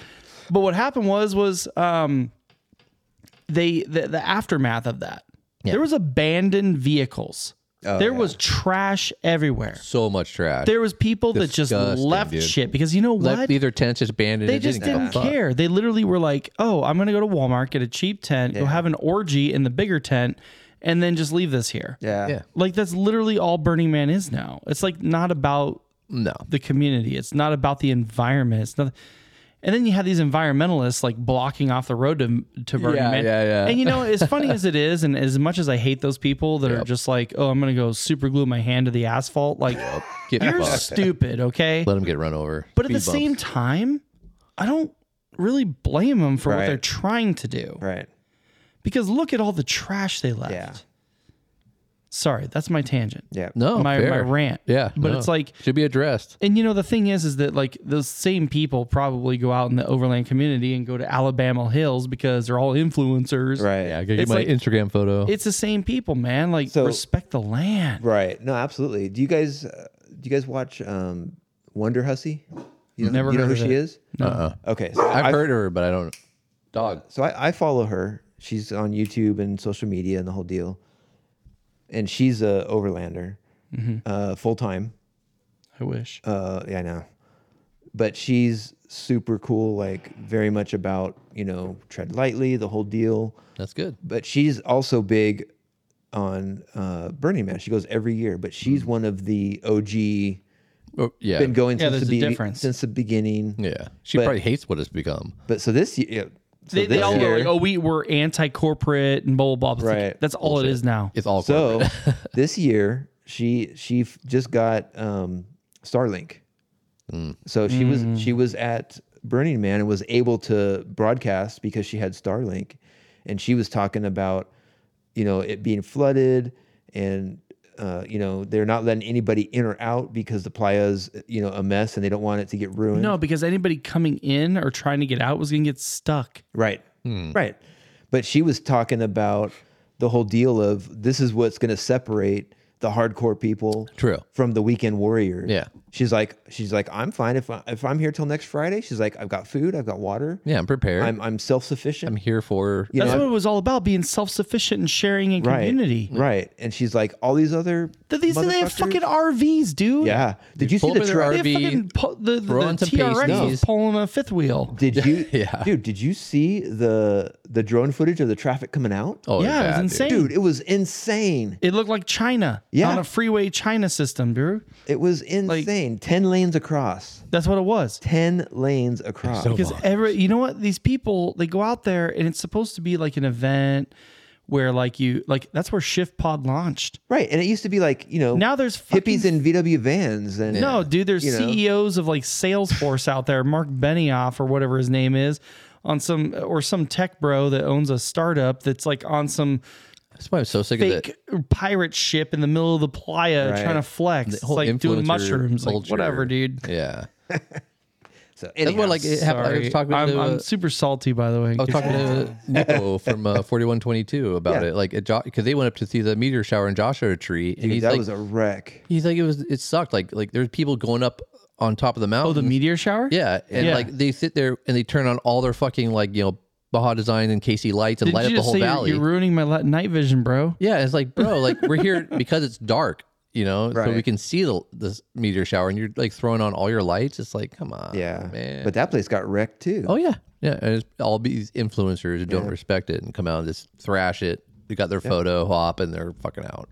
S2: but what happened was was um they the, the aftermath of that. There was abandoned vehicles.
S1: Oh,
S2: there was trash everywhere.
S1: So much trash.
S2: There was people that just
S1: Disgusting,
S2: left
S1: dude.
S2: shit because you know what?
S1: Left either tents just abandoned.
S2: They
S1: and
S2: just
S1: give a
S2: didn't
S1: fuck.
S2: care. They literally were like, "Oh, I'm gonna go to Walmart, get a cheap tent, go have an orgy in the bigger tent, and then just leave this here."
S3: Yeah.
S1: Yeah.
S2: Like that's literally all Burning Man is now. It's like not about
S1: No.
S2: the community. It's not about the environment. It's not. And then you have these environmentalists like blocking off the road to, to Burning
S1: Yeah,
S2: Man.
S1: yeah, yeah.
S2: And you know, as
S1: [laughs]
S2: funny as it is, and as much as I hate those people that are just like, oh, I'm going to go super glue my hand to the asphalt, like,
S1: Get
S2: you're
S1: fucked.
S2: stupid, okay?
S1: Let them get run over.
S2: But at the
S1: Speed bumps.
S2: same time, I don't really blame them for what
S3: Right.
S2: they're trying to do
S3: Right.
S2: because look at all the trash they left.
S3: Yeah.
S2: Sorry, that's my tangent.
S3: Yeah.
S1: no,
S2: my, my
S1: Oh, fair.
S2: rant.
S1: Yeah,
S2: But
S1: no.
S2: it's like,
S1: should be addressed.
S2: and you know, the thing is, is that like those same people probably go out in the overland community and go to Alabama Hills because they're all influencers.
S3: Right.
S1: Yeah, I gotta get
S2: It's
S1: my
S2: like-
S1: Instagram photo.
S2: It's the same people, man. Like,
S3: So-
S2: respect the land.
S3: Right. No, absolutely. Do you guys uh, do you guys watch um, Wonder Hussy? You know,
S2: Never
S3: you know
S2: heard
S3: who
S2: of
S3: she
S2: it.
S3: is?
S2: No.
S3: Okay. So
S1: Uh-uh. I've,
S3: I-
S1: heard of her, but I don't. Dog.
S3: So I, I follow her. She's on YouTube and social media and the whole deal. And she's a overlander,
S1: Mm-hmm.
S3: uh, full time.
S2: I wish.
S3: Uh, yeah, I know. But she's super cool. Like very much about you know tread lightly, the whole deal.
S1: That's good.
S3: But she's also big on uh, Burning Man. She goes every year. But she's one of the OG.
S1: Oh, yeah.
S3: Been going
S2: Yeah,
S3: since,
S2: there's
S3: the
S2: a
S3: be-
S2: difference.
S3: since the beginning.
S1: yeah. She
S3: but-
S1: probably hates what it's become.
S3: But so this year, yeah, so
S2: they, they
S3: this
S2: all go
S3: year-
S2: like, oh, we were anti corporate and blah blah blah. It's like,
S3: Right.
S2: that's all it is now.
S1: It's all
S3: So
S1: corporate. [laughs]
S3: this year, she she f- just got um, Starlink. So she was she was at Burning Man and was able to broadcast because she had Starlink, and she was talking about you know it being flooded and. Uh, you know they're not letting anybody in or out because the playa's you know a mess and they don't want it to get ruined.
S2: No, because anybody coming in or trying to get out was going to get stuck.
S3: Right. Right. But she was talking about the whole deal of this is what's going to separate the hardcore people
S1: True.
S3: from the weekend warriors.
S1: Yeah.
S3: She's like she's like I'm fine if I, if I'm here till next Friday. She's like I've got food, I've got water.
S1: yeah, I'm prepared. I'm,
S3: I'm I'm self-sufficient.
S1: here for.
S3: you
S2: That's
S3: know,
S2: what it was all about being self sufficient and sharing and
S3: right.
S2: community.
S3: Right. And she's like all these other
S2: Th- These they have
S3: motherfuckers-
S2: fucking RVs, dude.
S3: Yeah. Did you see
S1: pulled
S3: the
S1: in their
S3: truck?
S2: They have
S1: RV,
S2: fucking pu- the, the, the
S1: throw on some
S2: TRX was
S1: pasties.
S2: pulling a fifth wheel.
S3: Did you
S1: [laughs] Yeah.
S3: Dude, did you see the the drone footage of the traffic coming out?
S1: Oh,
S2: yeah, it was
S1: bad, dude.
S2: insane.
S3: Dude, it was insane.
S2: It looked like China
S3: Yeah.
S2: on a freeway China system, dude.
S3: It was insane. 10 lanes across.
S2: That's what it was.
S3: 10 lanes across.
S1: So-
S2: Because every, you know what? These people, they go out there and it's supposed to be like an event where, like, you, like, that's where Shift Pod launched.
S3: right. And it used to be like, you know,
S2: Now there's fucking
S3: hippies in VW vans and
S2: No, dude, there's
S3: you know?
S2: CEOs of like Salesforce out there, Mark Benioff or whatever his name is, on some or some tech bro that owns a startup that's like on some
S1: That's why I'm so sick of
S2: fake
S1: it.
S2: pirate ship in the middle of the playa
S3: Right.
S2: trying to flex. It's
S1: whole
S2: like doing
S1: influencer
S2: mushrooms, like
S1: culture.
S2: whatever, dude.
S1: Yeah.
S3: So
S1: That's
S3: anyhow,
S1: what like it happened. I
S2: Sorry.
S1: was talking
S2: I'm,
S1: to Oh, uh,
S2: I'm super salty, by the way.
S1: I was talking
S2: [laughs]
S1: to Nico from uh, 4122 about
S3: Yeah.
S1: it, like because they went up to see the meteor shower in Joshua Tree, and
S3: dude,
S1: he's
S3: that
S1: like,
S3: was a wreck.
S1: he's like, it was, it sucked. Like, like there's people going up on top of the mountain.
S2: oh, the meteor shower?
S1: mm. yeah, and
S2: Yeah.
S1: like they sit there and they turn on all their fucking like you know Baja Design and KC lights and
S2: Did
S1: light up the
S2: you just
S1: whole
S2: say you're,
S1: valley.
S2: you're ruining my li- night vision, bro?
S1: yeah, it's like, bro, like we're
S3: [laughs]
S1: here because it's dark, you know, so we
S3: Right.
S1: can see the this meteor shower, and you're like throwing on all your lights. It's like, come on,
S3: Yeah,
S1: Oh, man.
S3: but that place got wrecked too.
S1: Oh yeah, yeah. And it's all these influencers who don't respect it and come out and just thrash it. They got their photo hop and they're fucking out.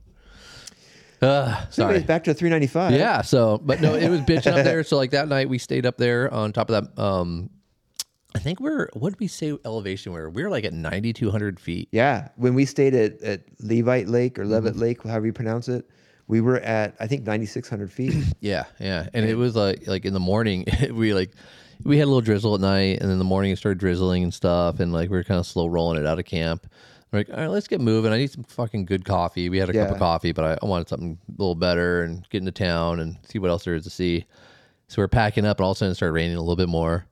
S1: Uh,
S3: So
S1: sorry.
S3: anyways, back to 395.
S1: Yeah. So, but no, it
S3: [laughs]
S1: was bitching up there. So like that night we stayed up there on top of that. Um, I think we're what did we say elevation we were? We were like at ninety two hundred feet.
S3: Yeah, when we stayed at, at Levite Lake or Levitt
S1: Mm-hmm.
S3: Lake, however you pronounce it, we were at I think
S1: [laughs]
S3: 9,600 feet.
S1: Yeah, yeah. And it was like like in the morning [laughs] we like we had a little drizzle at night and then the morning it started drizzling and stuff and like we were kind of slow rolling it out of camp. We're like, all right, let's get moving. I need some fucking good coffee. We had a cup
S3: Yeah.
S1: of coffee, but I, I wanted something a little better and get into town and see what else there is to see. So we're packing up and all of a sudden it started raining a little bit more.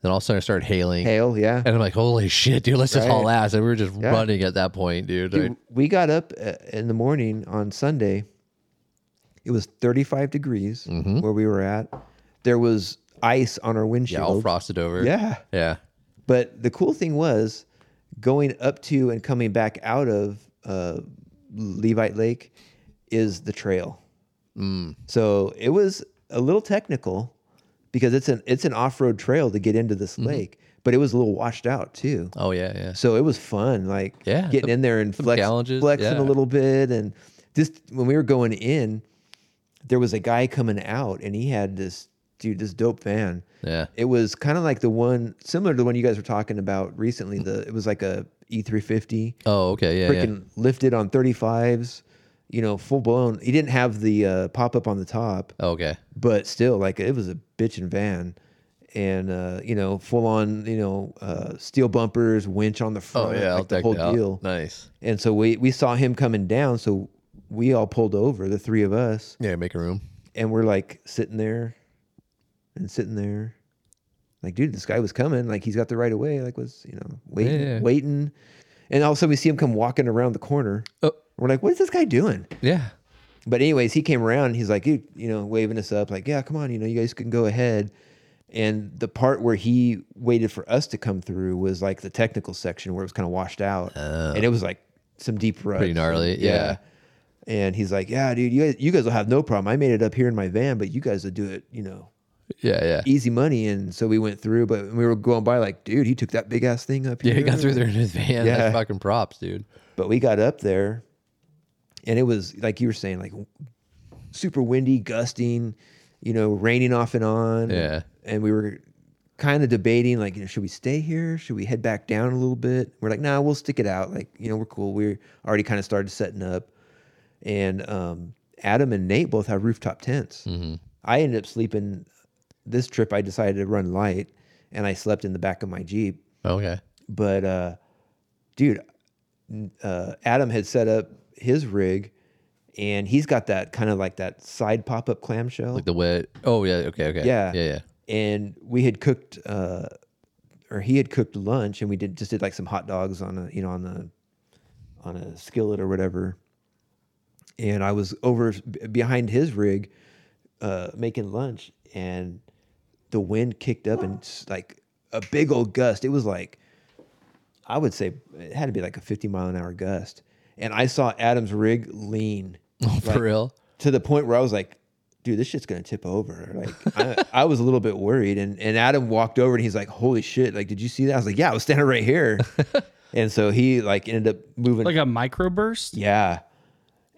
S1: Then all of a sudden it started hailing.
S3: Hail, yeah.
S1: And I'm like, holy shit, dude, let's just haul ass. And we were just running at that point, dude.
S3: Dude, we got up uh, in the morning on Sunday. It was 35 degrees where we were at. There was ice on our
S1: Mm-hmm. yeah, all
S3: windshield.
S1: frosted over.
S3: yeah.
S1: Yeah.
S3: But the cool thing was going up to and coming back out of uh, Levite Lake is the trail.
S1: Mm.
S3: So it was a little technical because it's an it's an off road trail to get into
S1: Mm-hmm.
S3: this lake, but it was a little washed out too.
S1: Oh, yeah, yeah.
S3: So it was fun, like
S1: Yeah,
S3: getting
S1: some-
S3: in there and flex,
S1: challenges,
S3: flexing
S1: yeah.
S3: a little bit, and just when we were going in, there was a guy coming out, and he had this dude, this dope van.
S1: Yeah.
S3: It was kind of like the one similar to the one you guys were talking about recently. The it was like a E350,
S1: Oh, okay. Yeah. yeah.
S3: freaking lifted on 35s, you know, full blown. He didn't have the uh, pop up on the top,
S1: Oh, Okay.
S3: but still like it was a bitchin' van and uh you know full on you know uh steel bumpers winch on the front
S1: Oh yeah, I'll
S3: like the
S1: deck
S3: whole
S1: that out.
S3: deal
S1: Nice.
S3: and so we we saw him coming down so we all pulled over the three of us
S1: Yeah, make a room.
S3: and we're like sitting there and sitting there like dude this guy was coming like he's got the right of way like was you know waiting
S1: yeah.
S3: waiting and all of a sudden we see him come walking around the corner
S1: Oh.
S3: we're like what is this guy doing
S1: Yeah.
S3: but anyways, he came around. He's like, dude, you know, waving us up, like, yeah, come on, you know, you guys can go ahead. And the part where he waited for us to come through was like the technical section where it was kind of washed out, and it was like some deep
S1: Oh.
S3: ruts,
S1: Pretty gnarly, yeah.
S3: And he's like, yeah, dude, you guys, you guys will have no problem. I made it up here in my van, but you guys will do it, you know,
S1: Yeah, yeah.
S3: easy money. And so we went through, but we were going by, like, dude, he took that big ass thing up here.
S1: Yeah, he got through there in his van.
S3: Yeah.
S1: That's fucking props, dude.
S3: But we got up there, and it was like you were saying, like super windy, gusting, you know, raining off and on.
S1: Yeah.
S3: And we were kind of debating, like, you know, should we stay here? Should we head back down a little bit? We're like, nah, we'll stick it out. Like, you know, we're cool. We're already kind of started setting up. And um, Adam and Nate both have rooftop tents. I ended up sleeping this trip. I decided to run light, and I slept in the back of my Jeep
S1: Okay.
S3: but uh, dude, n- uh, Adam had set up his rig, and he's got that kind of like that side pop up clamshell,
S1: Like the wet. Oh yeah. Okay. Okay.
S3: Yeah. [laughs]
S1: Yeah. Yeah.
S3: and we had cooked, uh, or he had cooked lunch, and we did just did like some hot dogs on a you know on the on a skillet or whatever, and I was over b- behind his rig, uh, making lunch, and the wind kicked up and s- like a big old gust. It was like I would say it had to be like a 50 mile an hour gust. And I saw Adam's rig lean
S1: For real.
S3: to the point where I was like, dude, this shit's gonna tip over. Like I, I was a little bit worried. And and Adam walked over and he's like, Holy shit, like did you see that? I was like, Yeah, I was standing right
S1: [laughs]
S3: here. and so he like ended up moving.
S2: Like a microburst?
S3: yeah.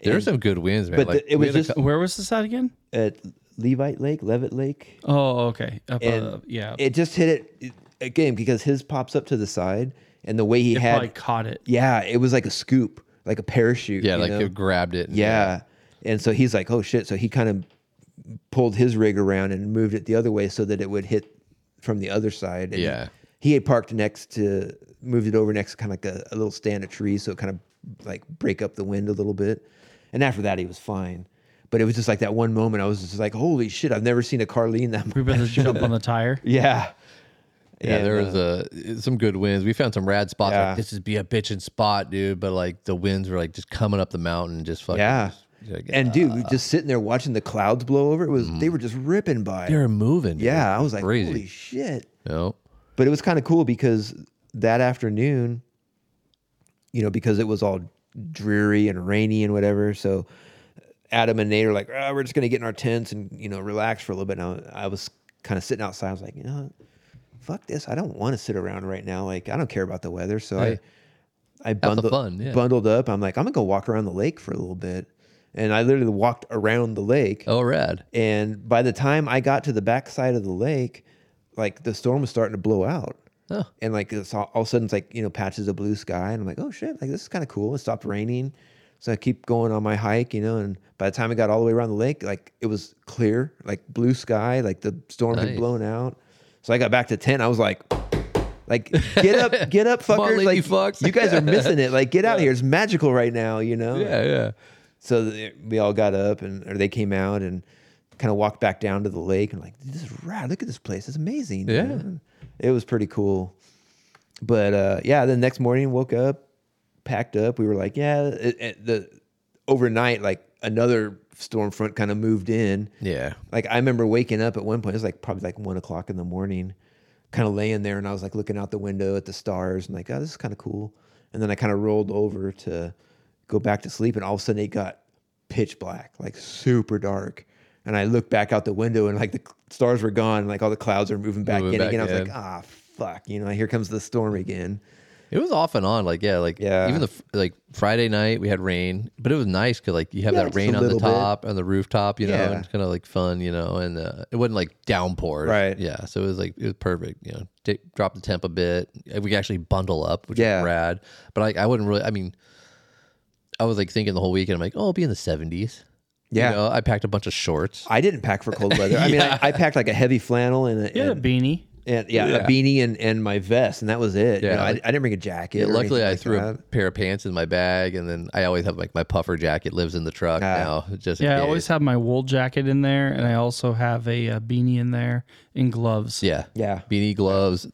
S1: There were some good wins, man.
S3: But
S1: like,
S3: the- it
S1: we had
S3: was
S1: a
S3: just
S1: cou-
S2: Where was this at again?
S3: at Levite Lake, Levitt Lake.
S2: Oh, okay. Up,
S3: And
S2: uh, yeah. It,
S3: It just hit it- it again because his pops up to the side and the way he had
S2: probably caught it.
S3: Yeah, it was like a scoop, like a parachute.
S1: yeah,
S3: you
S1: like
S3: know?
S1: it grabbed it. and-
S3: Yeah. And so he's like, oh shit. So he kind of pulled his rig around and moved it the other way so that it would hit from the other side. And
S1: Yeah.
S3: He had parked next to, moved it over next to kind of like a, a little stand of trees. So it kind of like break up the wind a little bit. And after that, he was fine. But it was just like that one moment. I was just like, holy shit! I've never seen a car lean that [laughs] much.
S2: We better jump on
S1: [laughs]
S2: the tire.
S3: Yeah.
S1: Yeah,
S3: And,
S1: there
S3: uh,
S1: was uh, some good winds. We found some rad spots.
S3: Yeah.
S1: Like, this would be a bitching spot, dude. But like the winds were like just coming up the mountain, just fucking.
S3: yeah.
S1: just- like, uh,
S3: And dude, we just sitting there watching the clouds blow over. It was they were just ripping by.
S1: they were moving. dude.
S3: yeah, I was like,
S1: crazy.
S3: holy shit!
S1: You know?
S3: But it was kind of cool because that afternoon, you know, because it was all dreary and rainy and whatever. So uh, Adam and Nate are like, "Ah, we're just gonna get in our tents and you know relax for a little bit. And I, I was kind of sitting outside. I was like, you know, fuck this. I don't want to sit around right now. Like I don't care about the weather. So
S1: Right.
S3: I I
S1: the
S3: bundled
S1: fun, yeah.
S3: bundled up. I'm like, I'm gonna go walk around the lake for a little bit. And I literally walked around the lake.
S1: Oh, rad.
S3: And by the time I got to the backside of the lake, like the storm was starting to blow out.
S1: Oh.
S3: And like it's all, all of a sudden, it's like, you know, patches of blue sky. And I'm like, oh shit, like this is kind of cool. It stopped raining. So I keep going on my hike, you know. And by the time I got all the way around the lake, like it was clear, like blue sky, like the storm had
S1: Nice.
S3: blown out. So I got back to tent. I was like, like get up,
S1: [laughs]
S3: get up,
S1: on,
S3: fuckers!
S1: lady
S3: like
S1: fucks.
S3: you guys are missing it. Like get out here. It's magical right now, you know.
S1: Yeah, yeah.
S3: So th- we all got up and or they came out and kind of walked back down to the lake and like this is rad. Look at this place. It's amazing.
S1: Yeah.
S3: man." It was pretty cool. But uh, yeah, the next morning woke up, packed up. We were like, yeah, it, it- the overnight like another storm front kind of moved in.
S1: Yeah.
S3: Like I remember waking up at one point. It was like probably like one o'clock in the morning, kind of laying there, and I was like looking out the window at the stars and like, oh, this is kind of cool. And then I kind of rolled over to go back to sleep, and all of a sudden it got pitch black, like super dark. And I looked back out the window, and like the c- stars were gone, and like all the clouds are moving back
S1: Moving
S3: in
S1: back
S3: again. I was
S1: in.
S3: like, ah, fuck, you know, here comes the storm again.
S1: It was off and on, like yeah, like
S3: Yeah.
S1: Even the fr- like Friday night we had rain, but it was nice because like you have
S3: Yeah,
S1: that
S3: just a
S1: rain on the
S3: little bit.
S1: top on the rooftop, you know,
S3: Yeah.
S1: and it's kind of like fun, you know, and uh, it wasn't like downpours,
S3: Right.
S1: Yeah, so it was like it was perfect, you know. T- drop the temp a bit. We could actually bundle up, which
S3: Yeah.
S1: is rad. But like I wouldn't really. I mean, I was like thinking the whole weekend. I'm like, oh, I'll be in the 70s.
S3: Yeah.
S1: you know, I packed a bunch of shorts.
S3: I didn't pack for cold
S1: [laughs]
S3: weather. I mean, I, I packed like a heavy flannel and a,
S2: You had a
S3: and-
S2: beanie.
S3: and yeah, a beanie and, and my vest, and that was it. You
S1: Yeah,
S3: know, I,
S1: like-
S3: I didn't bring a jacket.
S1: Yeah,
S3: or
S1: luckily
S3: anything
S1: I
S3: like
S1: threw a
S3: that.
S1: pair of pants in my bag, and then I always have like my puffer jacket lives in the truck
S3: Ah.
S1: now. Just in
S2: Yeah, I
S1: case.
S2: always have my wool jacket in there, and I also have a, uh beanie in there and gloves.
S1: Yeah.
S3: Yeah.
S1: Beanie gloves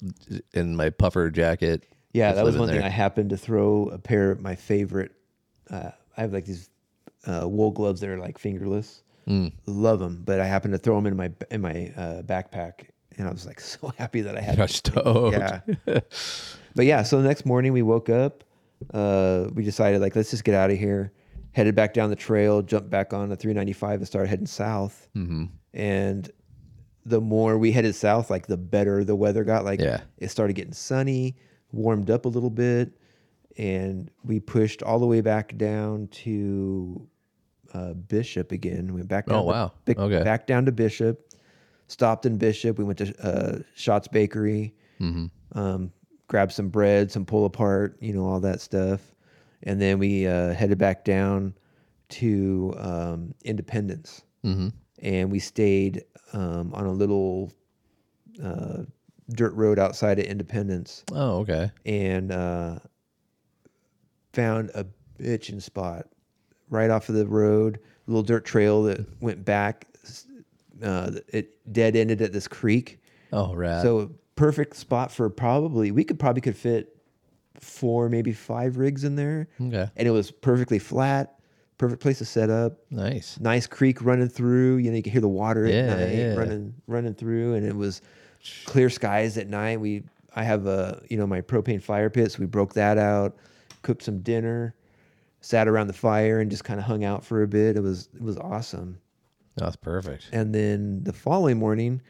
S1: and my puffer jacket.
S3: Yeah,
S1: Just
S3: that was
S1: living
S3: one thing.
S1: there.
S3: I happened to throw a pair of my favorite. Uh, I have like these uh, wool gloves that are like fingerless.
S1: Mm.
S3: Love them, but I happened to throw them in my in my uh, backpack, and I was like [laughs] so happy that I had.
S1: You're [laughs] stoked.
S3: Yeah. but yeah, so the next morning we woke up. Uh, we decided like let's just get out of here. Headed back down the trail, jumped back on the 395, and started heading south. Mm-hmm. And the more we headed south, like the better the weather got. Like
S1: Yeah.
S3: it started getting sunny, warmed up a little bit, and we pushed all the way back down to uh, Bishop again. Went back. Down
S1: Oh,
S3: to-
S1: wow.
S3: Bic-
S1: Okay.
S3: Back down to Bishop, stopped in Bishop. We went to uh, Shots Bakery,
S1: Mm-hmm.
S3: um, grabbed some bread, some pull apart, you know, all that stuff, and then we uh, headed back down to um, Independence, mm-hmm. and we stayed um, on a little uh, dirt road outside of Independence,
S1: Oh, okay.
S3: and uh, found a bitchin' spot right off of the road, little dirt trail that went back. s- Uh, it dead ended at this creek,
S1: Oh, rad.
S3: so a perfect spot for probably we could probably could fit four, maybe five rigs in there,
S1: okay.
S3: and it was perfectly flat, perfect place to set up.
S1: Nice.
S3: Nice creek running through. You know, you could hear the water at
S1: Yeah,
S3: night
S1: yeah.
S3: running running through, and it was clear skies at night. We I have a you know my propane fire pit, so we broke that out, cooked some dinner, sat around the fire, and just kind of hung out for a bit. It was it was awesome.
S1: Oh, That's perfect.
S3: And then the following morning,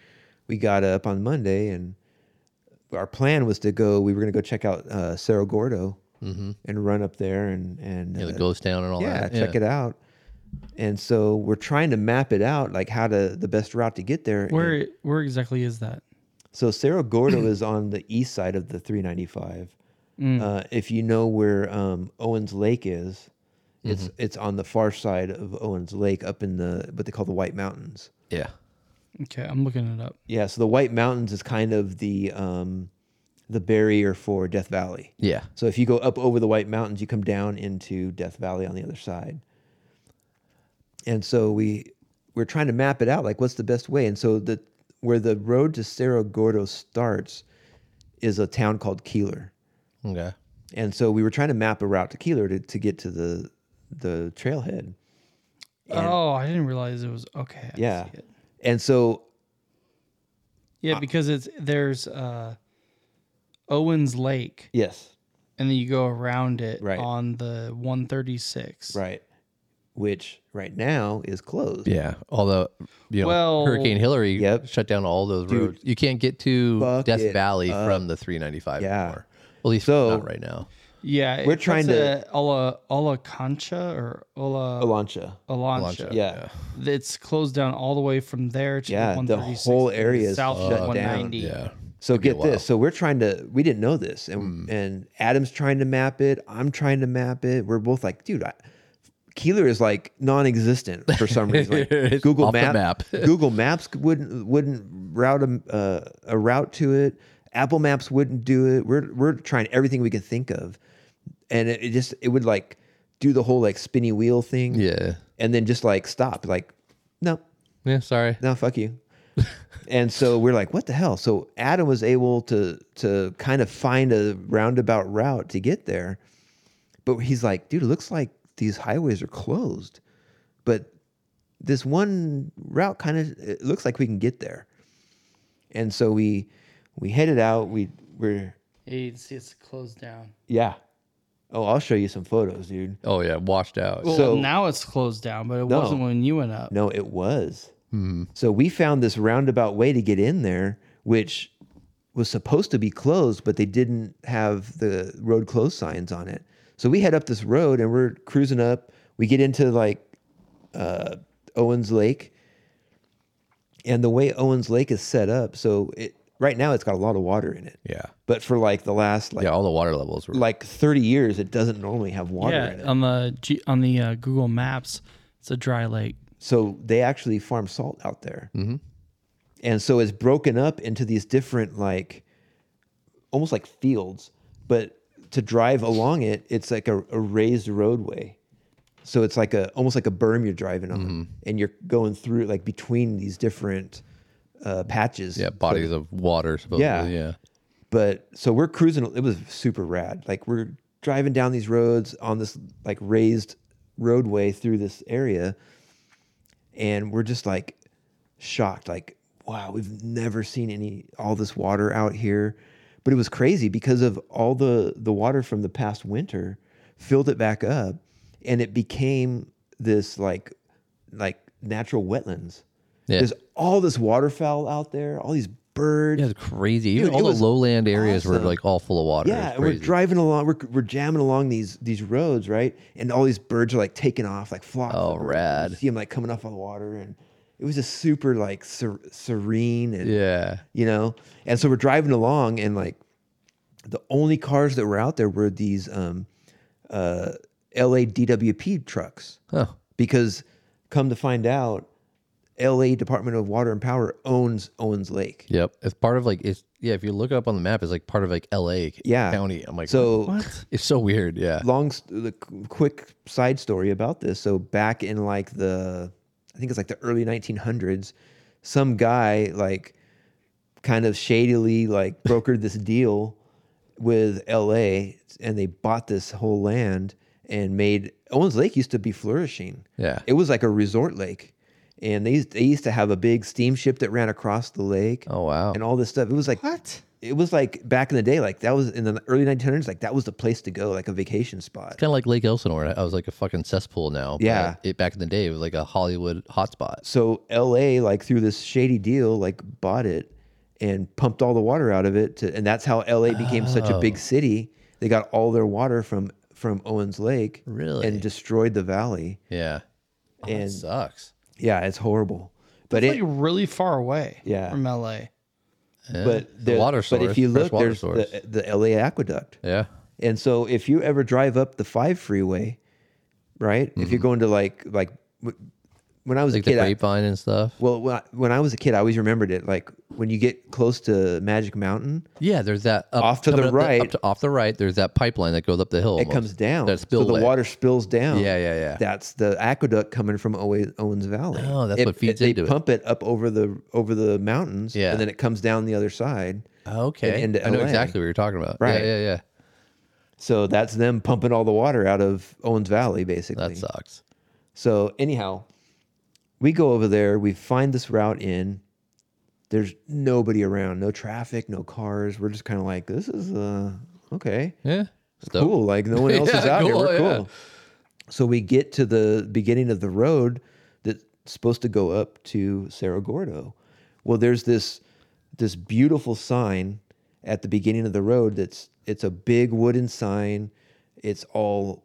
S3: we got up on Monday, and our plan was to go. We were going to go check out uh, Cerro Gordo and run up there and and
S1: Mm-hmm. Yeah, the
S3: uh,
S1: ghost town and all
S3: yeah,
S1: that.
S3: check it out. And so we're trying to map it out, like how to the best route to get there. And
S2: Where where exactly is that?
S3: so Cerro Gordo is [clears throat] on the east side of the 395. Uh, if you know where um, Owens Lake is, it's it's on the far side of Owens Lake, up in the what they call the White Mountains.
S1: Yeah.
S2: Okay, I'm looking it up.
S3: Yeah, so the White Mountains is kind of the um, the barrier for Death Valley.
S1: Yeah.
S3: So if you go up over the White Mountains, you come down into Death Valley on the other side. and so we we're trying to map it out like what's the best way and so the where the road to cerro gordo starts is a town called keeler
S1: Okay.
S3: and so we were trying to map a route to keeler to, to get to the the trailhead
S2: oh, I didn't realize it was okay. I
S3: yeah Uh,
S2: see it.
S3: and so
S2: yeah, because it's there's uh, Owens Lake,
S3: yes
S2: and then you go around it
S3: Right.
S2: on the 136.
S3: right which right now is closed
S1: Yeah. Although, you know,
S2: Well-
S1: Hurricane Hillary
S3: Yep.
S1: shut down all those roads. You can't get to
S3: fuck
S1: Death
S3: it
S1: Valley from the 395
S3: Yeah.
S1: anymore. At least
S3: So-
S1: not right now.
S2: Yeah,
S3: We're trying to-
S2: Ola Ola Concha or Ola
S3: Alancha.
S2: Alancha.
S1: Alancha.
S3: yeah
S2: It's closed down all the way from there to
S3: Yeah,
S2: the
S3: the
S2: 136.
S3: whole
S2: to
S3: area is
S2: south
S3: shut
S2: of
S3: down.
S2: 190.
S1: Yeah.
S3: So
S1: Could be a Hmm.
S3: get this. So we're trying to. We didn't know this, and and Adam's trying to map it. I'm trying to map it. We're both like, dude, I, Keeler is like non-existent for some reason.
S1: [laughs]
S3: Like
S1: It's
S3: Google
S1: off the
S3: Map,
S1: map.
S3: [laughs] Google Maps wouldn't wouldn't route a uh, a route to it. Apple Maps wouldn't do it. We're we're trying everything we can think of, and it, it just it would like do the whole like spinny wheel thing,
S1: Yeah.
S3: and then just like stop. Like, no,
S1: Yeah. Sorry.
S3: no, fuck you. and so we're like, what the hell? So Adam was able to to kind of find a roundabout route to get there. But he's like, dude, it looks like these highways are closed. But this one route kind of it looks like we can get there. And so we we headed out. We we're
S2: Hey, it's, it's closed down.
S3: yeah. Oh, I'll show you some photos, dude.
S1: Oh, yeah. Washed out.
S2: Well,
S3: So-
S2: now it's closed down, but it wasn't when you went up.
S3: No, it was. So we found this roundabout way to get in there, which was supposed to be closed, but they didn't have the road closed signs on it. So we head up this road and we're cruising up. We get into like uh, Owens Lake, and the way Owens Lake is set up, so it right now it's got a lot of water in it.
S1: yeah.
S3: But for like the last like
S1: Yeah. All the water levels were.
S3: like thirty years, it doesn't normally have water in it.
S2: Yeah, on the G, on the uh, Google Maps, it's a dry lake.
S3: so they actually farm salt out there and so it's broken up into these different like almost like fields but to drive along it it's like a, a raised roadway so it's like a almost like a berm you're driving on and you're going through like between these different uh, patches
S1: yeah. Bodies of water, supposedly.
S3: Yeah.
S1: Yeah. Yeah.
S3: but so we're cruising it was super rad like we're driving down these roads on this like raised roadway through this area and we're just like shocked like wow we've never seen any all this water out here but it was crazy because of all the the water from the past winter filled it back up and it became this like like natural wetlands
S1: Yeah.
S3: there's all this waterfowl out there all these birds
S1: It's crazy.
S3: Dude,
S1: Even
S3: it
S1: all
S3: was
S1: the lowland areas
S3: awesome.
S1: were like all full of water. It
S3: yeah,
S1: was
S3: and we're
S1: crazy.
S3: driving along. We're, we're jamming along these these roads, right? And all these birds are like taking off, like flocks. of
S1: Oh,
S3: birds. You
S1: rad.
S3: see them like coming off on the water, and it was just super like ser- serene, and
S1: Yeah.
S3: you know. And so we're driving along, and like the only cars that were out there were these um, uh, LADWP trucks,
S1: Huh.
S3: because come to find out, LA Department of Water and Power owns Owens Lake.
S1: Yep. It's part of like it's yeah. If you look it up on the map, it's like part of like L.A.
S3: Yeah.
S1: County. I'm like,
S3: So
S2: What?
S1: it's so weird. Yeah.
S3: long st- the qu- quick side story about this so back in like the i think it's like the early 1900s some guy like kind of shadily like brokered this deal with la and they bought this whole land and made owens lake used to be flourishing
S1: Yeah.
S3: it was like a resort lake and they used, they used to have a big steamship that ran across the lake
S1: Oh wow.
S3: and all this stuff it was like
S2: What?
S3: it was like back in the day, like that was in the early 1900s, like that was the place to go, like a vacation spot.
S1: Kind of like Lake Elsinore. I was like a fucking cesspool now. but
S3: Yeah.
S1: It back in the day it was like a Hollywood hotspot.
S3: So LA, like through this shady deal, like bought it and pumped all the water out of it, to, and that's how LA became such a
S1: Oh.
S3: big city. They got all their water from from Owens Lake,
S1: Really?
S3: and destroyed the valley.
S1: Yeah.
S3: and
S1: It sucks.
S3: yeah, it's horrible. But
S2: It's
S3: it,
S2: like really far away.
S3: Yeah.
S2: From LA.
S1: Yeah.
S3: but
S1: the water source.
S3: But if you
S1: fresh
S3: look,
S1: water
S3: there's
S1: source.
S3: the, the LA aqueduct.
S1: yeah.
S3: And so if you ever drive up the five freeway, right? If you're going to like like w- when I was
S1: Mm-hmm. like
S3: a
S1: the
S3: kid, I-
S1: grapevine and stuff.
S3: well, when I, when I was a kid, I always remembered it. Like when you get close to Magic Mountain,
S1: Yeah, there's that up,
S3: Off to the
S1: coming up
S3: right.
S1: up to, off the right. There's that pipeline that goes up the hill.
S3: it comes down.
S1: That
S3: so the
S1: spillway.
S3: water spills down.
S1: Yeah, yeah, yeah.
S3: That's the aqueduct coming from Owe- Owens Valley.
S1: Oh, that's
S3: It-
S1: what feeds
S3: it,
S1: into it.
S3: They pump it up over the over the mountains.
S1: Yeah.
S3: and then it comes down the other side.
S1: Oh, okay,
S3: and into
S1: I know
S3: LA.
S1: exactly what you're talking about.
S3: Right.
S1: Yeah, yeah, yeah.
S3: So that's them pumping all the water out of Owens Valley, basically.
S1: That sucks.
S3: So anyhow, we go over there. We find this route in. There's nobody around, no traffic, no cars. We're just kind of like, this is uh okay,
S1: Yeah. So, [laughs]
S3: cool. Like no one else is
S1: Yeah,
S3: out here.
S1: cool,
S3: We're
S1: yeah.
S3: cool. So we get to the beginning of the road that's supposed to go up to Cerro Gordo. Well, there's this this beautiful sign at the beginning of the road that's it's a big wooden sign. It's all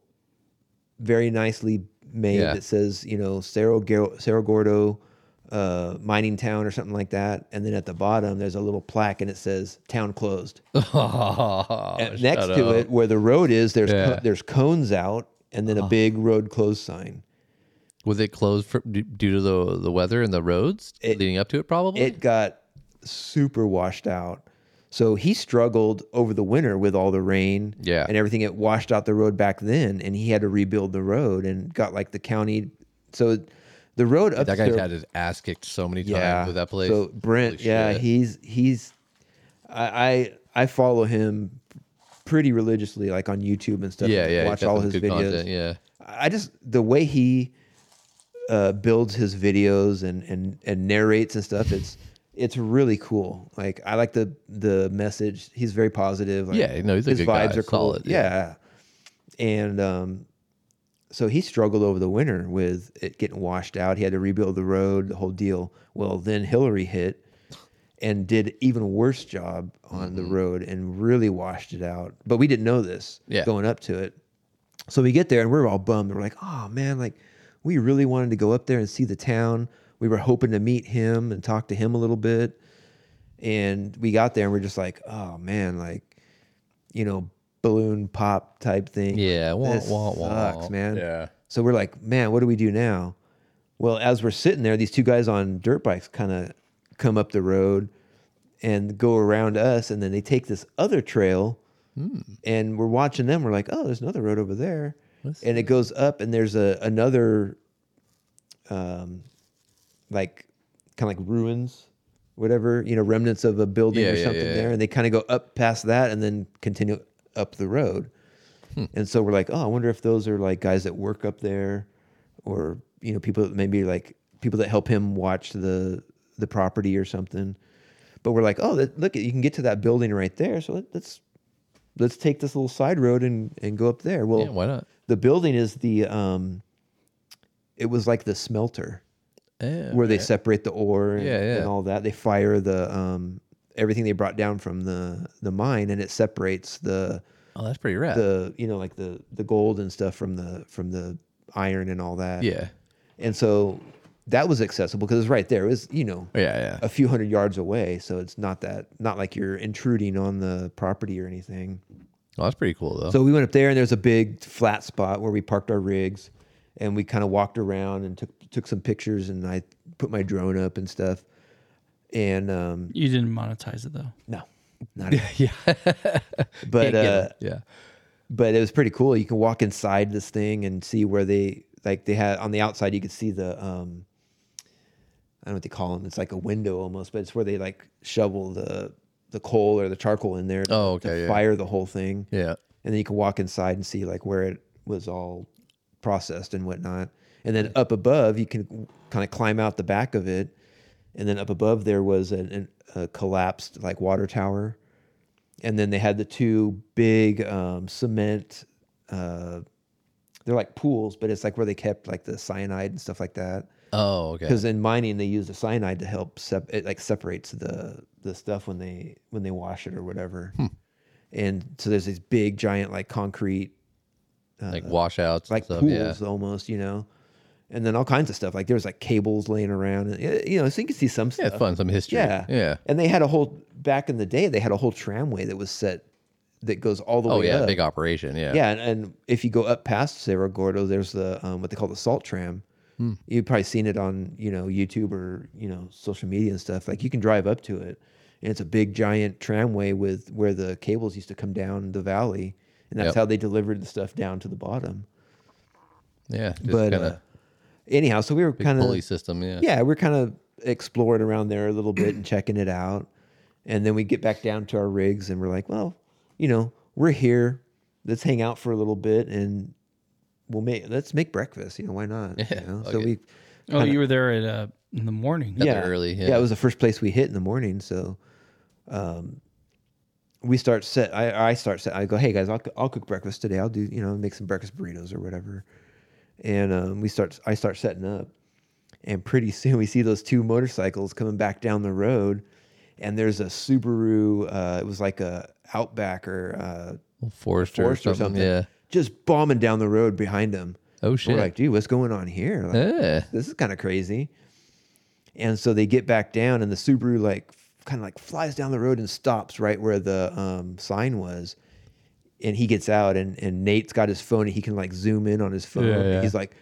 S3: very nicely made
S1: Yeah.
S3: that says, you know, Cerro, Gor- Cerro Gordo uh, mining town or something like that. And then at the bottom, there's a little plaque and it says town closed. And next to it, where the road is, there's co-
S1: Yeah. Uh-huh.
S3: there's cones out and then a big road closed sign.
S1: was it closed for, d- due to the the weather and the roads
S3: It-
S1: leading up to it? Probably.
S3: It got super washed out. So he struggled over the winter with all the rain
S1: Yeah.
S3: and everything. It washed out the road back then, and he had to rebuild the road and got like the county. So the road up
S1: that
S3: there,
S1: guy's had his ass kicked so many times with that place.
S3: So Brent,
S1: Holy
S3: yeah,
S1: shit.
S3: he's he's I, I I follow him pretty religiously, like on YouTube and stuff.
S1: yeah, yeah, he's
S3: watch
S1: got
S3: all
S1: some
S3: his
S1: good
S3: videos.
S1: content, Yeah.
S3: I just the way he uh, builds his videos and and and narrates and stuff. It's it's really cool. Like I like the the message. He's very positive. Like,
S1: Yeah, no, he's a
S3: his
S1: good guy,
S3: vibes are cool.
S1: solid,
S3: yeah. and um, so he struggled over the winter with it getting washed out. He had to rebuild the road, the whole deal. Well, then Hillary hit and did even worse job on
S1: Mm-hmm.
S3: the road and really washed it out. But we didn't know this
S1: Yeah.
S3: going up to it. So we get there and we're all bummed. We're like, oh man, like we really wanted to go up there and see the town. We were hoping to meet him and talk to him a little bit. And we got there and we're just like, oh man, like, you know, balloon pop type thing.
S1: Yeah, wah,
S3: this
S1: wah, wah.
S3: sucks, man.
S1: Yeah.
S3: So we're like, man, what do we do now? Well, as we're sitting there, these two guys on dirt bikes kind of come up the road and go around us, and then they take this other trail,
S1: Hmm.
S3: and we're watching them. We're like, oh, there's another road over there, and it goes up, and there's a another, um, like, kind of like ruins, whatever you know, remnants of a building
S1: Yeah,
S3: or
S1: yeah,
S3: something
S1: yeah,
S3: there,
S1: yeah.
S3: and they kind of go up past that, and then continue up the road.
S1: Hmm.
S3: And so we're like, oh, I wonder if those are like guys that work up there, or you know, people that maybe like people that help him watch the the property or something. But we're like, oh, that, look, you can get to that building right there. So let, let's let's take this little side road and and go up there. Well,
S1: Yeah, why not?
S3: the building is the um, it was like the smelter
S1: Yeah.
S3: where they separate the ore and,
S1: Yeah, yeah.
S3: and all that. They fire the um everything they brought down from the the mine, and it separates the
S1: Oh, that's pretty rad.
S3: the you know like the the gold and stuff from the from the iron and all that.
S1: yeah.
S3: And so that was accessible because it's right there. It was you know
S1: Oh, Yeah, yeah.
S3: a few hundred yards away, so it's not that not like you're intruding on the property or anything.
S1: Oh, that's pretty cool though.
S3: So we went up there, and there's a big flat spot where we parked our rigs, and we kind of walked around and took took some pictures, and I put my drone up and stuff. And um,
S2: You didn't monetize it though.
S3: no, not at all.
S1: [laughs] yeah. [laughs]
S3: but uh,
S1: yeah.
S3: but it was pretty cool. You can walk inside this thing and see where they like they had on the outside. You could see the um, I don't know what they call them. It's like a window almost, but it's where they like shovel the the coal or the charcoal in there. to-
S1: Oh,
S3: to
S1: okay, yeah.
S3: fire the whole thing.
S1: Yeah.
S3: and then you can walk inside and see like where it was all processed and whatnot. And then up above, you can kind of climb out the back of it. And then up above there was an, an, a collapsed like water tower. And then they had the two big um, cement. Uh, they're like pools, but it's like where they kept like the cyanide and stuff like that.
S1: Oh, okay.
S3: Because in mining, they use the cyanide to help sep- it like separates the the stuff when they when they wash it or whatever.
S1: Hmm.
S3: And so there's these big giant like concrete
S1: Like washouts
S3: uh, like
S1: and stuff.
S3: pools
S1: Yeah.
S3: almost, you know. And then all kinds of stuff like there's like cables laying around, and eh, you know, so you can see some
S1: Yeah,
S3: stuff.
S1: it's fun. Some history.
S3: Yeah,
S1: Yeah.
S3: And they had a whole back in the day. They had a whole tramway that was set that goes all the
S1: Oh
S3: way
S1: yeah,
S3: up.
S1: big operation. Yeah.
S3: Yeah, and, and if you go up past Cerro Gordo, there's the um, what they call the salt tram,
S1: Hmm.
S3: You've probably seen it on you know YouTube or you know social media and stuff. Like you can drive up to it, and it's a big giant tramway with where the cables used to come down the valley, and that's
S1: Yep.
S3: how they delivered the stuff down to the bottom.
S1: Yeah. Just
S3: but
S1: kinda
S3: uh, anyhow, so we were
S1: big
S3: kind of
S1: pulley system. Yeah.
S3: yeah, we're kind of exploring around there a little bit and checking it out. And then we get back down to our rigs and we're like, well, you know, we're here. Let's hang out for a little bit and we'll make let's make breakfast. You know, why not? you
S1: Yeah,
S3: know?
S1: fuck
S3: So
S1: it.
S3: we
S2: Oh, you were there at uh, in the morning.
S1: Yeah. there early, yeah.
S3: it was the first place we hit in the morning. So, um, we start set. I, I start set. I go, hey guys, I'll, coo- I'll cook breakfast today. I'll do you know make some breakfast burritos or whatever. And um, we start. I start setting up, and pretty [laughs] soon we see those two motorcycles coming back down the road, and there's a Subaru. Uh, it was like a Outback or uh,
S1: Forester,
S3: Forester or something.
S1: Yeah.
S3: Just bombing down the road behind them.
S1: Oh shit.
S3: We're like, dude, what's going on here? Like,
S1: yeah.
S3: this is kind of crazy. And so they get back down, and the Subaru like kind of like flies down the road and stops right where the um, sign was. And he gets out, and and Nate's got his phone, and he can like zoom in on his phone.
S2: Yeah, yeah.
S3: He's like,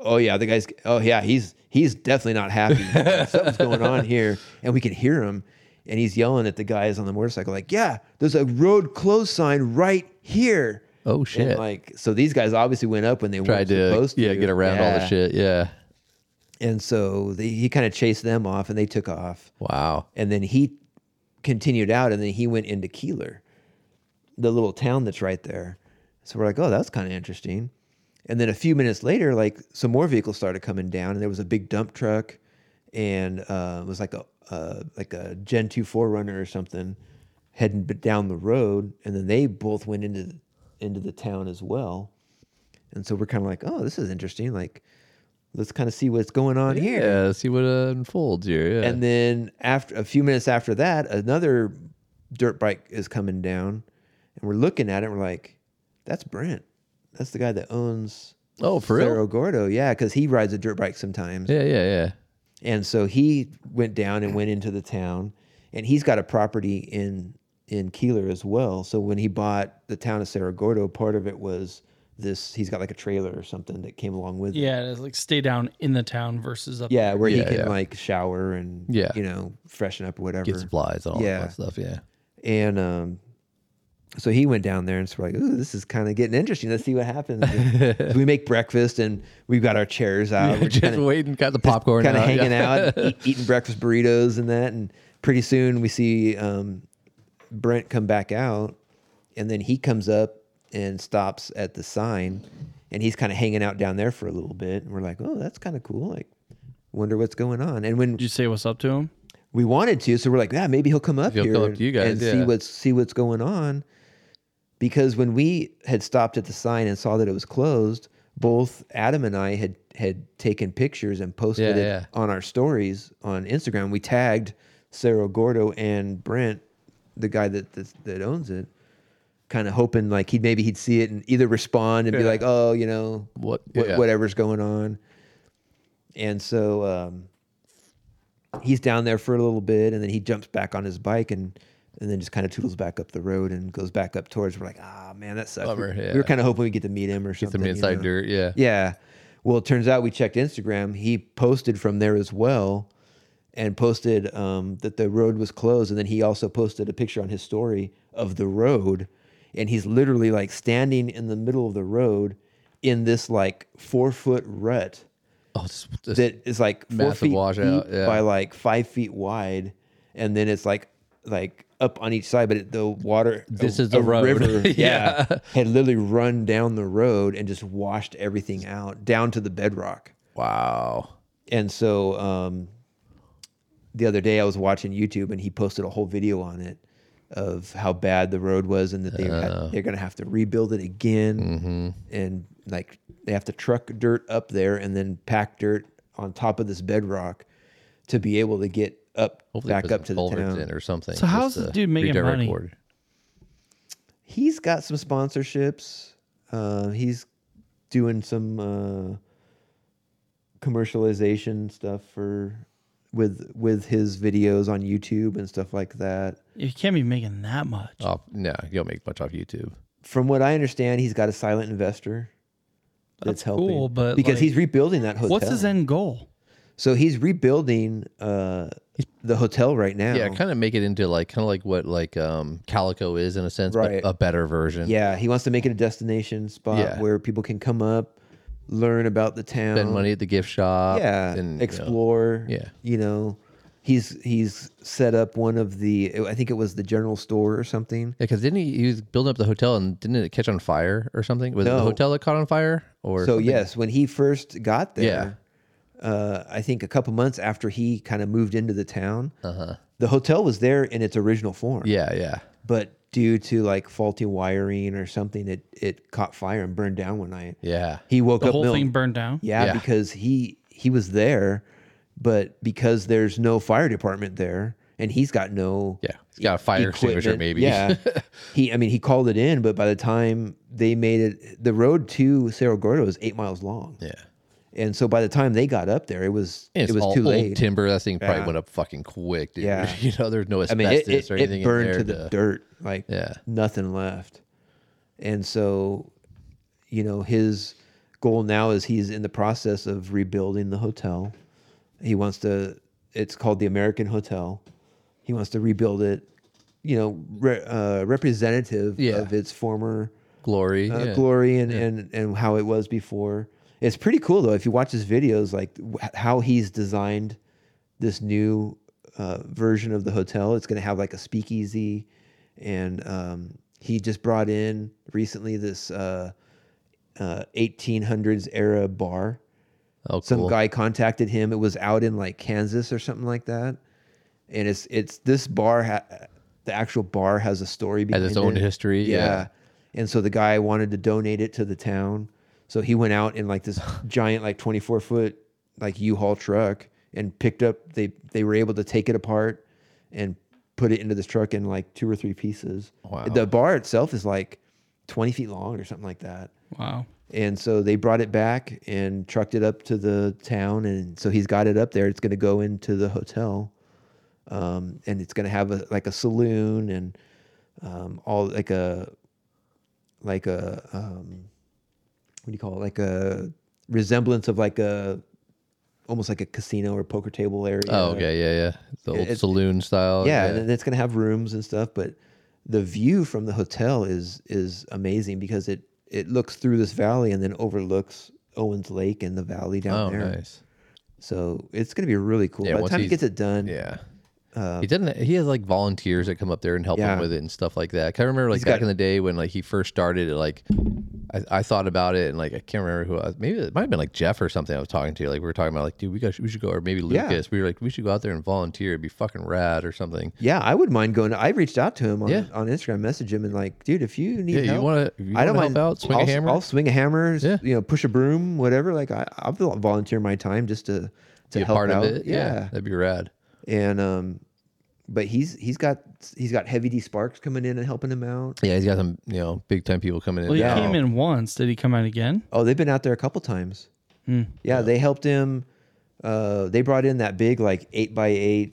S3: "Oh yeah, the guy's. Oh yeah, he's he's definitely
S1: [laughs]
S3: not happy. Something's going on here." And we can hear him, and he's yelling at the guys on the motorcycle, like, "Yeah, there's a road closed sign right here."
S1: Oh
S3: And
S1: shit.
S3: like, so these guys obviously went up when they
S1: Tried
S3: weren't
S1: to
S3: supposed to.
S1: yeah get around all the
S3: Yeah.
S1: shit. Yeah.
S3: And so they, he kind of chased them off and they took off.
S1: Wow.
S3: And then he continued out and then he went into Keeler, the little town that's right there. So we're like, oh, that's kind of interesting. And then a few minutes later, like some more vehicles started coming down and there was a big dump truck and uh, it was like a, uh, like a Gen 2 Forerunner or something heading b- down the road. And then they both went into, into the town as well. And so we're kind of like, oh, this is interesting. Like, let's kind of see what's going on here.
S1: Yeah. See what uh, unfolds here. Yeah.
S3: And then after a few minutes after that, another dirt bike is coming down, and we're looking at it. and We're like, "That's Brent. That's the guy that owns
S1: oh, for
S3: Cerro
S1: real.
S3: Gordo. Yeah, because he rides a dirt bike sometimes.
S1: Yeah. Yeah. Yeah.
S3: And so he went down and went into the town, and he's got a property in in Keeler as well. So when he bought the town of Cerro Gordo, part of it was this. He's got like a trailer or something that came along with it.
S2: Yeah, it's like stay down in the town versus up.
S3: Yeah, where he
S1: Yeah,
S3: can
S1: yeah.
S3: like shower and
S1: Yeah.
S3: you know freshen up or whatever.
S1: Get supplies and all
S3: Yeah.
S1: that fun stuff. Yeah.
S3: And um, so he went down there and so we're like, ooh, this is kind of getting interesting. Let's see what happens.
S1: [laughs]
S3: And so we make breakfast and we've got our chairs out.
S1: [laughs]
S3: we're
S1: Just
S3: kinda,
S1: waiting. Got the popcorn.
S3: kinda
S1: out, yeah. [laughs]
S3: hanging out, eat, eating breakfast burritos and that. And pretty soon we see um, Brent come back out and then he comes up and stops at the sign and he's kind of hanging out down there for a little bit. And we're like, oh, that's kind of cool. Like, wonder what's going on. And when
S2: Did you say what's up to him?
S3: we wanted to, so we're like, yeah, maybe he'll come up
S1: He'll
S3: here
S1: come up
S3: and-
S1: to you guys,
S3: and see
S1: yeah.
S3: what's see what's going on. Because when we had stopped at the sign and saw that it was closed, both Adam and I had had taken pictures and posted
S1: Yeah,
S3: it
S1: yeah.
S3: on our stories on Instagram. We tagged Sarah Gordo and Brent, the guy that that, that owns it, kind of hoping like he'd maybe he'd see it and either respond and be like, oh, you know,
S1: What?
S3: what,
S1: yeah.
S3: whatever's going on. And so um, he's down there for a little bit, and then he jumps back on his bike and and then just kind of tootles back up the road and goes back up towards. We're like, ah, man, that sucks.
S1: Bummer,
S3: we,
S1: yeah.
S3: we were kind of hoping we get to meet him or
S1: Get
S3: something.
S1: some
S3: you
S1: inside
S3: know?
S1: dirt. Yeah.
S3: Yeah. Well, it turns out we checked Instagram. He posted from there as well and posted um, that the road was closed. And then he also posted a picture on his story of the road. And he's literally like standing in the middle of the road in this like four foot rut
S1: Oh, it's, it's-
S3: that is like four
S1: Massive
S3: feet
S1: washout,
S3: deep
S1: yeah.
S3: by like five feet wide. And then it's like, like up on each side, but it, the water.
S1: This
S3: a-
S1: is the
S3: a
S1: road.
S3: river,
S1: [laughs] Yeah.
S3: yeah, had literally run down the road and just washed everything out down to the bedrock.
S1: wow.
S3: And so um, the other day I was watching YouTube and he posted a whole video on it of how bad the road was and that they
S1: Oh.
S3: they're going to have to rebuild it again
S1: Mm-hmm.
S3: and like they have to truck dirt up there and then pack dirt on top of this bedrock to be able to get up
S1: Hopefully
S3: back
S1: put
S3: up
S1: some
S3: to the
S1: culverts
S3: town.
S1: in or something.
S2: So how's
S1: just uh,
S2: this
S1: to
S2: dude making
S1: redirect
S2: money?
S1: water.
S3: he's got some sponsorships. Uh, he's doing some uh, commercialization stuff for with with his videos on YouTube and stuff like that.
S2: You can't be making that much.
S1: Off, no, you don't make much off YouTube.
S3: From what I understand, he's got a silent investor. that's helping.
S2: cool, but,
S3: because
S2: like,
S3: he's rebuilding that hotel.
S2: What's his end goal?
S3: So he's rebuilding uh, the hotel right now.
S1: Yeah, kind of make it into like kind of like what like um Calico is in a sense,
S3: Right.
S1: but a better version.
S3: Yeah, he wants to make it a destination spot
S1: Yeah.
S3: where people can come up, learn about the town,
S1: spend money at the gift shop.
S3: yeah,
S1: and you know,
S3: explore.
S1: Yeah.
S3: you know, he's he's set up one of the I think it was the general store or something.
S1: yeah, because didn't he, he was building up the hotel and didn't it catch on fire or something? Was it the
S3: No.
S1: hotel that caught on fire or
S3: So
S1: something?
S3: yes, when he first got there, uh, I think a couple months after he kind of moved into the town, the hotel was there in its original form.
S1: Uh-huh. yeah, yeah,
S3: but due to like faulty wiring or something, it it caught fire and burned down one night.
S1: yeah,
S3: He woke
S2: The
S3: up.
S2: whole
S3: mil-
S2: thing burned down.
S3: Yeah,
S1: Yeah.
S3: because he he was there, but because there's no fire department there, and he's got no
S1: yeah. He's got a fire extinguisher,
S3: equipment.
S1: maybe.
S3: Yeah, he. I mean, he called it in, but by the time they made it, the road to Cerro Gordo is eight miles long,
S1: [laughs] yeah.
S3: and so by the time they got up there, it was
S1: And it's
S3: it was
S1: all
S3: too
S1: old
S3: late.
S1: timber. That thing probably
S3: Yeah.
S1: went up fucking quick, dude.
S3: Yeah.
S1: [laughs] you know, there's no
S3: I
S1: asbestos
S3: mean, it, it,
S1: or
S3: it
S1: anything. in
S3: burned
S1: there
S3: to the dirt, like
S1: Yeah.
S3: nothing left. And so, you know, his goal now is he's in the process of rebuilding the hotel. He wants to. It's called the American Hotel. He wants to rebuild it. You know, re, uh, representative
S1: Yeah.
S3: of its former
S1: glory.
S3: uh,
S1: yeah.
S3: glory and, and and how it was before. It's pretty cool though. If you watch his videos, like w- how he's designed this new uh, version of the hotel, it's going to have like a speakeasy, and um, he just brought in recently this uh, uh, 1800s era bar.
S1: Oh, cool.
S3: Some guy contacted him. It was out in like Kansas or something like that, and it's it's this bar. Ha- the actual bar has a story behind
S1: its own
S3: it.
S1: history, yeah.
S3: And so the guy wanted to donate it to the town, so he went out in
S1: [laughs]
S3: like this giant, like twenty four foot, like U haul truck, and picked up. They they were able to take it apart and put it into this truck in like two or three pieces.
S1: Wow.
S3: The bar itself is like twenty feet long or something like that.
S2: Wow.
S3: And so they brought it back and trucked it up to the town. And so he's got it up there. It's going to go into the hotel. Um, and it's going to have a, like a saloon and um, all like a, like a, um, what do you call it? Like a resemblance of like a, almost like a casino or poker table area.
S1: Oh, okay, yeah, yeah. The old
S3: It-
S1: saloon style.
S3: Yeah, and then it's going to have rooms and stuff, but the view from the hotel is is amazing because it it looks through this valley and then overlooks Owens Lake and the valley down
S1: Oh,
S3: there.
S1: nice.
S3: So it's going to be really cool.
S1: Yeah,
S3: By the
S1: once
S3: time he
S1: he's-
S3: gets it done,
S1: Yeah. he doesn't. He has like volunteers that come up there and help
S3: Uh, Yeah.
S1: him with it and stuff like that. 'Cause I remember like
S3: He's
S1: back
S3: got-
S1: in the day when like he first started it. Like, I, I thought about it and like I can't remember who. I was. Maybe it might have been like Jeff or something. I was talking to. Like we were talking about like, dude, we got we should go or maybe
S3: Yeah.
S1: Lucas. We were like, we should go out there and volunteer. It'd be fucking rad or something.
S3: yeah, I would mind going. I reached out to him on,
S1: Yeah.
S3: on Instagram, message him, and like, dude, if you need
S1: Yeah, you
S3: help,
S1: wanna- if you
S3: I don't
S1: wanna
S3: mind.
S1: help out, swing a
S3: I'll,
S1: hammer."
S3: I'll swing a hammer. s-
S1: Yeah.
S3: you know, push a broom, whatever. Like, I, I'll volunteer my time just to to
S1: Be a
S3: help
S1: part
S3: out.
S1: of it. that'd be rad.
S3: and um but he's he's got he's got heavy d sparks coming in and helping him out
S1: Yeah, he's got some you know big time people coming in.
S2: Well, he
S1: now.
S2: came in once. Did he come out again? Hmm.
S3: oh they've been out there a couple times yeah, they helped him uh they brought in that big like eight by eight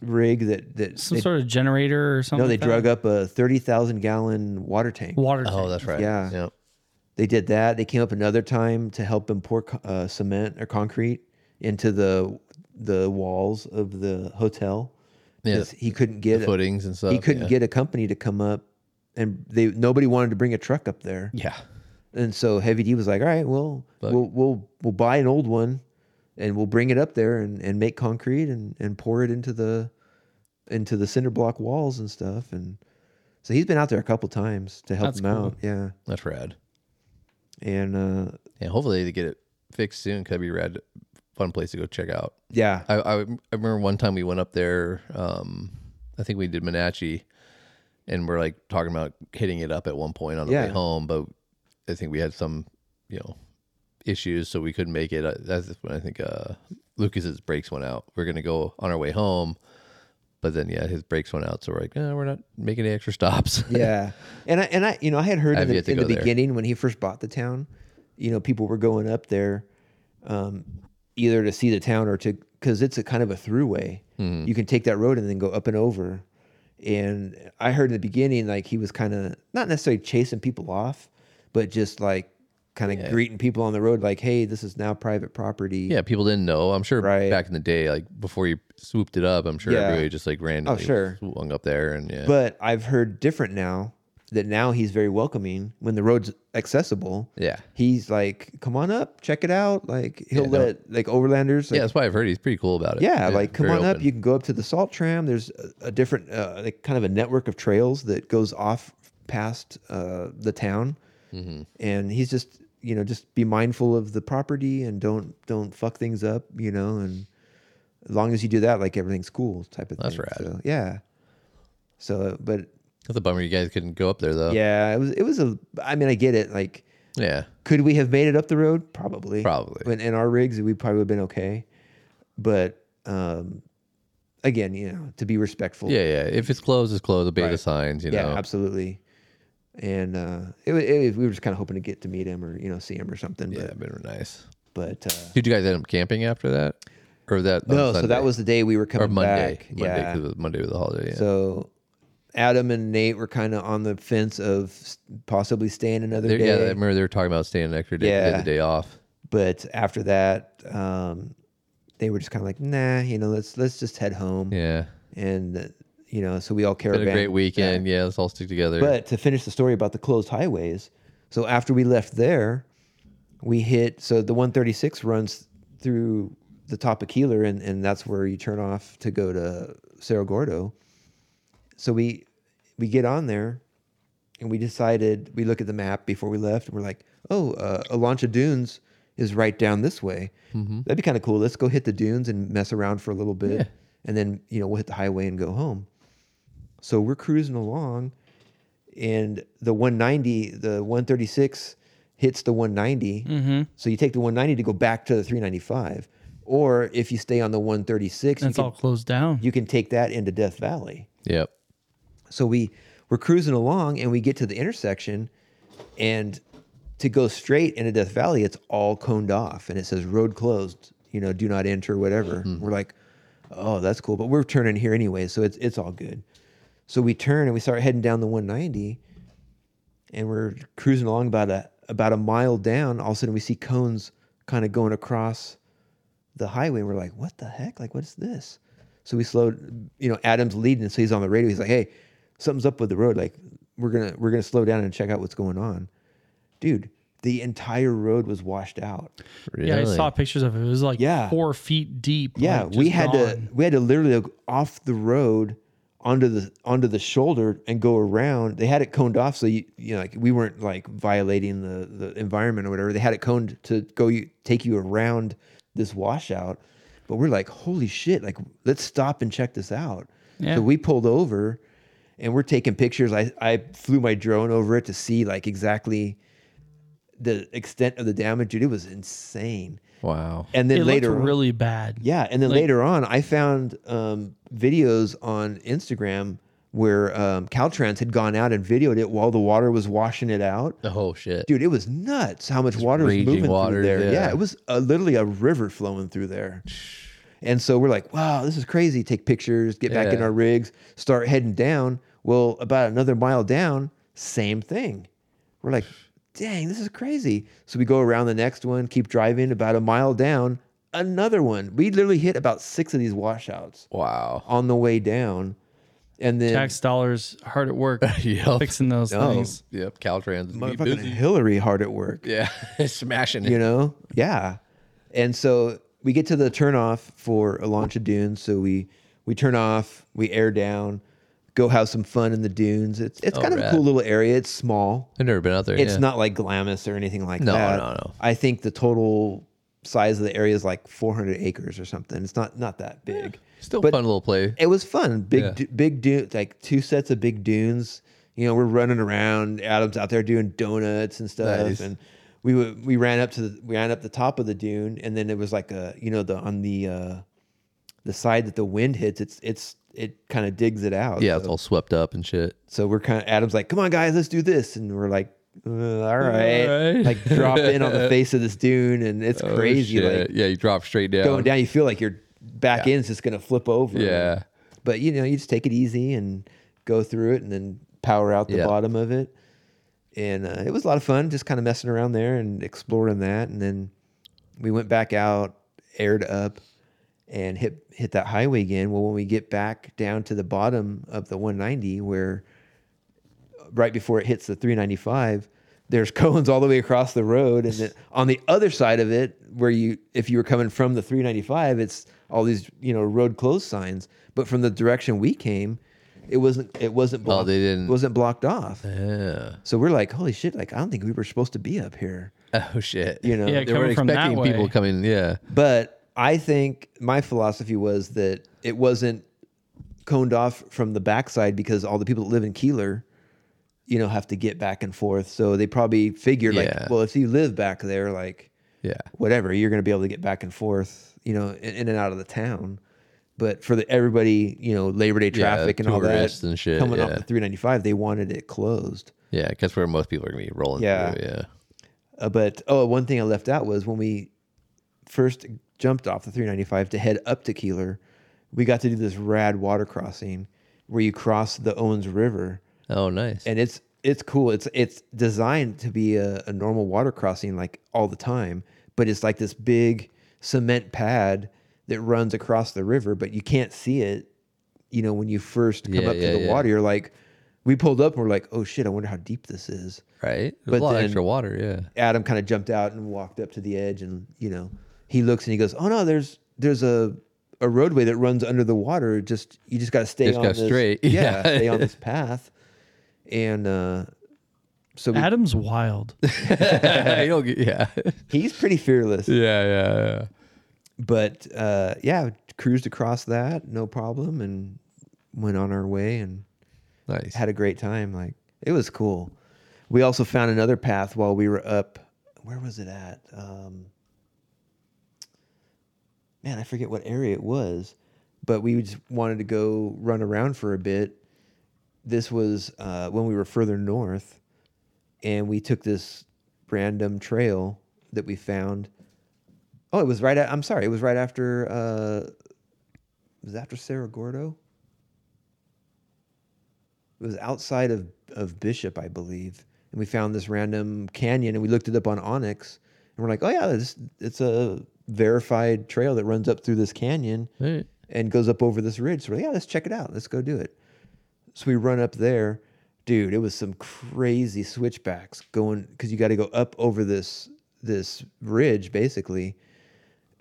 S3: rig that that
S2: Some
S3: they,
S2: sort of generator or something?
S3: no they
S2: like that?
S3: drug up a 30,000 gallon water tank
S2: water.
S1: Oh,
S2: tank.
S1: that's right.
S3: Yeah.
S1: Yep.
S3: they did that they came up another time to help him pour co- uh, cement or concrete into the the walls of the hotel
S1: Yeah,
S3: 'Cause he couldn't get a,
S1: Footings and stuff.
S3: he couldn't
S1: yeah.
S3: get a company to come up and they nobody wanted to bring a truck up there
S1: Yeah.
S3: And so Heavy D was like, "All right, well,
S1: Fuck.
S3: we'll we'll we'll buy an old one, and we'll bring it up there and, and make concrete and, and pour it into the into the cinder block walls and stuff." And so he's been out there a couple times to help
S2: That's
S3: him out. Yeah,
S1: That's rad.
S3: and uh,
S1: Yeah, hopefully they get it fixed soon. Could be rad, fun place to go check out.
S3: yeah,
S1: I, I, I remember one time we went up there. Um, I think we did Manachi, and we're like talking about hitting it up at one point on the
S3: Yeah.
S1: way home, but I think we had some, you know, issues, so we couldn't make it. Uh, That's when I think uh, Lucas's brakes went out. We are gonna go on our way home, but then yeah, his brakes went out, so we're like, eh, we're not making any extra stops. [laughs]
S3: yeah. And I and I you know I had heard
S1: I've
S3: in
S1: yet
S3: the,
S1: to
S3: in the
S1: go there.
S3: beginning when he first bought the town, you know, people were going up there, um, either to see the town or to because it's a kind of a throughway.
S1: Mm-hmm.
S3: You can take that road and then go up and over. And I heard in the beginning like he was kind of not necessarily chasing people off, but just like kind of greeting people on the road like, "Hey, this is now private property."
S1: Yeah, people didn't know. I'm sure
S3: Right.
S1: back in the day, like before you swooped it up, I'm sure
S3: Yeah. Oh,
S1: everybody just like randomly
S3: sure.
S1: swung up there and yeah.
S3: But I've heard different now that now he's very welcoming when the road's accessible.
S1: Yeah.
S3: He's like, "Come on up, check it out." Like he'll
S1: no.
S3: let like overlanders.
S1: yeah,
S3: Like,
S1: that's why I've heard he's pretty cool about it.
S3: yeah, like come
S1: very
S3: on up.
S1: open.
S3: You can go up to the salt tram. There's a, a different, uh, like kind of a network of trails that goes off past uh, the town,
S1: Mm-hmm.
S3: and he's just, you know, just be mindful of the property and don't don't fuck things up, you know. And as long as you do that, like everything's cool, type of
S1: That's
S3: thing.
S1: rad.
S3: So, yeah. So, but
S1: That's a bummer you guys couldn't go up there though.
S3: yeah, it was it was a. I mean, I get it. Like,
S1: Yeah.
S3: could we have made it up the road? Probably.
S1: Probably.
S3: But in our rigs, we probably would have been okay. But um, again, you know, to be respectful.
S1: Yeah, yeah. If it's closed, it's closed. Obey the
S3: Right.
S1: signs, you
S3: Yeah,
S1: know.
S3: absolutely. And uh, it, wa- it, we were just kind of hoping to get to meet him or you know see him or something.
S1: Yeah, been nice.
S3: But, but uh,
S1: Did you guys end up camping after that, or that? on
S3: no, so
S1: Sunday?
S3: that was the day we were
S1: or
S3: coming
S1: Monday.
S3: back.
S1: Monday,
S3: yeah.
S1: 'cause it was Monday was the holiday. Yeah.
S3: So Adam and Nate were kind of on the fence of s- possibly staying another
S1: They-
S3: day.
S1: yeah, I remember they were talking about staying an extra day to get
S3: Yeah.
S1: the day off.
S3: but after that um, they were just kind of like nah you know let's let's just head home
S1: Yeah,
S3: and uh, you know so we all
S1: had
S3: caravan
S1: a great weekend. Yeah, let's all stick together.
S3: but to finish the story about the closed highways so after we left there we hit so the 136 runs through the top of keeler and, and that's where you turn off to go to cerro gordo so we we get on there and we decided we look at the map before we left and we're like oh uh, Elantra dunes is right down this way that'd be kind of cool let's go hit the dunes and mess around for a little bit and then you know we'll hit the highway and go home so we're cruising along and the 190 the 136 hits the 190
S2: Mm-hmm.
S3: so you take the 190 to go back to the 395 or if you stay on the 136 you
S2: That's
S3: can,
S2: all closed down.
S3: you can take that into death valley
S1: yep.
S3: so we we're cruising along and we get to the intersection and to go straight into Death Valley, it's all coned off and it says road closed, you know, do not enter, whatever. We're like, oh, that's cool. But we're turning here anyway, so it's it's all good. So we turn and we start heading down the 190 and we're cruising along about a about a mile down. All of a sudden we see cones kind of going across the highway. We're like, what the heck? Like, what is this? So we slowed, you know, Adam's leading, so he's on the radio. He's like, hey, something's up with the road. Like, we're gonna we're gonna slow down and check out what's going on. Dude, the entire road was washed out.
S1: Really?
S2: Yeah, I saw pictures of it. It was like
S3: Yeah.
S2: four feet deep.
S3: Yeah,
S2: like,
S3: we
S2: just
S3: had
S2: gone.
S3: to we had to literally go off the road onto the onto the shoulder and go around. They had it coned off, so you you know like we weren't like violating the the environment or whatever. They had it coned to go you take you around this washout. But we're like, holy shit! Like let's stop and check this out.
S2: Yeah.
S3: So we pulled over, and we're taking pictures. I I flew my drone over it to see like exactly the extent of the damage. Dude, it was insane.
S1: Wow.
S3: And then
S2: It
S3: later,
S2: looked
S3: on-
S2: really bad.
S3: yeah, and then later on, I found um, videos on Instagram where um, Caltrans had gone out and videoed it while the water was washing it out.
S1: Oh shit.
S3: Dude, it was nuts how much water was
S1: raging
S3: moving
S1: water,
S3: through there. Yeah,
S1: yeah.
S3: it was uh literally a river flowing through there. And so we're like, wow, this is crazy. Take pictures, get back in
S1: Yeah.
S3: our rigs, start heading down. Well, about another mile down, same thing. We're like, dang, this is crazy. So we go around the next one, keep driving about a mile down, another one. We literally hit about six of these washouts
S1: Wow.
S3: on the way down. And then
S2: Tax dollars hard at
S3: [laughs]
S2: work
S1: [laughs] Yep.
S2: fixing those
S3: No.
S2: things.
S1: Yep. Caltrans. is
S3: motherfucking
S1: busy.
S3: Hillary hard at work.
S1: Yeah, [laughs] smashing it.
S3: you know yeah and so we get to the turnoff for a launch of dunes so we we turn off we air down go have some fun in the dunes it's it's
S1: Oh,
S3: kind of a
S1: rad.
S3: cool little area it's small
S1: I've never been out there.
S3: it's
S1: yeah.
S3: not like glamorous or anything like
S1: No,
S3: that
S1: no, no.
S3: i think the total size of the area is like 400 acres or something it's not not that big
S1: still
S3: but-
S1: fun little play.
S3: it was fun. Big,
S1: Yeah.
S3: du- big dunes, like two sets of big dunes. You know, we're running around. Adam's out there doing donuts and stuff,
S1: Nice.
S3: and we wa- we ran up to the, we ran up the top of the dune, and then it was like a you know the on the uh, the side that the wind hits, it's it's it kind of digs it out.
S1: Yeah, it's
S3: so,
S1: all swept up and shit.
S3: so we're kind of Adam's like, come on guys, let's do this, and we're like. "Uh, all right,
S2: right.
S3: like drop in on
S1: [laughs]
S3: the face of this dune, and it's
S1: Oh,
S3: crazy.
S1: shit.
S3: Like
S1: yeah, you drop straight down.
S3: going down, you feel like your back end's just gonna flip over.
S1: Yeah.
S3: But you know, you just take it easy and go through it, and then power out the
S1: Yeah.
S3: bottom of it. and uh, it was a lot of fun just kind of messing around there and exploring that and then we went back out aired up and hit hit that highway again well when we get back down to the bottom of the 190 where right before it hits the 395 there's [laughs] cones all the way across the road and then on the other side of it where you if you were coming from the 395 it's all these you know road closed signs but from the direction we came it wasn't it wasn't blocked
S1: they didn't-
S3: wasn't blocked off
S1: Yeah.
S3: so we're like, holy shit, like I don't think we were supposed to be up here.
S1: Oh shit.
S3: You know,
S2: Yeah,
S1: they weren't
S2: coming from that
S1: expecting people
S2: way.
S1: coming. Yeah.
S3: but I think my philosophy was that it wasn't coned off from the backside because all the people that live in Keeler, you know, have to get back and forth. So they probably figured
S1: Yeah.
S3: like, well, if you live back there, like
S1: Yeah.
S3: whatever, you're going to be able to get back and forth, you know, in, in and out of the town. But for the everybody, you know, Labor Day traffic and all that
S1: tourists and shit,
S3: coming off
S1: yeah.
S3: the 395, they wanted it closed.
S1: Yeah. That's where most people are gonna be rolling.
S3: Yeah.
S1: Through. Yeah.
S3: Uh, but oh, one thing I left out was when we first jumped off the 395 to head up to Keeler, we got to do this rad water crossing where you cross the Owens River,
S1: Oh, nice.
S3: and it's it's cool. It's it's designed to be a, a normal water crossing like all the time, but it's like this big cement pad that runs across the river, but you can't see it. You know, when you first come
S1: Yeah,
S3: up
S1: yeah,
S3: to the
S1: yeah.
S3: water, you're like, we pulled up and we're like, oh shit, I wonder how deep this is.
S1: right. There's
S3: but
S1: a lot
S3: then-
S1: of extra water. Yeah.
S3: Adam kind of jumped out and walked up to the edge, and you know, he looks and he goes, "Oh no, there's there's a a roadway that runs under the water. Just you just got to stay
S1: Just
S3: on
S1: go
S3: this,
S1: straight.
S3: [laughs] Yeah,
S1: Yeah.
S3: stay on this path." And uh, so we,
S2: Adam's
S3: [laughs]
S2: wild.
S1: You don't get- yeah. [laughs] yeah.
S3: he's pretty fearless,
S1: Yeah. Yeah.
S3: but uh, yeah, cruised across that no problem, and went on our way and
S1: Nice.
S3: had a great time. Like it was cool. We also found another path while we were up. Where was it at? Um, man, I forget what area it was, but we just wanted to go run around for a bit. This was uh, when we were further north, and we took this random trail that we found. Oh, it was right. At, I'm sorry, it was right after. Uh, it was after Cerro Gordo. It was outside of, of Bishop, I believe. And we found this random canyon and we looked it up on Onyx. And we're like, oh, yeah, this, it's a verified trail that runs up through this canyon
S1: Right.
S3: and goes up over this ridge. So we're like, yeah, let's check it out. Let's go do it. So we run up there. Dude, it was some crazy switchbacks going because you got to go up over this this ridge basically.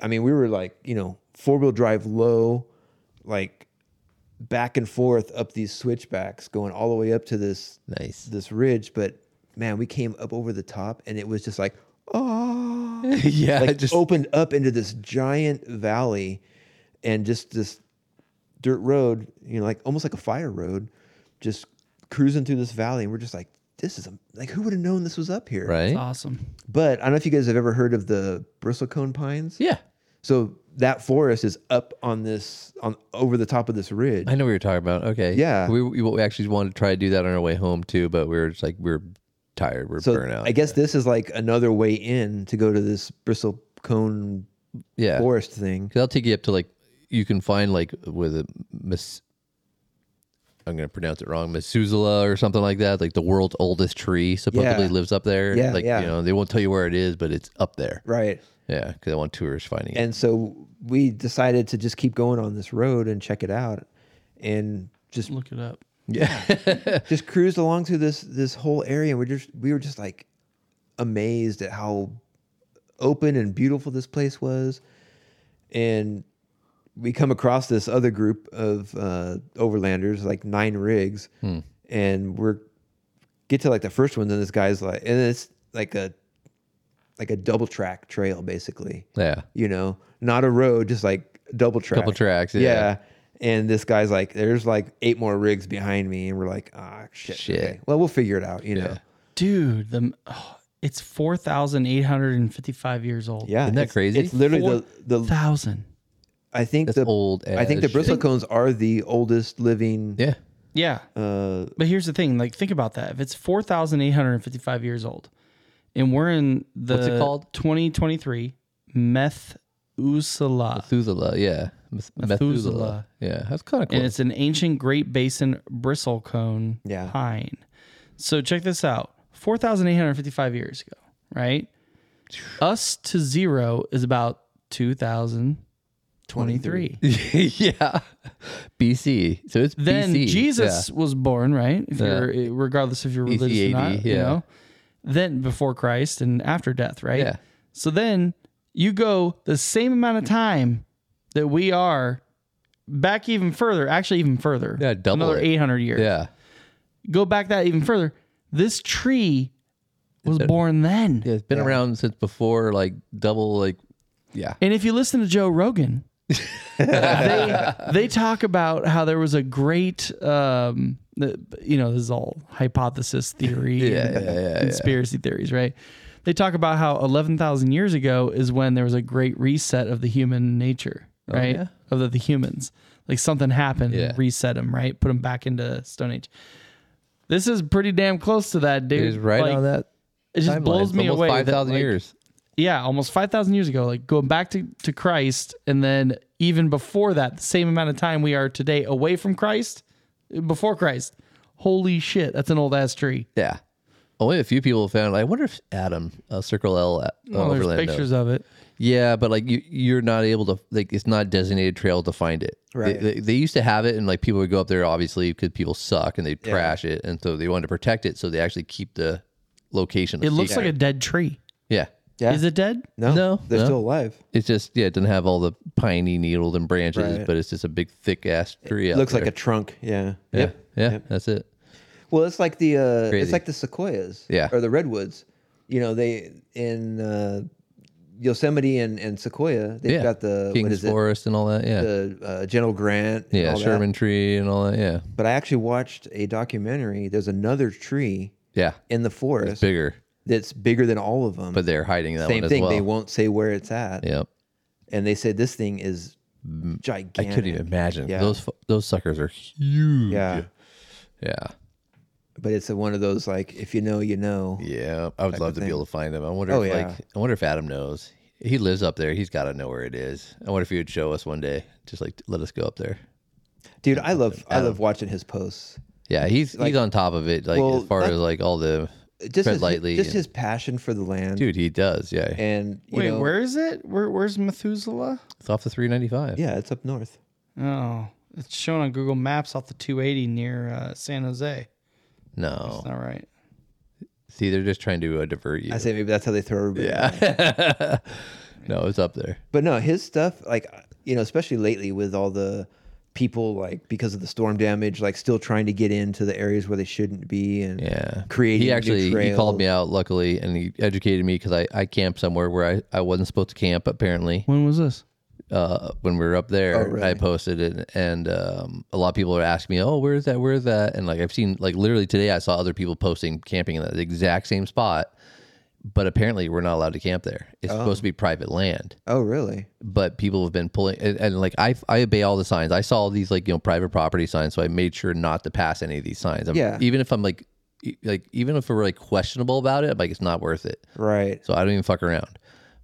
S3: I mean, we were like, you know, four wheel drive low, like back and forth up these switchbacks, going all the way up to this [laughs]
S1: Nice.
S3: this ridge. But man, we came up over the top, and it was just like, oh,
S1: [laughs] yeah.
S3: like
S1: just
S3: opened up into this giant valley and just this dirt road, you know, like almost like a fire road, just cruising through this valley. And we're just like, this is a, like, who would have known this was up here?
S1: right.
S2: awesome.
S3: But I don't know if you guys have ever heard of the bristlecone pines.
S1: yeah.
S3: So that forest is up on this, on over the top of this ridge.
S1: I know what you're talking about. Okay.
S3: Yeah.
S1: We, we, we actually wanted to try to do that on our way home too, but we were just like we were tired. We are
S3: So
S1: burnt out.
S3: I guess this is like another way in to go to this bristlecone
S1: yeah.
S3: forest thing.
S1: Because I'll take you up to like you can find like with a miss. I'm gonna pronounce it wrong, Methuselah or something like that. Like the world's oldest tree supposedly
S3: Yeah.
S1: lives up there.
S3: Yeah,
S1: like
S3: yeah.
S1: you know they won't tell you where it is, but it's up there.
S3: Right.
S1: Yeah, because I want tourists finding it.
S3: And so we decided to just keep going on this road and check it out, and just
S2: Look it up.
S3: just cruised along through this this whole area. And we're just we were just like amazed at how open and beautiful this place was, and we come across this other group of uh, overlanders, like nine rigs, and we're get to like the first one, and this guy's like, and it's like a like a double track trail basically
S1: Yeah,
S3: you know, not a road, just like double track.
S1: Double tracks, yeah.
S3: And this guy's like, there's like eight more rigs behind me. And we're like, ah, shit.
S1: Shit.
S3: okay. Well, we'll figure it out, you know.
S2: Dude, the oh, [sighs] it's 4,855 years old.
S3: Yeah.
S1: Isn't that
S3: it's-
S1: crazy?
S3: It's literally the, the,
S2: 1,000.
S3: I think
S1: that's
S3: the,
S1: old.
S3: I think the
S1: as shit.
S3: bristlecones are the oldest living,
S1: Yeah,
S2: Yeah.
S3: uh,
S2: But here's the thing, like think about that. If it's 4,855 years old and we're in the
S1: What's it called?
S2: 2023 Methuselah.
S1: Methuselah. Yeah, Meth-
S2: Methuselah.
S1: Yeah, that's kind of cool.
S2: and it's an ancient Great Basin bristlecone
S3: Yeah.
S2: pine. So check this out 4,855 years ago, right? Us to zero is about 2023.
S1: [laughs] yeah. BC. So it's
S2: Then
S1: BC.
S2: Jesus was born, right? If
S1: Yeah.
S2: you're, eh, regardless if you're
S1: BC
S2: religious or not,
S1: 80,
S2: you
S1: yeah.
S2: know. Then before Christ and after death, right?
S1: Yeah.
S2: So then you go the same amount of time that we are back even further, actually even further.
S1: Yeah, double
S2: another
S1: it.
S2: 800 years.
S1: Yeah. yeah.
S2: Go back that even further. This tree was born then.
S1: Yeah, It's been around since before, like double, like, yeah.
S2: And if you listen to Joe Rogan, they they talk about how there was a great, um, the- you know, this is all hypothesis theory,
S1: [laughs] Yeah,
S2: and
S1: yeah, yeah, yeah.
S2: conspiracy theories, right? They talk about how eleven thousand years ago is when there was a great reset of the human nature, right?
S1: Oh, yeah?
S2: Of the, the humans, like something happened,
S1: Yeah.
S2: reset them, right? Put them back into Stone Age. This is pretty damn close to that, dude.
S1: It was right
S2: Like,
S1: on that.
S2: It just
S1: timeline.
S2: blows
S1: It's
S2: me
S1: almost
S2: away. that,
S1: 5,000
S2: like,
S1: years.
S2: yeah, almost 5,000 years ago, like going back to, to Christ. And then even before that, the same amount of time we are today away from Christ, before Christ. Holy shit, that's an old ass tree.
S1: Yeah. Only a few people found. I wonder if Adam uh, Circle L uh,
S2: Well, there's
S1: Overland knows.
S2: pictures of it.
S1: Yeah, but like you, you're not able to like it's not designated trail to find it.
S3: Right.
S1: They, they, they used to have it, and like people would go up there obviously because people suck and they'd trash it, and so they wanted to protect it, so they actually keep the location.
S2: It looks like a dead tree.
S1: yeah.
S3: Yeah.
S2: Is it dead?
S3: No,
S1: No,
S3: they're
S1: no.
S3: still alive.
S1: It's just yeah, it doesn't have all the piney needled and branches,
S3: Right.
S1: but it's just a big thick ass tree.
S3: It
S1: out
S3: looks like
S1: there.
S3: a trunk. Yeah.
S1: yeah, yeah. That's it.
S3: Well, it's like the uh,
S1: Crazy.
S3: it's like the sequoias,
S1: Yeah.
S3: or the redwoods. You know, they in uh, Yosemite and, and Sequoia, they've
S1: Yeah.
S3: got the what
S1: King's
S3: is it?
S1: Forest and all that. Yeah,
S3: The uh, General Grant, and
S1: yeah,
S3: all that.
S1: Sherman Tree and all that. Yeah,
S3: But I actually watched a documentary. There's another tree
S1: yeah.
S3: in the
S1: It's
S3: forest
S1: bigger,
S3: that's bigger than all of them.
S1: but they're hiding that
S3: same
S1: one as
S3: thing,
S1: well.
S3: they won't say where it's at,
S1: Yep.
S3: and they said this thing is
S1: Mm, I
S3: gigantic.
S1: couldn't even imagine
S3: Yeah.
S1: those fu- those suckers are huge.
S3: Yeah,
S1: Yeah.
S3: but it's one of those like if you know, you know.
S1: Yeah, I would love to be able to find them. I wonder
S3: Oh,
S1: if
S3: yeah.
S1: like I wonder if Adam knows. He lives up there. He's got to know where it is. I wonder if he would show us one day. Just like let us go up there.
S3: Dude, I love I love watching his posts.
S1: Yeah, he's
S3: Like-
S1: he's on top of it. Like
S3: Well,
S1: as far
S3: that-
S1: as like all the
S3: Just
S1: Tread
S3: his,
S1: lightly
S3: just
S1: and-
S3: his passion for the land.
S1: dude, he does. Yeah,
S3: and you
S2: Wait,
S3: know,
S2: where is it? Where, where's Methuselah?
S1: it's off the three ninety five.
S3: yeah, it's up north.
S2: Oh, it's shown on Google Maps off the 280 near uh, San Jose.
S1: No,
S2: All right.
S1: see, they're just trying to uh, divert you.
S3: I say maybe that's how they throw everybody. Yeah,
S1: Yeah. [laughs] no, it's up there.
S3: but no, his stuff like you know, especially lately with all the people like because of the storm damage, like still trying to get into the areas where they shouldn't be, and
S1: Yeah.
S3: creating
S1: he
S3: new
S1: actually he
S3: trails.
S1: called me out luckily and he educated me because I, I camped somewhere where I, I wasn't supposed to camp apparently
S2: When was this?
S1: uh, when we were up there,
S3: Oh, really?
S1: I posted it, and um, a lot of people are asking me, "Oh, where's that? Where's that?" And like I've seen, like literally today, I saw other people posting camping in that exact same spot, but apparently we're not allowed to camp there. It's supposed to be private land,
S3: Oh, really?
S1: but people have been pulling, and, and like I, I obey all the signs. I saw these like you know private property signs, so I made sure not to pass any of these signs. I'm-
S3: Yeah.
S1: even if I'm like, e- like even if we're like questionable about it, I'm like it's not worth it.
S3: Right.
S1: So I don't even fuck around.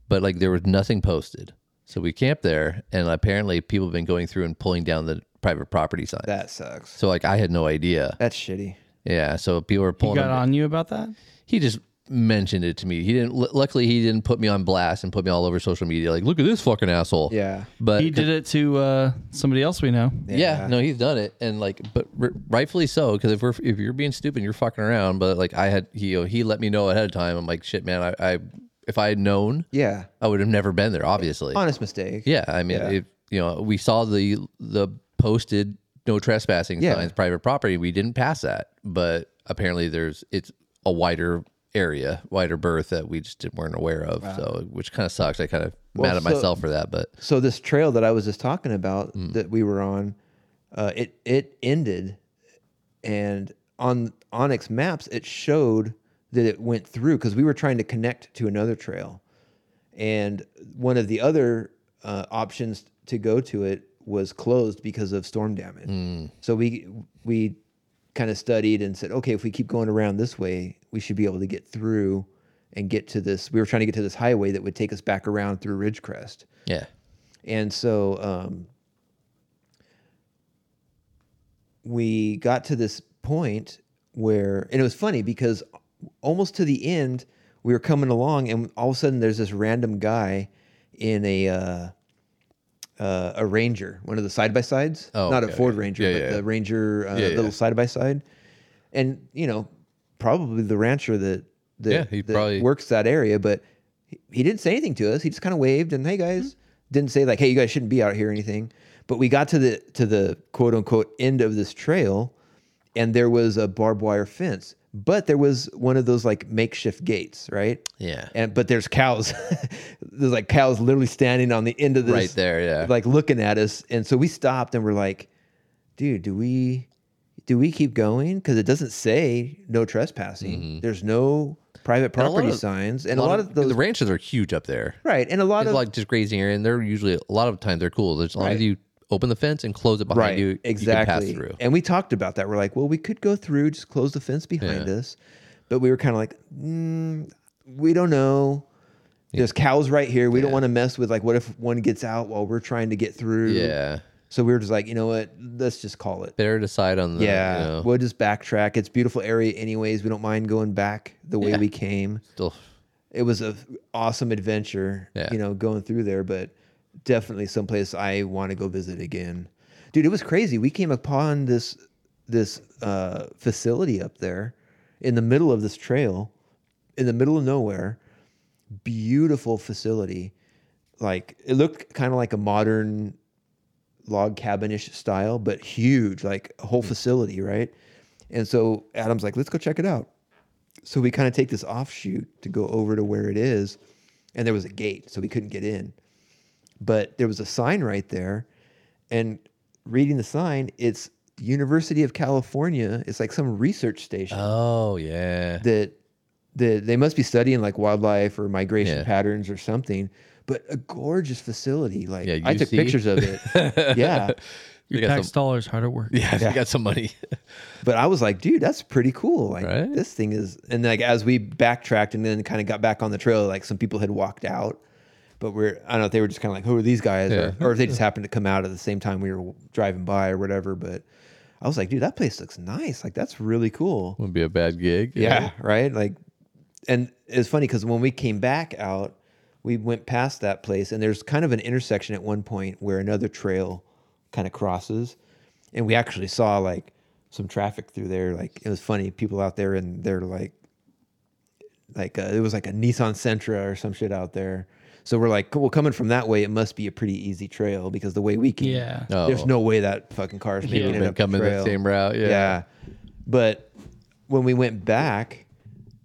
S1: But like there was nothing posted. So we camped there and apparently people have been going through and pulling down the private property sign.
S3: That sucks.
S1: so like I had no idea.
S3: That's shitty.
S1: Yeah. So people were
S2: He
S1: pulling
S2: got
S1: them-
S2: on you about that?
S1: He just mentioned it to me. He didn't lu- luckily he didn't put me on blast and put me all over social media like look at this fucking asshole.
S3: Yeah.
S1: But
S2: He did it to uh, somebody else we know.
S1: yeah,
S3: Yeah.
S1: no, he's done it, and like, but r- rightfully so, because if we're if you're being stupid, you're fucking around. But like, I had he he let me know ahead of time. I'm like, shit, man, I, I if I had known,
S3: Yeah.
S1: I would have never been there. Obviously,
S3: Honest mistake.
S1: Yeah, I mean,
S3: Yeah.
S1: If, you know, we saw the the posted no trespassing
S3: Yeah.
S1: signs, private property. We didn't pass that, but apparently there's it's a wider area, wider berth that we just didn't, weren't aware of. So, which kind of sucks. I kind of mad at
S3: so-
S1: myself for that, but
S3: So this trail that I was just talking about that we were on, uh, it it ended, and on Onyx Maps it showed that it went through because we were trying to connect to another trail, and one of the other uh, options to go to it was closed because of storm damage. So we we kind of studied and said, okay, if we keep going around this way, we should be able to get through and get to this. We were trying to get to this highway that would take us back around through Ridgecrest.
S1: yeah,
S3: And so um, we got to this point where, and it was funny because almost to the end, we were coming along, and all of a sudden, there's this random guy in a uh, uh, a Ranger, one of the side by sides,
S1: Oh,
S3: not a
S1: yeah,
S3: Ford
S1: yeah.
S3: Ranger,
S1: Yeah,
S3: but
S1: yeah, yeah.
S3: the Ranger uh,
S1: Yeah, yeah.
S3: little side by side, and you know, probably the rancher that that,
S1: Yeah, he
S3: that
S1: probably-
S3: works that area, but he- he didn't say anything to us. He just kind of waved and hey guys,
S1: Hmm.
S3: didn't say like hey you guys shouldn't be out here or anything. But we got to the to the quote unquote end of this trail, and there was a barbed wire fence, but there was one of those like makeshift gates, right?
S1: Yeah.
S3: And but there's cows, [laughs] there's like cows literally standing on the end of this
S1: Right there, yeah.
S3: like looking at us, and so we stopped and we're like, dude, do we do we keep going? Because it doesn't say no trespassing. There's no private
S1: Mm-hmm. a lot
S3: property
S1: of-
S3: signs, and a lot, of, those
S1: the ranches are huge up there.
S3: right, and a lot
S1: It's
S3: of
S1: like just grazing area, and they're usually a lot of times they're cool. As long as
S3: Right.
S1: you open the fence and close it behind you, you can
S3: exactly.
S1: pass through.
S3: And we talked about that. We're like, well, we could go through, just close the fence behind us, but we were kind of like, mm, we don't know. There's cows right here. We don't want to mess with like, what if one gets out while we're trying to get through?
S1: Yeah,
S3: So we were just like, you know what? Let's just call it.
S1: better decide on the
S3: Yeah,
S1: you know,
S3: we'll just backtrack. It's beautiful area, anyways. We don't mind going back the way we came.
S1: still
S3: It was a f- awesome adventure,
S1: Yeah.
S3: you know, going through there. But definitely someplace I want to go visit again, dude. It was crazy. We came upon this this uh, facility up there in the middle of this trail, in the middle of nowhere. Beautiful facility, like it looked kind of like a modern log cabinish style, but huge, like a whole facility, right? And so Adam's like, let's go check it out. So we kind of take this offshoot to go over to where it is, and there was a gate, so we couldn't get in. But there was a sign right there, and reading the sign, it's University of California. It's like some research station
S1: Oh yeah,
S3: that that they must be studying like wildlife or migration
S1: Yeah.
S3: patterns or something. But a gorgeous facility, like
S1: Yeah,
S3: I took
S1: UC.
S3: pictures
S1: [laughs]
S3: of it. yeah,
S1: you
S2: Your
S1: got
S2: tax
S1: some,
S2: dollars hard at work.
S1: yeah, you got some money. [laughs]
S3: But I was like, dude, that's pretty cool. Like
S1: Right?
S3: this thing is, and like as we backtracked and then kind of got back on the trail, like some people had walked out, but we're I don't know, they were just kind of like, who are these guys, or, or if they just happened to come out at the same time we were driving by or whatever. But I was like, dude, that place looks nice. Like that's really cool.
S1: Wouldn't be a bad gig.
S3: Yeah, right. Like, and it's funny because when we came back out, we went past that place, and there's kind of an intersection at one point where another trail kind of crosses, and we actually saw like some traffic through there. Like it was funny, people out there, and they're like, like uh, it was like a Nissan Sentra or some shit out there. So we're like, well, coming from that way, it must be a pretty easy trail because the way we came,
S2: Yeah.
S1: Oh.
S3: there's no way that fucking car is making
S1: People
S3: it
S1: been
S3: up the
S1: coming the
S3: trail.
S1: same route. Yeah.
S3: Yeah. But when we went back,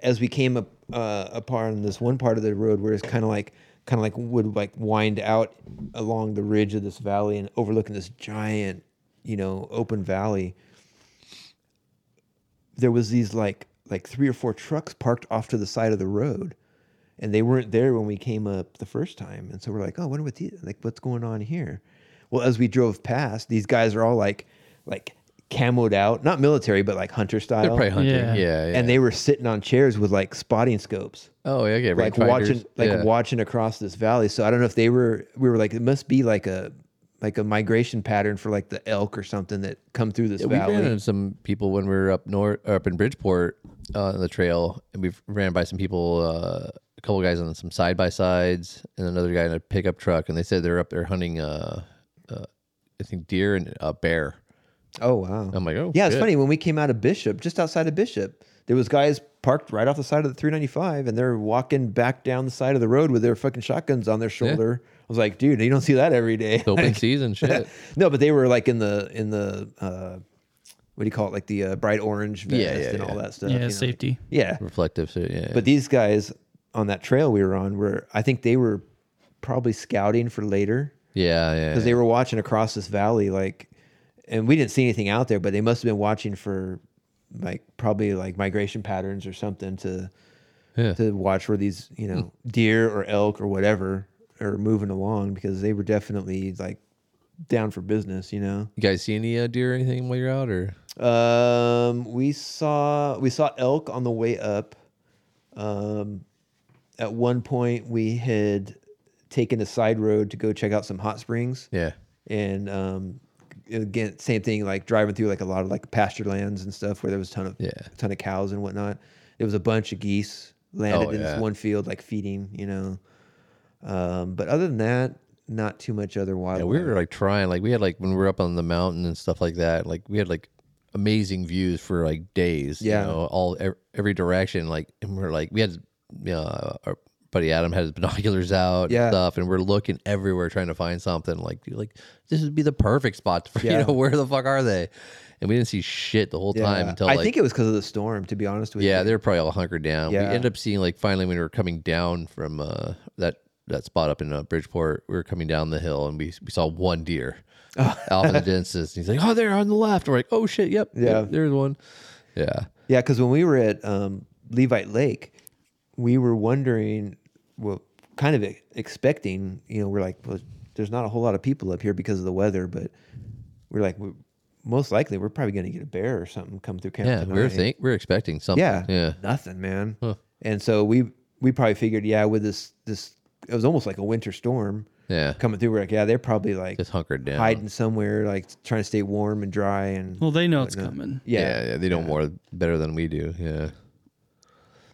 S3: as we came up uh, upon this one part of the road where it's kind of like, kind of like would like wind out along the ridge of this valley and overlooking this giant, you know, open valley. There was these like like three or four trucks parked off to the side of the road, and they weren't there when we came up the first time. And so we're like, oh, I wonder what these like what's going on here. Well, as we drove past, these guys are all like like camoed out, not military, but like hunter style.
S1: They're probably hunting. Yeah.
S2: Yeah.
S1: yeah,
S3: And they were sitting on chairs with like spotting scopes
S1: oh yeah, okay,
S3: like
S1: rangefinders.
S3: watching like
S1: yeah.
S3: watching across this valley. So I don't know if they were we were like it must be like a like a migration pattern for like the elk or something that come through this
S1: Yeah, we
S3: valley.
S1: ran into some people when we were up north, up in Bridgeport uh, on the trail, and we ran by some people, uh, a couple guys on some side by sides, and another guy in a pickup truck, and they said they're up there hunting, uh, uh, I think deer and a bear.
S3: oh wow.
S1: I'm like, oh,
S3: yeah, it's
S1: shit.
S3: funny when we came out of Bishop, just outside of Bishop, there was guys parked right off the side of the 395 and they're walking back down the side of the road with their fucking shotguns on their shoulder. I was like, dude, you don't see that every day.
S1: It's open
S3: [laughs]
S1: season, shit.
S3: no, but they were like in the in the uh what do you call it? Like the uh, bright orange vest
S1: yeah,
S3: and
S1: yeah.
S3: all that stuff.
S2: Yeah,
S3: you know?
S2: safety.
S3: Yeah.
S1: Reflective shit. Yeah,
S3: But these guys on that trail we were on were, I think they were probably scouting for later
S1: yeah, yeah.
S3: because they were watching across this valley, like, and we didn't see anything out there, but they must have been watching for like probably like migration patterns or something to
S1: Yeah. Mm.
S3: to watch where these you know deer or elk or whatever are moving along because they were definitely like down for business, you know.
S1: you guys see any uh, deer or anything while you're out, or
S3: Um, we saw we saw elk on the way up. Um, at one point, we had taken a side road to go check out some hot springs,
S1: yeah,
S3: and um, again, same thing like driving through like a lot of like pasture lands and stuff where there was a ton of
S1: Yeah.
S3: ton of cows and whatnot. There was a bunch of geese landed
S1: Oh,
S3: in
S1: yeah.
S3: this one field, like feeding, you know. Um, but other than that, not too much other wildlife.
S1: Yeah, we were like trying, like we had like when we were up on the mountain and stuff like that. Like we had like amazing views for like days. you
S3: Yeah.
S1: know, all ev- every direction. Like and we're like we had, you know, our buddy Adam had his [laughs] binoculars out.
S3: Yeah.
S1: and stuff, and we're looking everywhere trying to find something. Like you're like this would be the perfect spot for [laughs]
S3: Yeah.
S1: you know where the fuck are they? And we didn't see shit the whole time
S3: Yeah.
S1: until
S3: I
S1: like,
S3: think it was because of the storm. To be honest with you,
S1: yeah, they were probably all hunkered down.
S3: Yeah.
S1: We ended up seeing like finally when we were coming down from uh, that that spot up in uh, Bridgeport, we were coming down the hill and we, we saw one
S3: [laughs]
S1: deer
S3: Oh.
S1: off in the distance. And he's like, "Oh, there on the left." We're like, "Oh shit, yep, yeah,
S3: Yeah.
S1: there's one." Yeah,
S3: Yeah, because when we were at um, Levite Lake, we were wondering, well, kind of e- expecting, you know, we're like, well, there's not a whole lot of people up here because of the weather, but we're like, we most likely we're probably going to get a bear or something come through camp.
S1: yeah, we were
S3: tonight.
S1: think we were expecting something.
S3: yeah,
S1: yeah,
S3: nothing, man. And so we we probably figured, yeah, with this this, it was almost like a winter storm
S1: yeah.
S3: coming through. We're like, yeah, they're probably like
S1: Just hunkered down.
S3: hiding somewhere, like trying to stay warm and dry, and
S2: Well, they know it's coming.
S1: Yeah,
S3: yeah,
S1: yeah, they don't more better than we do. Yeah,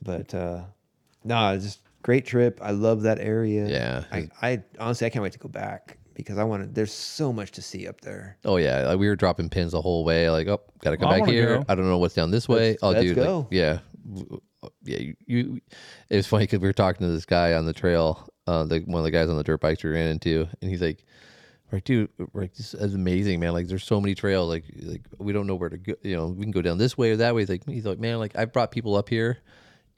S3: But uh nah, it's just great trip. I love that area.
S1: Yeah.
S3: I, I honestly I can't wait to go back because I want to there's so much to see up there.
S1: Oh yeah, like, we were dropping pins the whole way. Like, oh, gotta come
S2: I
S1: back
S2: wanna
S1: here.
S2: go.
S1: I don't know what's down this way.
S3: Let's-
S1: oh,
S3: let's
S1: dude,
S3: go.
S1: Like, yeah, W- w- yeah. You, you it was funny because we were talking to this guy on the trail, uh, the one of the guys on the dirt bikes we ran into, and he's like, "Right, dude, like this is amazing, man. Like, there's so many trails. Like, like we don't know where to go. You know, we can go down this way or that way." He's like, he's like, man, like I've brought people up here,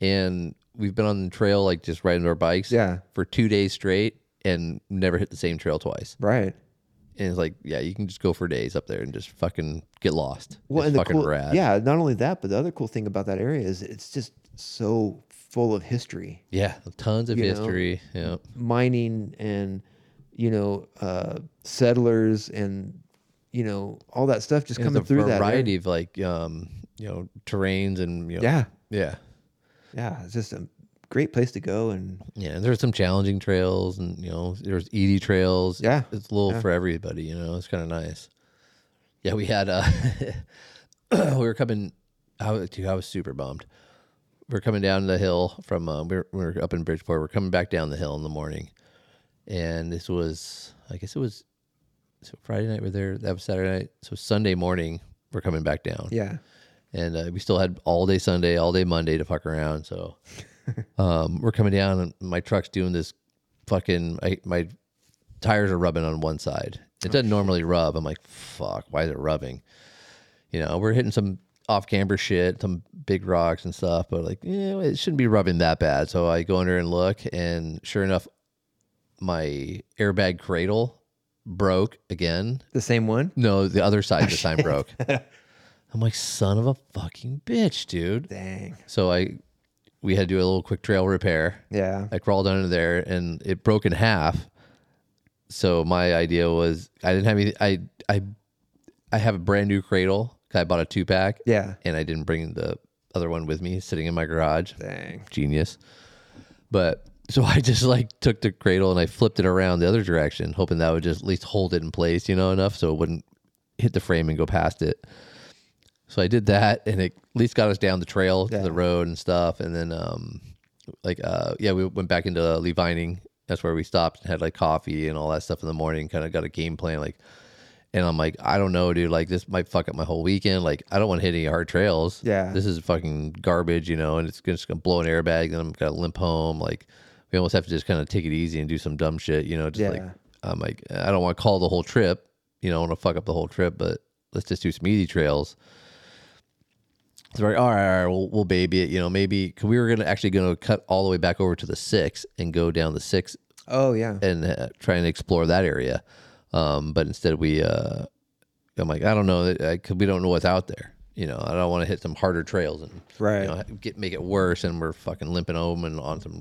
S1: and we've been on the trail like just riding our bikes,
S3: Yeah.
S1: for two days straight, and never hit the same trail twice
S3: Right.
S1: and it's like, yeah, you can just go for days up there and just fucking get lost.
S3: Well,
S1: it's
S3: and the
S1: fucking
S3: cool,
S1: rad.
S3: yeah. Not only that, but the other cool thing about that area is it's just so full of history,
S1: yeah, tons of
S3: You know,
S1: history. Yeah,
S3: mining and you know uh, settlers and you know all that stuff just
S1: There's
S3: coming
S1: a
S3: through that area.
S1: variety of like, um, you know, terrains and you know,
S3: Yeah,
S1: yeah,
S3: yeah. It's just a great place to go and
S1: yeah. And there's some challenging trails, and you know, there's easy trails.
S3: Yeah,
S1: it's a little for everybody. You know, it's kind of nice. Yeah, we had uh, [coughs] we were coming. I was, dude, I was super bummed. We were coming down the hill from uh, we, were, we were up in Bridgeport. We are coming back down the hill in the morning, and this was I guess it was so Friday night we're there. That was Saturday night. So Sunday morning we're coming back down,
S3: yeah.
S1: and uh, we still had all day Sunday, all day Monday to fuck around. So um, we're coming down, and my truck's doing this fucking. I, my tires are rubbing on one side. It doesn't normally rub. I'm like, fuck, why is it rubbing? You know, we're hitting some off camber shit, some big rocks and stuff, but like, yeah, it shouldn't be rubbing that bad. So I go under and look, and sure enough, my airbag cradle broke again.
S3: The same one.
S1: No, the other side this time
S3: [laughs]
S1: broke. I'm like, son of a fucking bitch, dude.
S3: Dang.
S1: So I, we had to do a little quick trail repair.
S3: Yeah.
S1: I crawled under there and it broke in half. So my idea was I didn't have any. I I I have a brand new cradle. 'cause I bought a two pack.
S3: Yeah.
S1: and I didn't bring the other one with me, sitting in my garage.
S3: Dang.
S1: Genius. But so I just like took the cradle and I flipped it around the other direction, hoping that would just at least hold it in place, you know, enough so it wouldn't hit the frame and go past it. So I did that, and it at least got us down the trail to the road and stuff. And then, um, like, uh, yeah, we went back into Levining. That's where we stopped and had like coffee and all that stuff in the morning. Kind of got a game plan, like. And I'm like, I don't know, dude. Like, this might fuck up my whole weekend. Like, I don't want to hit any hard trails.
S3: Yeah.
S1: this is fucking garbage, you know. And it's gonna- just gonna blow an airbag. Then I'm gonna limp home. Like, we almost have to just kind of take it easy and do some dumb shit, you know. Just like,
S3: Yeah.
S1: I'm like, I don't want to call the whole trip. You know, I want to fuck up the whole trip, but let's just do some easy trails. So we're like, all right, all right, we'll, we'll baby it. You know, maybe 'cause we were gonna actually gonna cut all the way back over to the six and go down the six
S3: Oh yeah.
S1: and uh, try and explore that area. Um, but instead, we, uh, I'm like, I don't know, I, 'cause we don't know what's out there. You know, I don't want to hit some harder trails and you
S3: Right.
S1: know, get make it worse, and we're fucking limping home and on some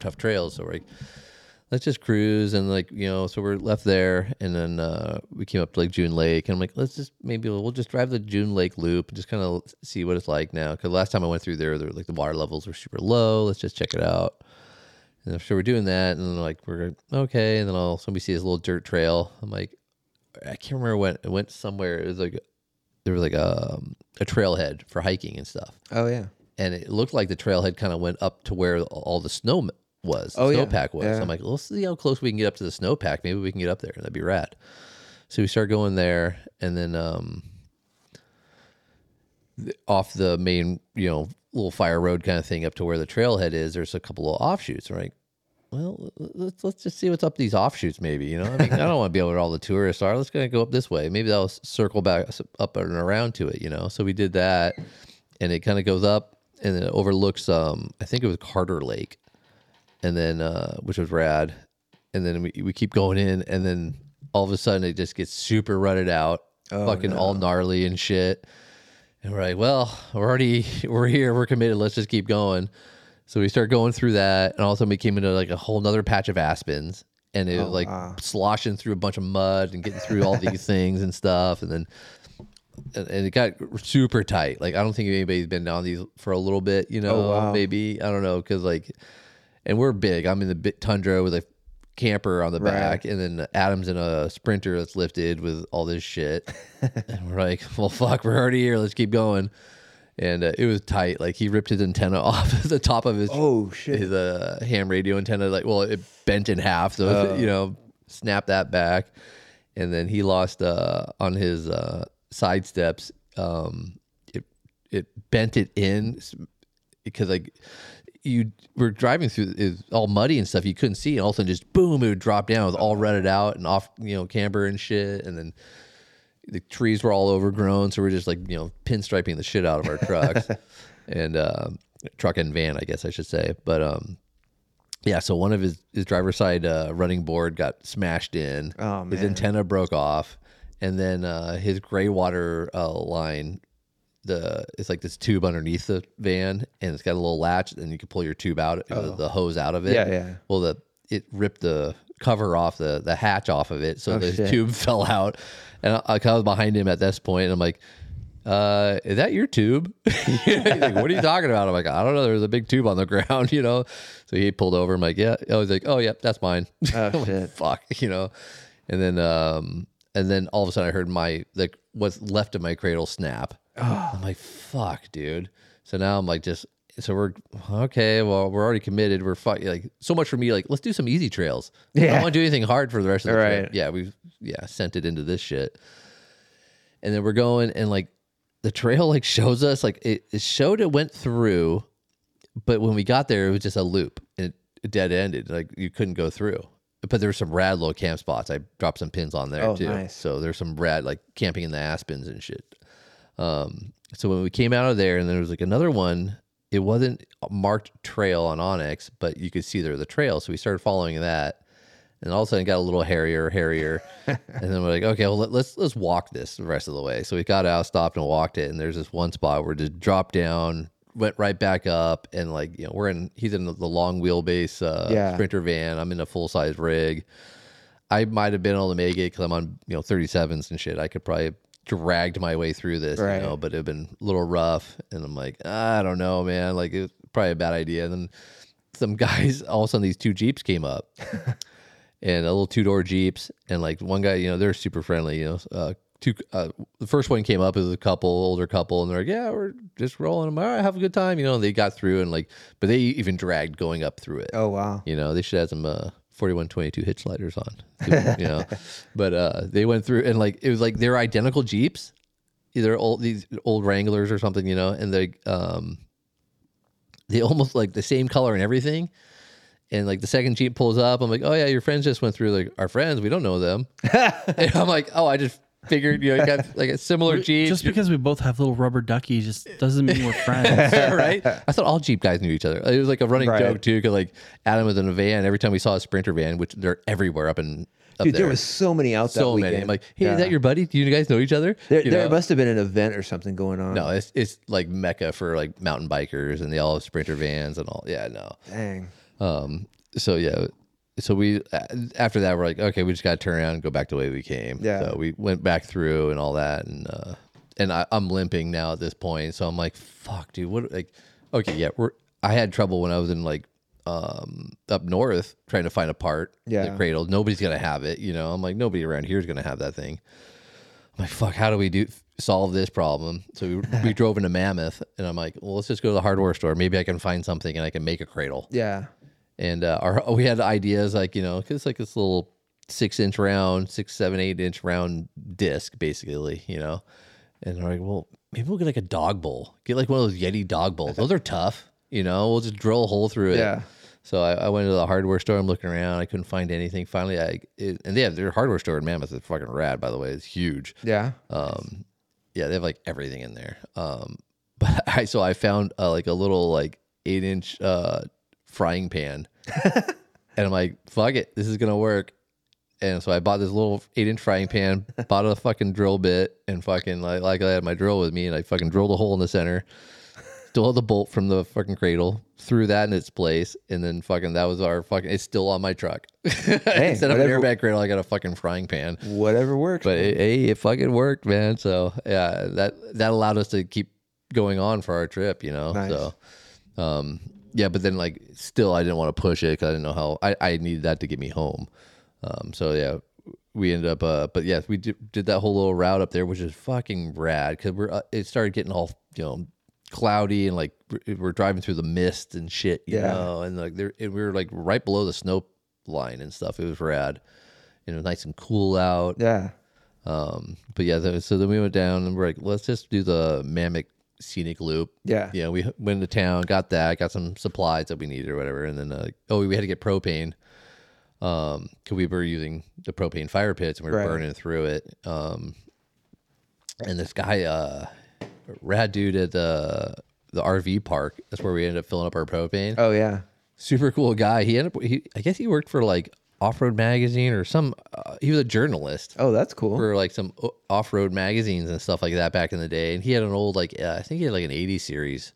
S1: tough trails. So we're like, let's just cruise and like you know, so we're left there, and then uh, we came up to like June Lake, and I'm like, let's just maybe we'll just drive the June Lake loop and just kind of see what it's like now. Because last time I went through there, there like the water levels were super low. Let's just check it out. And so we're doing that, and like we're okay, and then all somebody sees this little dirt trail. I'm like, I can't remember when it went somewhere. It was like there was like a, um, a trailhead for hiking and stuff.
S3: Oh yeah.
S1: and it looked like the trailhead kind of went up to where all the snow was, the
S3: Oh, yeah.
S1: snowpack was.
S3: Yeah.
S1: I'm like, let's see how close we can get up to the snowpack. Maybe we can get up there. That'd be rad. So we start going there, and then um, th- off the main, you know, little fire road kind of thing up to where the trailhead is. There's a couple of offshoots, right? Well, l- let's let's just see what's up these offshoots, maybe. You know, I mean, I don't want to be able where all the tourists are. Let's gonna go up this way. Maybe that'll s- circle back s- up and around to it. You know, so we did that, and it kind of goes up and then it overlooks. Um, I think it was Carter Lake, and then uh, which was rad. And then we we keep going in, and then all of a sudden it just gets super rutted out, fucking all gnarly and shit. And we're like, well, we're already [laughs] we're here, we're committed. Let's just keep going. So we start going through that, and all of a sudden we came into like a whole nother patch of aspens, and it was like sloshing through a bunch of mud and getting through all these things and stuff, and then and, and it got super tight. Like I don't think anybody's been down these for a little bit, you know, maybe I don't know, because like, and we're big. I'm in the bit tundra with a camper on the back, and then Adam's in a sprinter that's lifted with all this shit, and we're like, well, fuck, we're already here. Let's keep going. And uh, it was tight. Like he ripped his antenna [laughs] off the top of his
S3: Oh shit!
S1: his uh, ham radio antenna like well it bent in half so you know snap that back and then he lost uh on his uh side steps um it it bent it in s- because like you were driving through is all muddy and stuff you couldn't see and all of a sudden just boom it would drop down it was all rutted out and off you know camber and shit and then the trees were all overgrown, so we're just like you know pinstriping the shit out of our
S3: [laughs]
S1: trucks and um truck and van, I guess I should say. But um, yeah, so one of his his driver's side uh, running board got smashed in.
S3: Oh,
S1: his
S3: man.
S1: antenna broke off, and then uh, his gray water uh, line. The it's like this tube underneath the van, and it's got a little latch, and you can pull your tube out, uh, the hose out of it.
S3: Oh. Yeah, yeah.
S1: Well, the it ripped the cover off the the hatch off of it, so the
S3: Oh, shit.
S1: tube [laughs] fell out. And I, I was behind him at this point, and I'm like, uh, "Is that your tube?" [laughs] He's like, what are you talking about? I'm like, "I don't know. There was a big tube on the [laughs] ground, you know." So he pulled over. I'm like, "Yeah." I was like, "Oh, yep, that's mine." [laughs]
S3: Oh,
S1: I'm like,
S3: shit.
S1: Fuck, you know. And then um, and then all of a sudden I heard my like what's left of my cradle snap. I'm like, "Fuck, dude." So now I'm like, just. So we're okay. Well, we're already committed. We're fuck, like so much for me. Like, let's do some easy trails. I
S3: Yeah.
S1: don't want to do anything hard for the rest of the trip.
S3: Right.
S1: Yeah, we yeah sent it into this shit, and then we're going and like the trail like shows us like it, it showed it went through, but when we got there it was just a loop and it dead ended. Like you couldn't go through. But there were some rad little camp spots. I dropped some pins on there
S3: Oh,
S1: too.
S3: nice.
S1: So there's some rad like camping in the aspens and shit. Um, so when we came out of there, and there was like another one. It wasn't a marked trail on Onyx, but you could see there the trail. So we started following that, and all of a sudden it got a little hairier,
S3: [laughs]
S1: hairier. and then we're like, okay, well let, let's let's walk this the rest of the way. So we got out, stopped, and walked it. And there's this one spot where it just dropped down, went right back up, and like you know we're in he's in the, the long wheelbase uh,
S3: Yeah.
S1: sprinter van. I'm in a full size rig. I might have been able to make it because I'm on you know 37s and shit. I could probably have dragged my way through this,
S3: Right.
S1: you know, but it'd been a little rough. And I'm like, I don't know, man. Like it's probably a bad idea. And then some [laughs] guys, all of a sudden, these two jeeps came up, and a little two door jeeps, and like one guy, you know, they're super friendly, you know. Uh, Two, uh, the first one came up as a couple, older couple, and they're like, "Yeah, we're just rolling. I'm all right, have a good time, you know." And they got through, and like, but they even dragged going up through it.
S3: Oh wow!
S1: You know, they should have some uh, 4122 hitch lighters on. You
S2: [laughs]
S1: know, but uh, they went through and like it was like they're identical Jeeps, either old these old Wranglers or something. You know, and they um, they almost like the same color and everything. And like the second Jeep pulls up, I'm like, oh yeah, your friends just went through. Like our friends, we don't know
S2: [laughs]
S1: them. and I'm like, oh, I just figured you know, you got like a similar Jeep.
S2: Just because we both have little rubber duckies just doesn't mean we're friends.
S1: [laughs] right? I thought all Jeep guys knew each other. It was like a running
S3: Right.
S1: joke too, because like Adam was in a van. Every time we saw a Sprinter van, which they're everywhere up in up
S3: Dude, there.
S1: there,
S3: was so many out that
S1: so
S3: weekend.
S1: many. I'm like, hey,
S3: Yeah.
S1: is that your buddy? Do you guys know each other?
S3: there,
S1: You
S3: there
S1: know?
S3: must have been an event or something going on.
S1: no, it's it's like mecca for like mountain bikers, and they all have Sprinter vans and all. Yeah, no.
S3: dang.
S1: Um. So yeah. So we a- after that we're like okay we just got to turn around and go back the way we came.
S3: Yeah.
S1: So we went back through and all that and uh and I, I'm limping now at this point so I'm like fuck dude what like okay yeah we're I had trouble when I was in like um up north trying to find a part
S3: Yeah.
S1: the cradle nobody's gonna have it you know I'm like nobody around here is gonna have that thing I'm like, fuck, how do we do solve this problem? So we,
S3: [laughs]
S1: we drove into Mammoth, and I'm like, well, let's just go to the hardware store. Maybe I can find something and I can make a cradle.
S3: Yeah.
S1: And uh, our [laughs] we had ideas like you know, 'cause it's like this little six inch round, six, seven, eight inch round disc, basically, you know. And they're like, well, maybe we'll get like a dog bowl. Get like one of those Yeti dog bowls. Those are tough, you know. We'll just drill a hole through it.
S3: Yeah.
S1: So I, I went to the hardware store. I'm looking around. I couldn't find anything. Finally, I it, and they have their hardware store in Mammoth is fucking rad. By the way, it's huge.
S3: Yeah.
S1: Um, yeah, they have like everything in there. Um, [laughs] but I so I found uh, like a little like eight inch uh frying pan, and I'm like, fuck it, this is gonna work. And so I bought this little eight inch frying pan, bought a fucking drill bit, and fucking like like I had my drill with me, and I fucking drilled a hole in the center. Still had the bolt from the fucking cradle, threw that in its place, and then fucking that was our fucking. It's still on my truck. [laughs] Instead of an
S3: whatever-
S1: airbag cradle, I got a fucking frying pan
S3: Whatever works.
S1: but it, hey, it fucking worked, man. So yeah, that that allowed us to keep going on for our trip, you know.
S3: Nice.
S1: So, um, yeah, but then like still, I didn't want to push it because I didn't know how I, I needed that to get me home. Um, so yeah, we ended up, uh, but yeah, we did, did that whole little route up there, which is fucking rad because we're uh, it started getting all you know cloudy and like we're- we're driving through the mist and shit, you
S3: Yeah.
S1: know, and like there and we were like right below the snow line and stuff. It was rad. You know, nice and cool out.
S3: yeah.
S1: Um, but yeah, th- so then we went down and we're like, let's just do the Mammoth scenic loop.
S3: Yeah.
S1: You know, we h- went into town, got that, got some supplies that we needed or whatever, and then uh, oh, we had to get propane. Um, because we were using the propane fire pits and we were
S3: Right.
S1: burning through it. Um, and this guy, uh, rad dude at the the RV park, that's where we ended up filling up our propane
S3: Oh yeah.
S1: super cool guy. He ended up, he, I guess he worked for like Off Road Magazine or some, uh, he was a journalist
S3: Oh, that's cool.
S1: for like some o- off road magazines and stuff like that back in the day. And he had an old, like, uh, I think he had like an 80 series.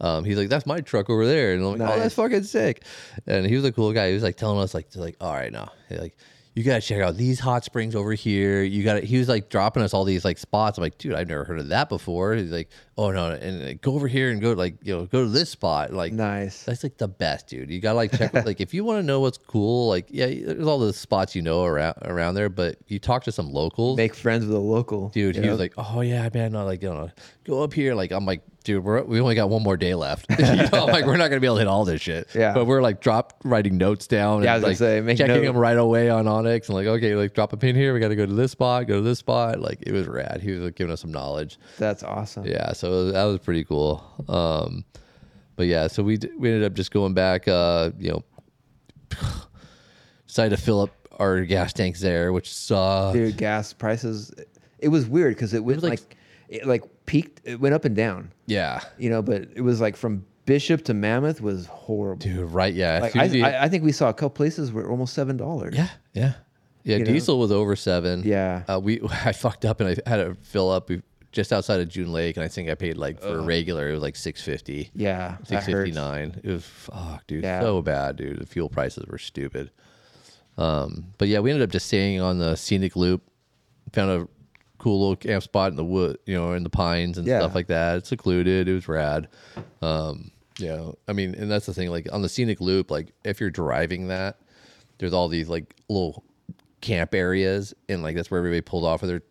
S1: Um, he's like, that's my truck over there. And I'm like, oh, that's fucking sick. And he was a cool guy. He was like telling us, like, to, like all right, now, like, you got to check out these hot springs over here. You got to, he was like dropping us all these like spots. I'm like, dude, I've never heard of that before. He's like, oh, no. And like, go over here and go, like, you know, go to this spot. Like,
S3: Nice.
S1: that's like the best, dude. You gotta like check. like if you want to know what's cool, like yeah, there's all the spots you know around around there, but you talk to some locals.
S3: Make friends with a local.
S1: Dude,
S3: you
S1: he
S3: know?
S1: was like, "Oh yeah, man, no, like, you know, go up here." Like, I'm like, "Dude, we're, we only got one more day left. [laughs] you know, I'm like, we're not gonna be able to hit all this shit."
S3: Yeah.
S1: But we're like, drop writing notes down.
S3: Yeah, I
S1: and,
S3: was
S1: like,
S3: gonna say, make
S1: checking
S3: note.
S1: them right away on Onyx, and like, okay, like, drop a pin here. We got to go to this spot, go to this spot. Like, it was rad. He was like giving us some knowledge.
S3: that's awesome.
S1: Yeah, so it was- that was pretty cool. Um, but yeah, so we d- we ended up just going back. Uh, you know, [sighs] decided to fill up our gas tanks there, which sucked.
S3: Dude, gas prices. It was weird because it went
S1: like-
S3: like, it like peaked. It went up and down.
S1: Yeah,
S3: You know, but it was like from Bishop to Mammoth was horrible.
S1: dude, right? Yeah, as
S3: like
S1: soon
S3: I,
S1: as you-
S3: I, I think we saw a couple places where almost seven dollars.
S1: yeah, yeah, yeah.
S3: You know?
S1: Diesel was over seven.
S3: Yeah.
S1: uh, we [laughs] I fucked up and I had to fill up we- just outside of June Lake, and I think I paid like for regular it was like six fifty.
S3: Uh-huh. Yeah. that
S1: Six
S3: hurts.
S1: fifty nine. It was fuck, dude,
S3: Yeah.
S1: so bad, dude. The fuel prices were stupid. Um, but yeah, we ended up just staying on the scenic loop. Found a cool little camp spot in the wood, you know, in the pines and
S3: Yeah.
S1: stuff like that. It's secluded. It was rad. Um, yeah, I mean, and that's the thing. Like on the scenic loop, like if you're driving that, there's all these like little camp areas, and like that's where everybody pulled off of their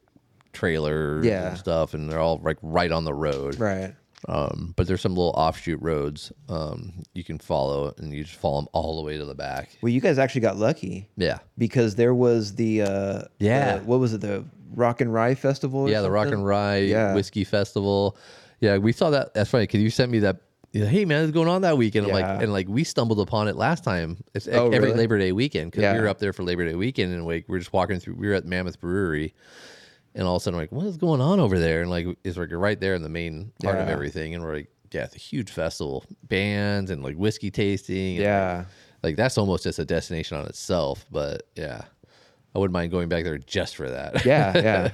S1: trailers
S3: Yeah.
S1: and stuff, and they're all like right on the road
S3: Right.
S1: um, but there's some little offshoot roads um, you can follow, and you just follow them all the way to the back.
S3: Well, you guys actually got lucky
S1: Yeah,
S3: because there was the uh,
S1: Yeah.
S3: the- what was it the Rock and Rye Festival? or
S1: yeah, the Rock
S3: something?
S1: and Rye
S3: Yeah.
S1: Whiskey Festival. Yeah, we saw that. That's right. Cause you sent me that. you're like, Hey man, what's going on that weekend? I'm
S3: Yeah.
S1: like, and like we stumbled upon it last time. It's e,
S3: Oh,
S1: every
S3: really?
S1: Labor Day weekend because
S3: Yeah.
S1: we were up there for Labor Day weekend, and like we we're just walking through. We were at Mammoth Brewery, and all of a sudden, like, what is going on over there? And like, it's like right there in the main part of
S3: Yeah.
S1: everything, and we're like, yeah, it's a huge festival, bands and like whiskey tasting. and, like,
S3: Yeah.
S1: like that's almost just a destination on itself but yeah i wouldn't mind going back there just for that [laughs]
S3: Yeah. Yeah.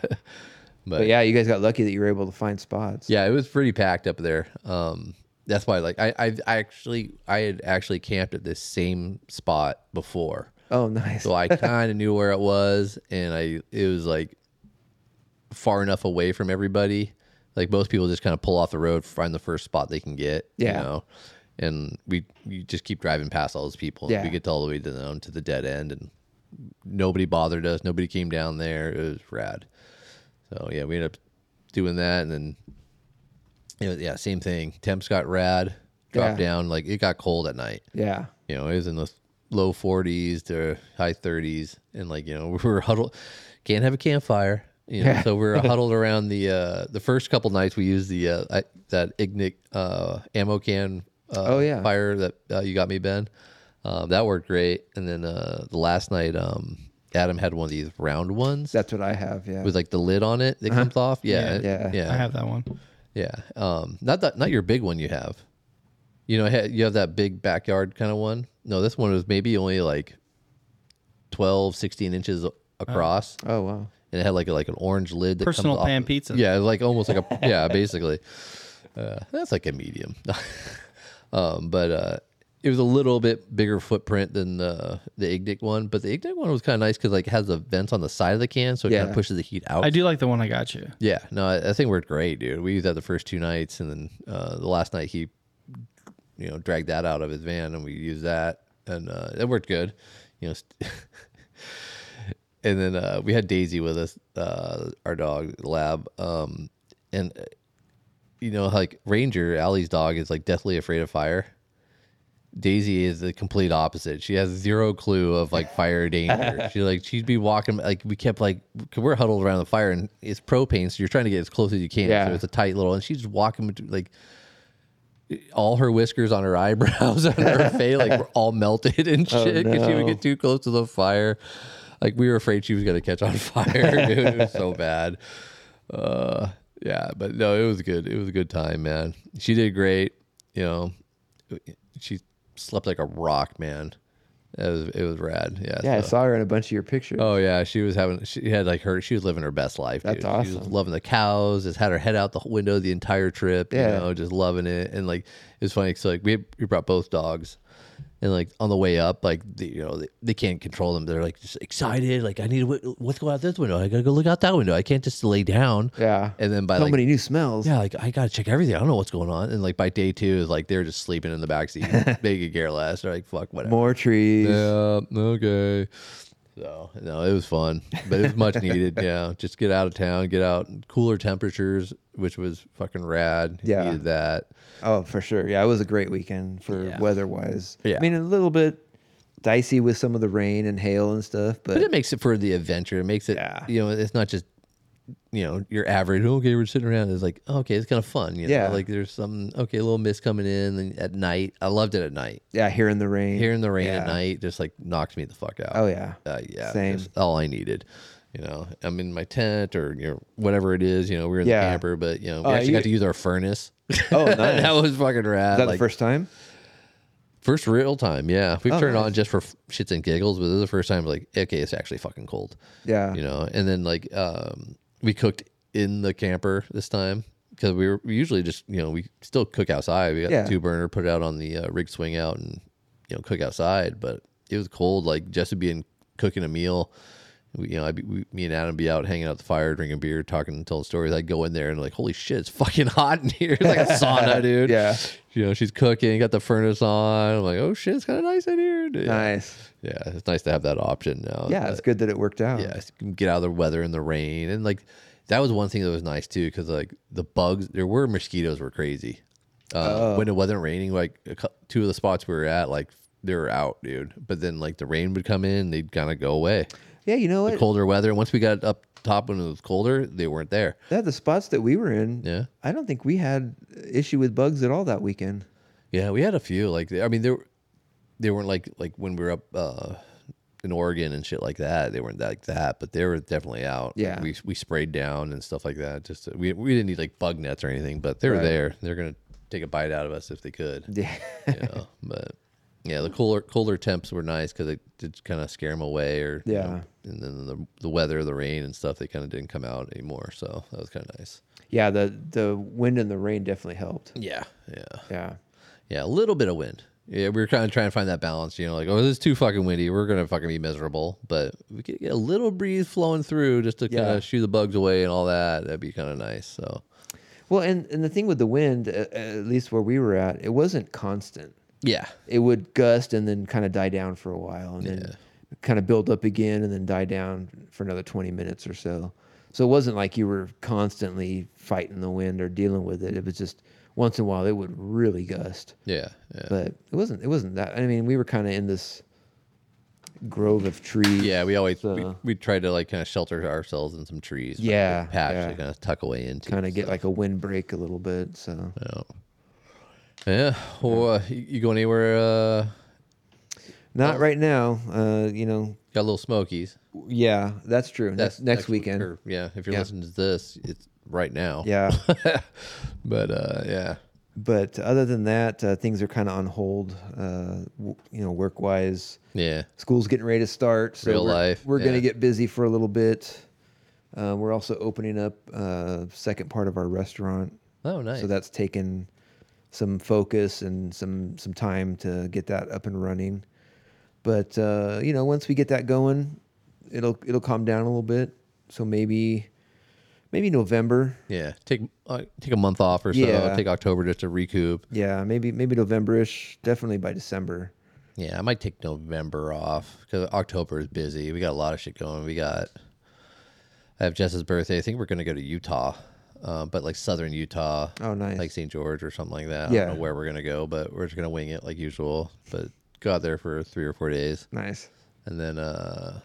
S3: but, yeah, you guys got lucky that you were able to find spots.
S1: yeah it was pretty packed up there um that's why like i i I actually i had actually camped at this same spot before
S3: Oh, [laughs] nice.
S1: so i kind of knew where it was and i it was like far enough away from everybody like most people just kind of pull off the road find the first spot they can get
S3: Yeah.
S1: you know and we you just keep driving past all those people
S3: Yeah.
S1: we get to all the way to the, to the dead end and nobody bothered us. Nobody came down there. It was rad. So yeah, we ended up doing that, and then you know, yeah, same thing. Temps got rad, dropped
S3: Yeah.
S1: down. Like it got cold at night.
S3: Yeah.
S1: You know, it was in the low 40s to high 30s, and like you know, [laughs] we were huddled. Can't have a campfire. You know, so we were huddled around the uh, the first couple nights. We used the uh, I, that ignic uh, ammo can. Uh,
S3: Oh, yeah.
S1: fire that uh, you got me, Ben. Uh, that worked great. And then uh, the last night, um, Adam had one of these round ones
S3: That's what I have. Yeah.
S1: with like the lid on it that comes off. Yeah,
S3: Yeah.
S1: yeah,
S2: I
S1: yeah,
S2: have that one.
S1: yeah. Um, not that, not your big one you have. You know, ha- you have that big backyard kind of one. No, this one was maybe only like 12, 16 inches a- across,
S3: oh wow.
S1: and it had like a, like an orange lid. That
S2: Personal
S1: comes off
S2: pan
S1: of-
S2: pizza.
S1: Yeah, it was like almost like
S2: [laughs]
S1: a yeah, basically. Uh, that's like a medium, [laughs] um, but uh, it was a little bit bigger footprint than the the Ignic one. But the Ignic one was kind of nice because like it has the vents on the side of the can, so it kind
S3: Yeah.
S1: of pushes the heat out.
S2: I do like the one I got you.
S1: Yeah, no, I, I think worked great, dude. We used that the first two nights, and then uh, the last night he, you know, dragged that out of his van, and we used that, and uh, it worked good, you know. St- [laughs] and then uh, we had Daisy with us, uh, our dog Lab, um, and uh, you know, like Ranger, Allie's dog is like deathly afraid of fire. Daisy is the complete opposite. She has zero clue of like fire danger. she like she'd be walking like we kept like we we're huddled around the fire and it's propane, so you're trying to get as close as you can.
S3: Yeah.
S1: So it's a tight little, and she's just walking between, like all her whiskers on her eyebrows [laughs] on her face like were all melted and shit because she would get too close to the fire. Like we were afraid she was gonna catch on [laughs] fire, dude. It was so bad. Uh, yeah, but no, it was good. It was a good time, man. She did great. You know, she slept like a rock, man. It was it was rad. Yeah.
S3: Yeah, I
S1: so-
S3: saw her in a bunch of your pictures.
S1: Oh yeah, she was having. She had like her. She was living her best life.
S3: That's
S1: dude. She was
S3: awesome.
S1: loving the cows. Just had her head out the window the entire trip.
S3: Yeah.
S1: You know, just loving it. And like it was funny. So like we we brought both dogs, and like on the way up, like the, you know they, they can't control them. They're like just excited. Like I need to w- let's go out this window. I gotta go look out that window. I can't just lay down.
S3: Yeah.
S1: And then by
S3: so
S1: like
S3: many new smells.
S1: yeah, like I gotta check everything. I don't know what's going on. And like by day two, is like they're just sleeping in the
S3: [laughs]
S1: backseat. they could care less. They're like fuck whatever.
S3: More trees.
S1: Yeah. Okay. So no, it was fun, but it was much needed. [laughs] Yeah, just get out of town, get out, cooler temperatures, which was fucking rad.
S3: Yeah.
S1: Needed that.
S3: Oh, for sure. Yeah, it was a great weekend for weather wise. I
S1: Yeah.
S3: mean, a little bit dicey with some of the rain and hail and stuff, but,
S1: But it makes it for the adventure. It makes it,
S3: Yeah.
S1: you know, it's not just, you know, your average. Okay, we're sitting around. It's like, okay, it's kind of fun. You know?
S3: Yeah.
S1: Like there's some okay, a little mist coming in and at night. I loved it at night.
S3: yeah, here in the rain.
S1: Hearing the rain
S3: Yeah.
S1: at night just like knocked me the fuck out.
S3: Oh yeah.
S1: uh, yeah,
S3: Same.
S1: that's all I needed. You know, I'm in my tent or you know whatever it is. You know, we were in
S3: Yeah.
S1: the camper, but you know, we
S3: Oh,
S1: actually
S3: you-
S1: got to use our furnace. [laughs]
S3: Oh, nice.
S1: that was fucking rad.
S3: Is that
S1: like,
S3: the first time?
S1: first real time, yeah. We've
S3: Oh,
S1: turned
S3: nice.
S1: on just for f- shits and giggles, but this is the first time. Like, okay, it's actually fucking cold.
S3: Yeah.
S1: You know, and then like um, we cooked in the camper this time because we were we usually just you know we still cook outside. We got
S3: Yeah.
S1: the two burner, put it out on the uh, rig swing out, and you know cook outside. But it was cold. Like just to be in cooking a meal. We, you know, I'd be, we, me and Adam be out hanging out at the fire, drinking beer, talking, telling stories. I'd go in there and like, holy shit, it's [laughs] fucking hot in here. It's like a
S3: [laughs]
S1: sauna, dude.
S3: Yeah.
S1: You know, she's cooking, got the furnace on. I'm like, oh shit, it's kind of nice in here. Yeah.
S3: Nice.
S1: Yeah, it's nice to have that option now.
S3: Yeah,
S1: But-
S3: it's good that it worked out.
S1: yeah, it's- get out of the weather and the rain, and like that was one thing that was nice too, because like the bugs, there were mosquitoes were crazy. Uh, When it wasn't raining, like a, cou- two of the spots we were at, like they were out, dude. But then like the rain would come in, they'd kind of go away.
S3: Yeah, you know
S1: The
S3: what?
S1: colder weather, once we got up top when it was colder, they weren't there.
S3: Yeah, the spots that we were in,
S1: Yeah.
S3: I don't think we had issue with bugs at all that weekend. [laughs]
S1: Yeah, we had a few. Like, I mean, there, they weren't like like when we were up uh, in Oregon and shit like that. They weren't like that, but they were definitely out.
S3: Yeah.
S1: we we sprayed down and stuff like that. Just to- we we didn't need like bug nets or anything, but they were
S3: Right.
S1: there. They're gonna take a bite out of us if they could.
S3: Yeah.
S1: you know?
S3: [laughs]
S1: But yeah, the cooler colder temps were nice because it did kind of scare them away. Or you
S3: Yeah.
S1: know, and then the the weather, the rain and stuff, they kind of didn't come out anymore. So that was kind of nice.
S3: Yeah, the the wind and the rain definitely helped.
S1: Yeah, yeah.
S3: Yeah.
S1: Yeah, a little bit of wind. Yeah, we were kind of trying to find that balance, you know, like, oh, this is too fucking windy. We're going to fucking be miserable. But we could get a little breeze flowing through just to kind
S3: Yeah.
S1: of shoo the bugs away and all that. That'd be kind of nice. So,
S3: Well, and and the thing with the wind, a- at least where we were at, it wasn't constant.
S1: yeah.
S3: it would gust and then kind of die down for a while and then kind of build up again and then die down for another 20 minutes or so. So it wasn't like you were constantly fighting the wind or dealing with it. It was just once in a while it would really gust,
S1: Yeah. Yeah.
S3: but it wasn't. It wasn't that. I mean, we were kind of in this grove of trees.
S1: Yeah, we always we,
S3: So-
S1: we try to like kind of shelter ourselves in some trees. like,
S3: Uh, Yeah,
S1: the patch
S3: yeah.
S1: to kind of tuck away into.
S3: Kind of get like a windbreak a little bit. So
S1: so. Yeah. Well, uh, you, you going anywhere? Uh,
S3: not right now. Uh, you know.
S1: got a little smokies.
S3: Yeah, that's true. next, next
S1: week-
S3: weekend.
S1: or, yeah, if you're
S3: Yeah.
S1: listening to this, it's right now.
S3: Yeah.
S1: [laughs] but uh, yeah,
S3: but other than that, uh, things are kind of on hold. Uh, w- you know, work wise,
S1: yeah,
S3: school's getting ready to start. So
S1: Real
S3: we're,
S1: life,
S3: We're
S1: yeah.
S3: gonna get busy for a little bit. Uh, we're also opening up uh, second part of our restaurant,
S1: oh nice.
S3: so that's taken some focus and some some time to get that up and running. But uh, you know, once we get that going, it'll it'll calm down a little bit. So maybe maybe November
S1: yeah, take uh, take a month off or so.
S3: Yeah.
S1: Take October just to recoup.
S3: Yeah, maybe maybe November-ish, definitely by December.
S1: Yeah, I might take November off because October is busy. We got a lot of shit going. We got. I have Jess's birthday. I think we're gonna go to Utah, uh, but like southern Utah.
S3: Oh, nice.
S1: Like St. George or something like that. I
S3: Yeah.
S1: don't know where we're gonna go, but we're just gonna wing it like usual. But go out there for three or four days,
S3: Nice.
S1: and then uh,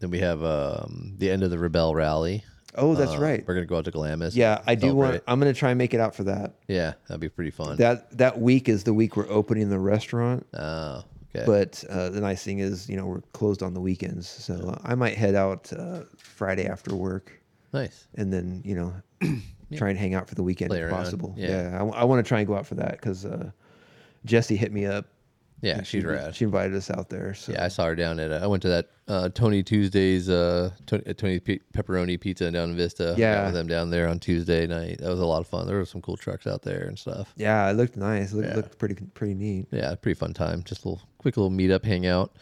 S1: then we have um, the end of the Rebel Rally.
S3: Oh, that's
S1: Uh,
S3: right.
S1: We're gonna go out to Glamis.
S3: Yeah, I do want
S1: celebrate.
S3: I'm going to try and make it out for that.
S1: Yeah, that'd be pretty fun.
S3: That that week is the week we're opening the restaurant,
S1: oh, okay.
S3: but uh, the nice thing is, you know, we're closed on the weekends. So I might head out uh, Friday after work
S1: nice.
S3: and then, you
S1: [clears throat]
S3: know, try and hang out for the weekend
S1: Later
S3: if
S1: on,
S3: possible.
S1: yeah.
S3: Yeah, I, want to try and go out for that cuz uh, Jesse hit me up.
S1: Yeah, she's rad.
S3: She invited us out there. So
S1: Yeah, I saw her down at. Uh, I went to that uh, Tony Tuesday's uh, Tony, uh, Tony Pe- Pepperoni Pizza down in Vista. Hung out
S3: Yeah.
S1: with them down there on Tuesday night. That was a lot of fun. There were some cool trucks out there and stuff.
S3: Yeah, it looked nice. It looked,
S1: Yeah.
S3: looked pretty
S1: [laughs]
S3: pretty neat.
S1: Yeah, pretty fun time. Just a little quick little meetup, hangout.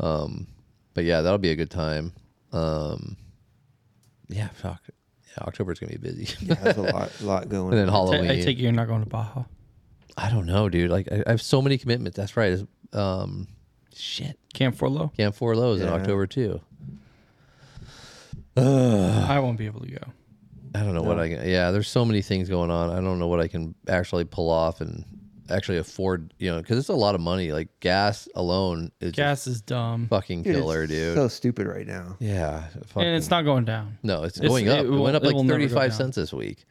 S1: Um, but yeah, that'll be a good time. Um, yeah, fuck. Yeah, October's gonna be busy. [laughs]
S3: Yeah, there's a lot, lot going.
S1: and then
S3: on.
S1: Halloween.
S2: I take it you're not going to Baja.
S1: I don't know, dude. Like I, I have so many commitments. That's right. It's, Um, shit.
S2: Camp Forlow.
S1: Camp Four Lows in
S3: Yeah.
S1: October too.
S2: I won't be able to go.
S1: I don't know what I can. Yeah, there's so many things going on. I don't know what I can actually pull off and actually afford. You know, because it's a lot of money. Like gas alone is a
S2: Gas is dumb,
S1: fucking
S3: Dude,
S1: killer,
S3: it's
S1: dude.
S3: So stupid right now.
S1: yeah, fucking,
S2: and it's not going down.
S1: No, it's,
S2: it's-
S1: going up.
S2: it
S1: It,
S2: will-
S1: went up
S2: it
S1: like
S2: will never go
S1: 35
S2: down.
S1: cents this week.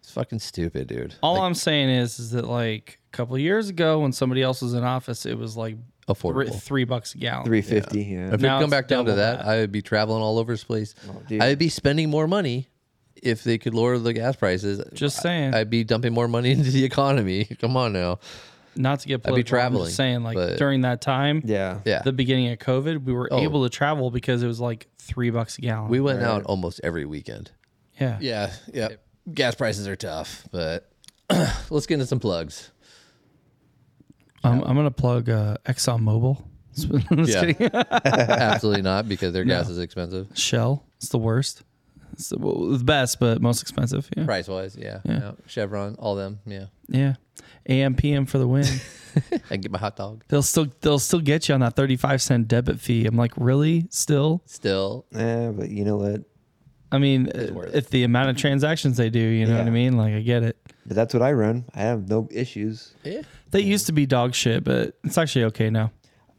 S1: It's fucking stupid, dude.
S2: All
S1: Like,
S2: I'm saying is, is that like a couple of years ago when somebody else was in office, it was like three,
S1: affordable.
S2: three bucks a gallon.
S3: Three fifty. Yeah.
S1: If we
S2: Now
S1: come
S2: it's
S1: back down to
S2: double
S1: that,
S2: that. Oh,
S1: I would be traveling all over this place.
S3: dude.
S1: I'd be spending more money if they could lower the gas prices.
S2: Just saying,
S1: I'd be dumping more money [laughs] into the economy. Come on now.
S2: not to get
S1: be
S2: political. I'm
S1: traveling,
S2: just saying, like
S1: but-
S2: during that time,
S3: Yeah.
S1: Yeah.
S2: the beginning of COVID, we were
S1: Oh.
S2: able to travel because it was like three bucks a gallon.
S1: we went out almost every weekend.
S2: yeah.
S1: Yeah, yeah. Gas prices are tough, but [clears throat] let's get into some plugs.
S2: Um, I'm gonna plug uh, ExxonMobil. [laughs] Just
S1: Yeah.
S2: kidding.
S1: [laughs] Absolutely not, because their gas is expensive.
S2: Shell. It's the worst. It's the, well, the best, but most expensive. Yeah.
S1: Price wise, yeah, yeah. Chevron, all them, yeah.
S2: Yeah. AM PM for the win.
S1: I get my hot dog.
S2: they'll still they'll still get you on that 35 cent debit fee. I'm like, "Really? Still?"
S1: Still,
S3: Eh, but you know what?
S2: I mean, uh,
S1: worth
S2: if the amount of transactions they do, you know what I
S3: Yeah.
S2: mean? Like I get it.
S3: But that's what I run. I have no issues.
S1: yeah.
S2: They used to be dog shit, but it's actually okay now.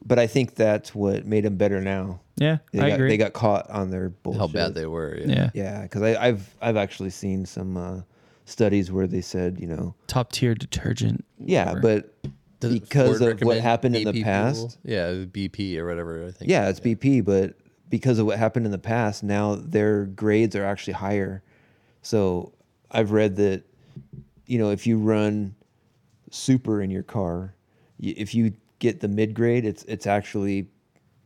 S3: But I think that's what made them better now.
S2: Yeah,
S3: They
S2: I
S3: got
S2: agree.
S3: they got caught on their bullshit.
S1: How bad they were. Yeah.
S2: yeah.
S3: Yeah, because I've I've actually seen some uh, studies where they said you know
S2: Top tier detergent.
S3: yeah,
S2: whatever.
S3: but
S1: Does
S3: because
S1: Ford
S3: of what
S1: recommend
S3: happened in
S1: BP
S3: the
S1: fuel?
S3: past.
S1: Yeah, BP or whatever. I think.
S3: Yeah, it's BP, but because of what happened in the past, now their grades are actually higher. So I've read that, you know, if you run super in your car, y- if you get the mid grade, it's it's actually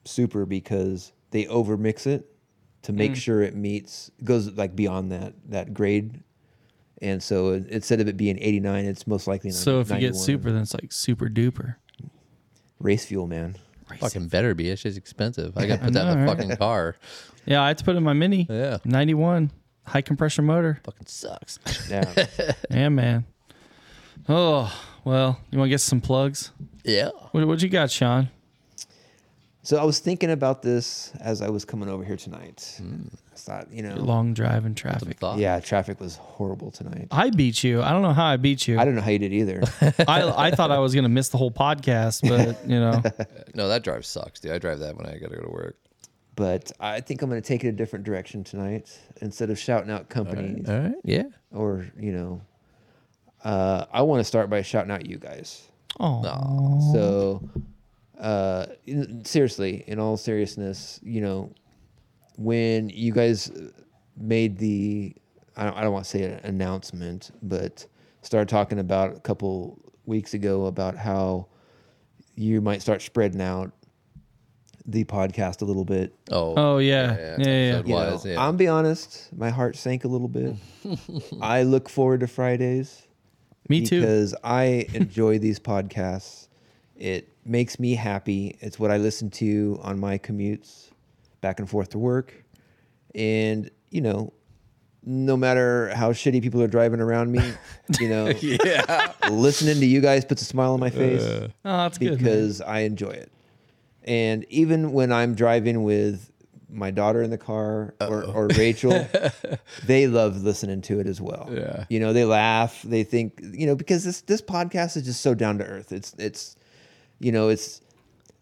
S3: super because they overmix it to
S2: Mm.
S3: make sure it meets goes like beyond that that grade. And so in- instead of it being 89, it's most likely
S2: so if you get
S3: 91.
S2: super, then it's like super duper.
S3: race fuel, man.
S1: Fucking better be. That shit's expensive. [laughs] I got to put that in
S2: know,
S1: the
S2: right?
S1: fucking car.
S2: Yeah, I had to put in my mini.
S1: Yeah.
S2: 91 high compression motor.
S1: Fucking sucks. [laughs]
S2: [laughs]
S3: Yeah.
S2: yeah, man. Oh, well, you want to get some plugs?
S1: yeah.
S2: What, what you got, Sean?
S3: So I was thinking about this as I was coming over here tonight.
S1: Hmm.
S3: I thought, you know,
S2: Long drive in traffic.
S1: Thought.
S3: yeah, traffic was horrible tonight.
S2: I beat you. I don't know how I beat you.
S3: I
S2: I,
S3: don't know how you did
S1: [laughs]
S3: either.
S2: I, thought I was going to miss the whole podcast, but you
S3: [laughs]
S2: know,
S1: No, that drive sucks, dude. I drive that when I gotta go to work.
S3: but I think I'm going to take it a different direction tonight. Instead of shouting out companies
S1: All right. Yeah.
S3: or, you know, uh, I want to start by shouting out you guys.
S2: oh,
S3: So, uh, in- seriously, in all seriousness, you know, when you guys made the, I don't, I don't want to say an announcement, but started talking about a couple weeks ago about how you might start spreading out the podcast a little bit.
S1: Oh. [laughs]
S2: oh yeah, yeah, yeah.
S1: episode
S3: You know,
S1: wise, yeah.
S3: I'm be honest, my heart sank a little bit. I look forward to Fridays
S2: Me too.
S3: because I enjoy these podcasts. It makes me happy. It's what I listen to on my commutes back and forth to work. And, you know, no matter how shitty people are driving around me,
S2: [laughs]
S3: you know, listening to you guys puts a smile on my face
S2: Oh, that's good. man.
S3: because I enjoy it. And even when I'm driving with my daughter in the car or, or Rachel, they love listening to it as well.
S1: Yeah.
S3: You know, they laugh, they think, you know, because this this podcast is just so down to earth. It's it's you know, it's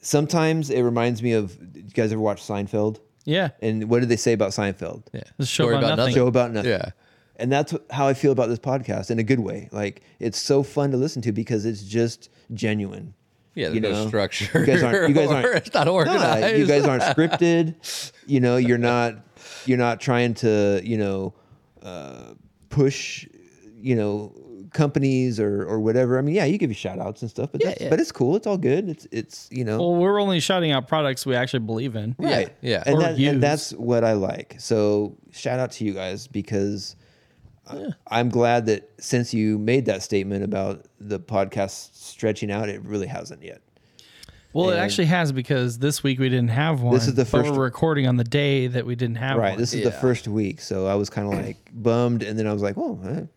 S3: sometimes it reminds me of you guys ever watch Seinfeld?
S2: Yeah,
S3: And what did they say about Seinfeld?
S1: yeah.
S2: The show
S1: Story
S2: about nothing.
S3: Show about nothing.
S1: Yeah.
S3: And that's wh- how I feel about this podcast in a good way. Like it's so fun to listen to because it's just genuine.
S1: Yeah. There's
S3: You
S1: no
S3: know,
S1: structure.
S3: you guys aren't- you
S1: [laughs]
S3: guys
S1: or
S3: aren't-
S1: it's not
S3: No,
S1: organized.
S3: no, you guys aren't scripted. You know,
S1: [laughs]
S3: you're not you're not trying to you know uh, push you know companies or or whatever. I mean, yeah, you give you shout outs and stuff, but that's,
S1: yeah.
S3: but it's cool. It's all good. It's it's you know
S2: Well, we're only shouting out products we actually believe in.
S3: right
S1: yeah.
S3: and,
S2: Or
S3: that,
S2: use.
S3: and that's what I like. So shout out to you guys because. I- I'm glad that since you made that statement about the podcast stretching out, it really hasn't yet.
S2: Well, it
S3: And-
S2: actually has because this week we didn't have one.
S3: is the
S2: but
S3: first-
S2: we're recording on the day that we didn't have
S3: Right.
S2: one.
S3: This is the
S1: Yeah.
S3: first week, so I was kind of like
S1: [clears throat]
S3: bummed, and then I was like, "Oh, eh,
S1: Well, it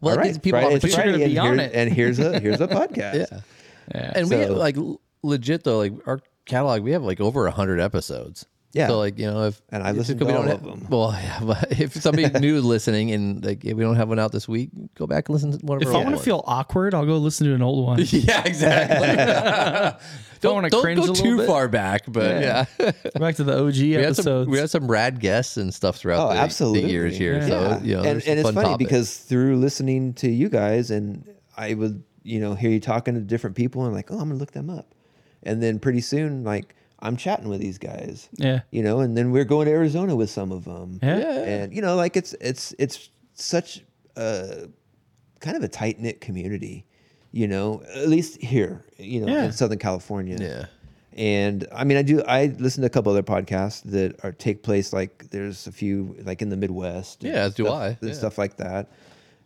S3: all right,
S1: gives people
S3: Friday-
S1: opportunity.
S2: you're gonna
S3: and
S2: be on
S3: here-
S2: it.
S3: And here's a
S1: [laughs]
S3: here's a podcast.
S1: [laughs] Yeah. And we
S3: So-
S1: like l- legit though, like our catalog, we have like over hundred episodes.
S3: Yeah.
S1: So like you know if
S3: And I
S1: it's just
S3: listened
S1: 'cause
S3: to
S1: we
S3: all
S1: don't
S3: of
S1: have-
S3: them.
S1: Well, [laughs] yeah, but if
S3: [laughs]
S1: somebody new listening and like if we don't have one out this week, go back and listen to one of
S2: If
S1: our.
S2: I
S1: old
S2: want to
S1: ones.
S2: feel awkward, I'll go listen to an old
S3: [laughs]
S2: one.
S1: [laughs] yeah, exactly.
S2: I
S1: don't
S2: wanna
S1: don't
S2: cringe a
S1: go
S2: little
S1: too
S2: bit.
S1: far back, but yeah,
S2: Back to the OG
S1: we had
S2: episodes.
S1: some we had some rad guests and stuff throughout
S3: Oh,
S1: the, the
S3: absolutely.
S1: years here.
S2: Yeah.
S1: So you know,
S3: and,
S1: there's some
S3: and it's
S1: fun
S3: funny
S1: topics.
S3: because through listening to you guys, and I would you know hear you talking to different people, and like, oh, I'm gonna look them up, and then pretty soon, like, I'm chatting with these guys,
S2: yeah.
S3: you know, and then we're going to Arizona with some of them,
S2: Yeah.
S3: and you know, like it's it's it's such a kind of a tight knit community, you know, at least here, you know,
S2: Yeah.
S3: in Southern California,
S1: yeah,
S3: and I mean, I do. I listen to a couple other podcasts that are take place like there's a few like in the Midwest. and
S1: Yeah, as do
S3: stuff-
S1: I,
S3: and
S1: yeah.
S3: Stuff like that.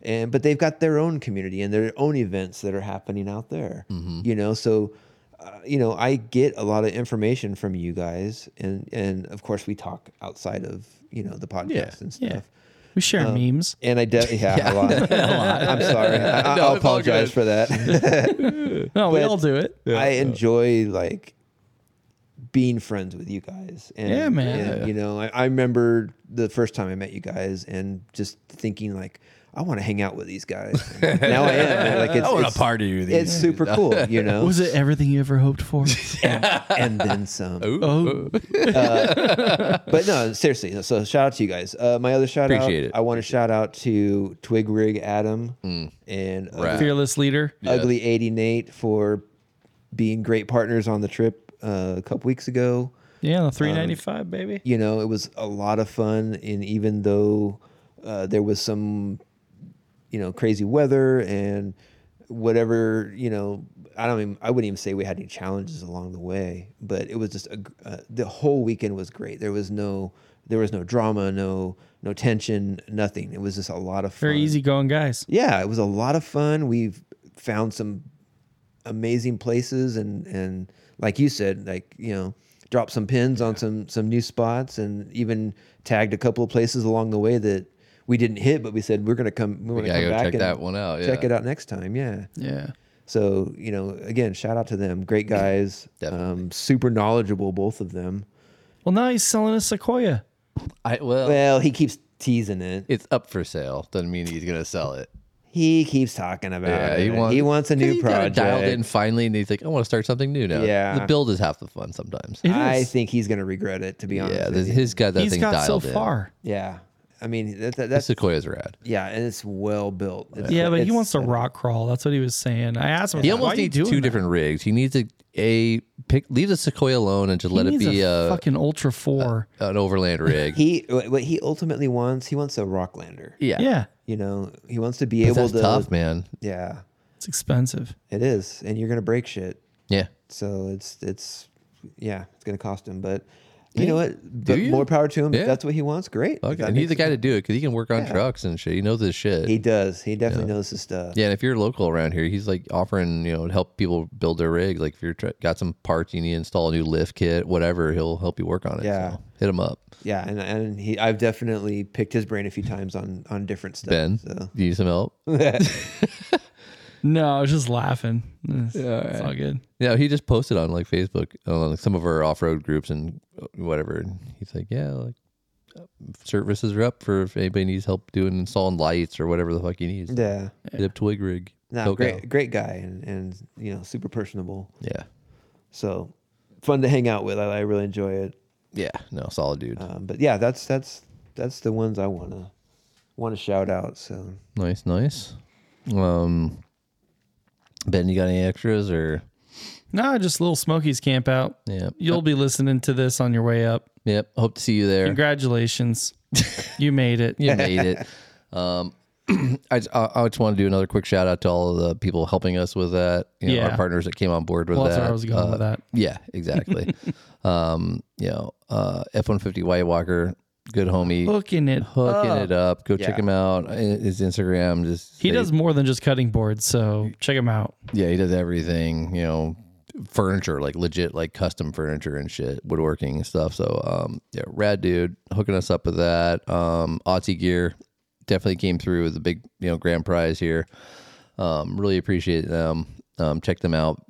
S3: And but they've got their own community and their own events that are happening out there.
S1: Mm-hmm.
S3: You know, so uh, you know, I get a lot of information from you guys, and and of course we talk outside of you know the podcast and stuff.
S2: Yeah. We share memes.
S3: And I
S1: [laughs]
S3: de- yeah, a lot. I'm sorry. I,
S1: No,
S3: I'll
S1: it's all
S3: apologize
S1: good. [laughs]
S3: for that.
S2: No, we
S3: but-
S2: all do it.
S3: I enjoy like being friends with you guys. And,
S2: Yeah, man.
S3: and, you know, I, I remember the first time I met you guys and just thinking like, I want to hang out with
S1: [laughs]
S3: these guys. And now I am. man. Like it's,
S1: I want
S3: it's-
S1: to party with
S3: It's
S1: these.
S3: super cool,
S1: [laughs]
S3: you know.
S2: Was it everything you ever hoped for?
S3: and
S1: [laughs]
S3: then some.
S1: Ooh.
S2: oh,
S3: But no, seriously. no, So shout out to you guys. Uh, my other shout
S1: Appreciate
S3: out.
S1: it. Mm.
S3: I want to shout out to Twig Rig Adam and
S1: Rad.
S3: Ugly,
S2: fearless leader.
S3: Ugly 80 Nate for being great partners on the trip uh, a couple weeks ago.
S2: Yeah, the
S1: Um,
S2: 395 baby.
S3: you know, it was a lot of fun. And even though uh, there was some, you know, crazy weather and whatever, you know, I don't even, I wouldn't even say we had any challenges along the way, but it was just, a, gr- uh, the whole weekend was great. There was no, there was no drama, no, no tension, nothing. It was just a lot of fun.
S2: Very easygoing guys.
S3: Yeah, it was a lot of fun. We've found some amazing places and and like you said, like, you know, dropped some pins on some some new spots and even tagged a couple of places along the way that we didn't hit, but we said we're gonna come we want to
S1: gotta
S3: come
S1: go
S3: back
S1: check
S3: and
S1: that one out,
S3: Check
S1: yeah.
S3: it out next time. Yeah.
S2: Yeah.
S3: So you know, again, shout out to them. Great guys, um, super knowledgeable, both of them.
S2: Well, now he's selling a Sequoia.
S1: I well,
S3: Well, he keeps teasing it.
S1: it's up for sale. Doesn't mean he's gonna sell it.
S3: He keeps talking about
S1: Yeah,
S3: it.
S1: he wants
S3: [laughs] a new
S1: He got it
S3: project.
S1: Dialed in finally, and he's like, I want to start something new now.
S3: Yeah.
S1: the build is half the fun sometimes.
S2: It
S3: I
S2: is.
S3: think he's going to regret it, to be honest.
S1: Yeah,
S3: with
S1: this,
S3: you.
S1: he's got that
S2: He's
S1: thing
S2: got so
S1: dialed in.
S2: far.
S3: yeah. I mean, that, that,
S1: The
S3: that's
S1: Sequoia's rad.
S3: yeah, and it's well built. It's-
S2: Yeah, but he
S3: it's-
S2: wants to rock crawl. That's what he was saying. I asked him.
S1: He
S2: I was like,
S1: almost
S2: "Why are you
S1: needs two
S2: doing that?"
S1: different rigs. He needs a a pick. Leave the Sequoia alone and just let
S2: He
S1: it
S2: needs
S1: be uh,
S2: a
S1: a,
S2: fucking Ultra Four.
S1: an overland
S3: [laughs]
S1: rig.
S3: He what what he ultimately wants, he wants a Rocklander.
S1: yeah,
S2: yeah,
S3: You know, he wants to be
S1: 'Cause
S3: able
S1: that's
S3: to.
S1: tough, man.
S3: Yeah,
S2: it's expensive.
S3: it is, and you're going to break shit.
S1: Yeah,
S3: So it's it's yeah, it's going to cost him. But you know what? But
S1: you?
S3: more power to him.
S1: Yeah.
S3: If that's what he wants. Great. If
S1: okay.
S3: that
S1: And he's
S3: makes-
S1: the guy to do it because he can work on trucks and shit. He knows his shit.
S3: He does. He definitely knows his stuff.
S1: yeah, and if you're local around here, he's like offering you know to help people build their rig. Like if you're tr- got some parts you need to install a new lift kit, whatever, he'll help you work on it.
S3: Yeah.
S1: so hit him up.
S3: Yeah, and and he, I've definitely picked his brain a few times on on different stuff.
S1: Ben,
S3: so.
S1: do you need some help?
S2: No, I was just laughing. It's, it's all good.
S1: Yeah, he just posted on like Facebook, uh, like some of our off road groups and uh, whatever. And he's like, yeah, like uh, services are up for if anybody needs help doing installing lights or whatever the fuck he needs.
S3: yeah,
S1: Hit up Twig Rig.
S3: no,
S1: Go,
S3: great,
S1: go.
S3: great guy, and and you know, super personable.
S1: Yeah,
S3: So fun to hang out with. I, I really enjoy it.
S1: yeah, no, solid dude.
S3: Um, but yeah, that's that's that's the ones I wanna want to shout out. So
S1: nice, nice. Um, Ben, you got any extras or?
S2: No, just little Smokies camp out.
S1: Yeah,
S2: You'll be listening to this on your way up.
S1: yep. Hope to see you there.
S2: Congratulations, you made it.
S1: you
S2: [laughs]
S1: made it. Um, [clears throat] I, just- I, I just want to do another quick shout out to all of the people helping us with that. You know,
S2: Yeah.
S1: our partners that came on board with
S2: Well, that's
S1: that.
S2: where I was going
S1: Uh,
S2: with that.
S1: Yeah,
S2: [laughs]
S1: exactly. um, you know, uh, F one fifty White Walker, good homie,
S2: Hooking it.
S1: hooking it up. Go check
S3: Yeah.
S1: him out. I- His Instagram, just
S2: He
S1: say-
S2: does more than just cutting boards, so check him out.
S1: Yeah, he does everything. You know, furniture, like legit, like custom furniture and shit, woodworking and stuff. So, um, yeah, rad dude, hooking us up with that. Um, Aussie gear definitely came through with a big, you know, grand prize here. Um, really appreciate them. Um, check them out.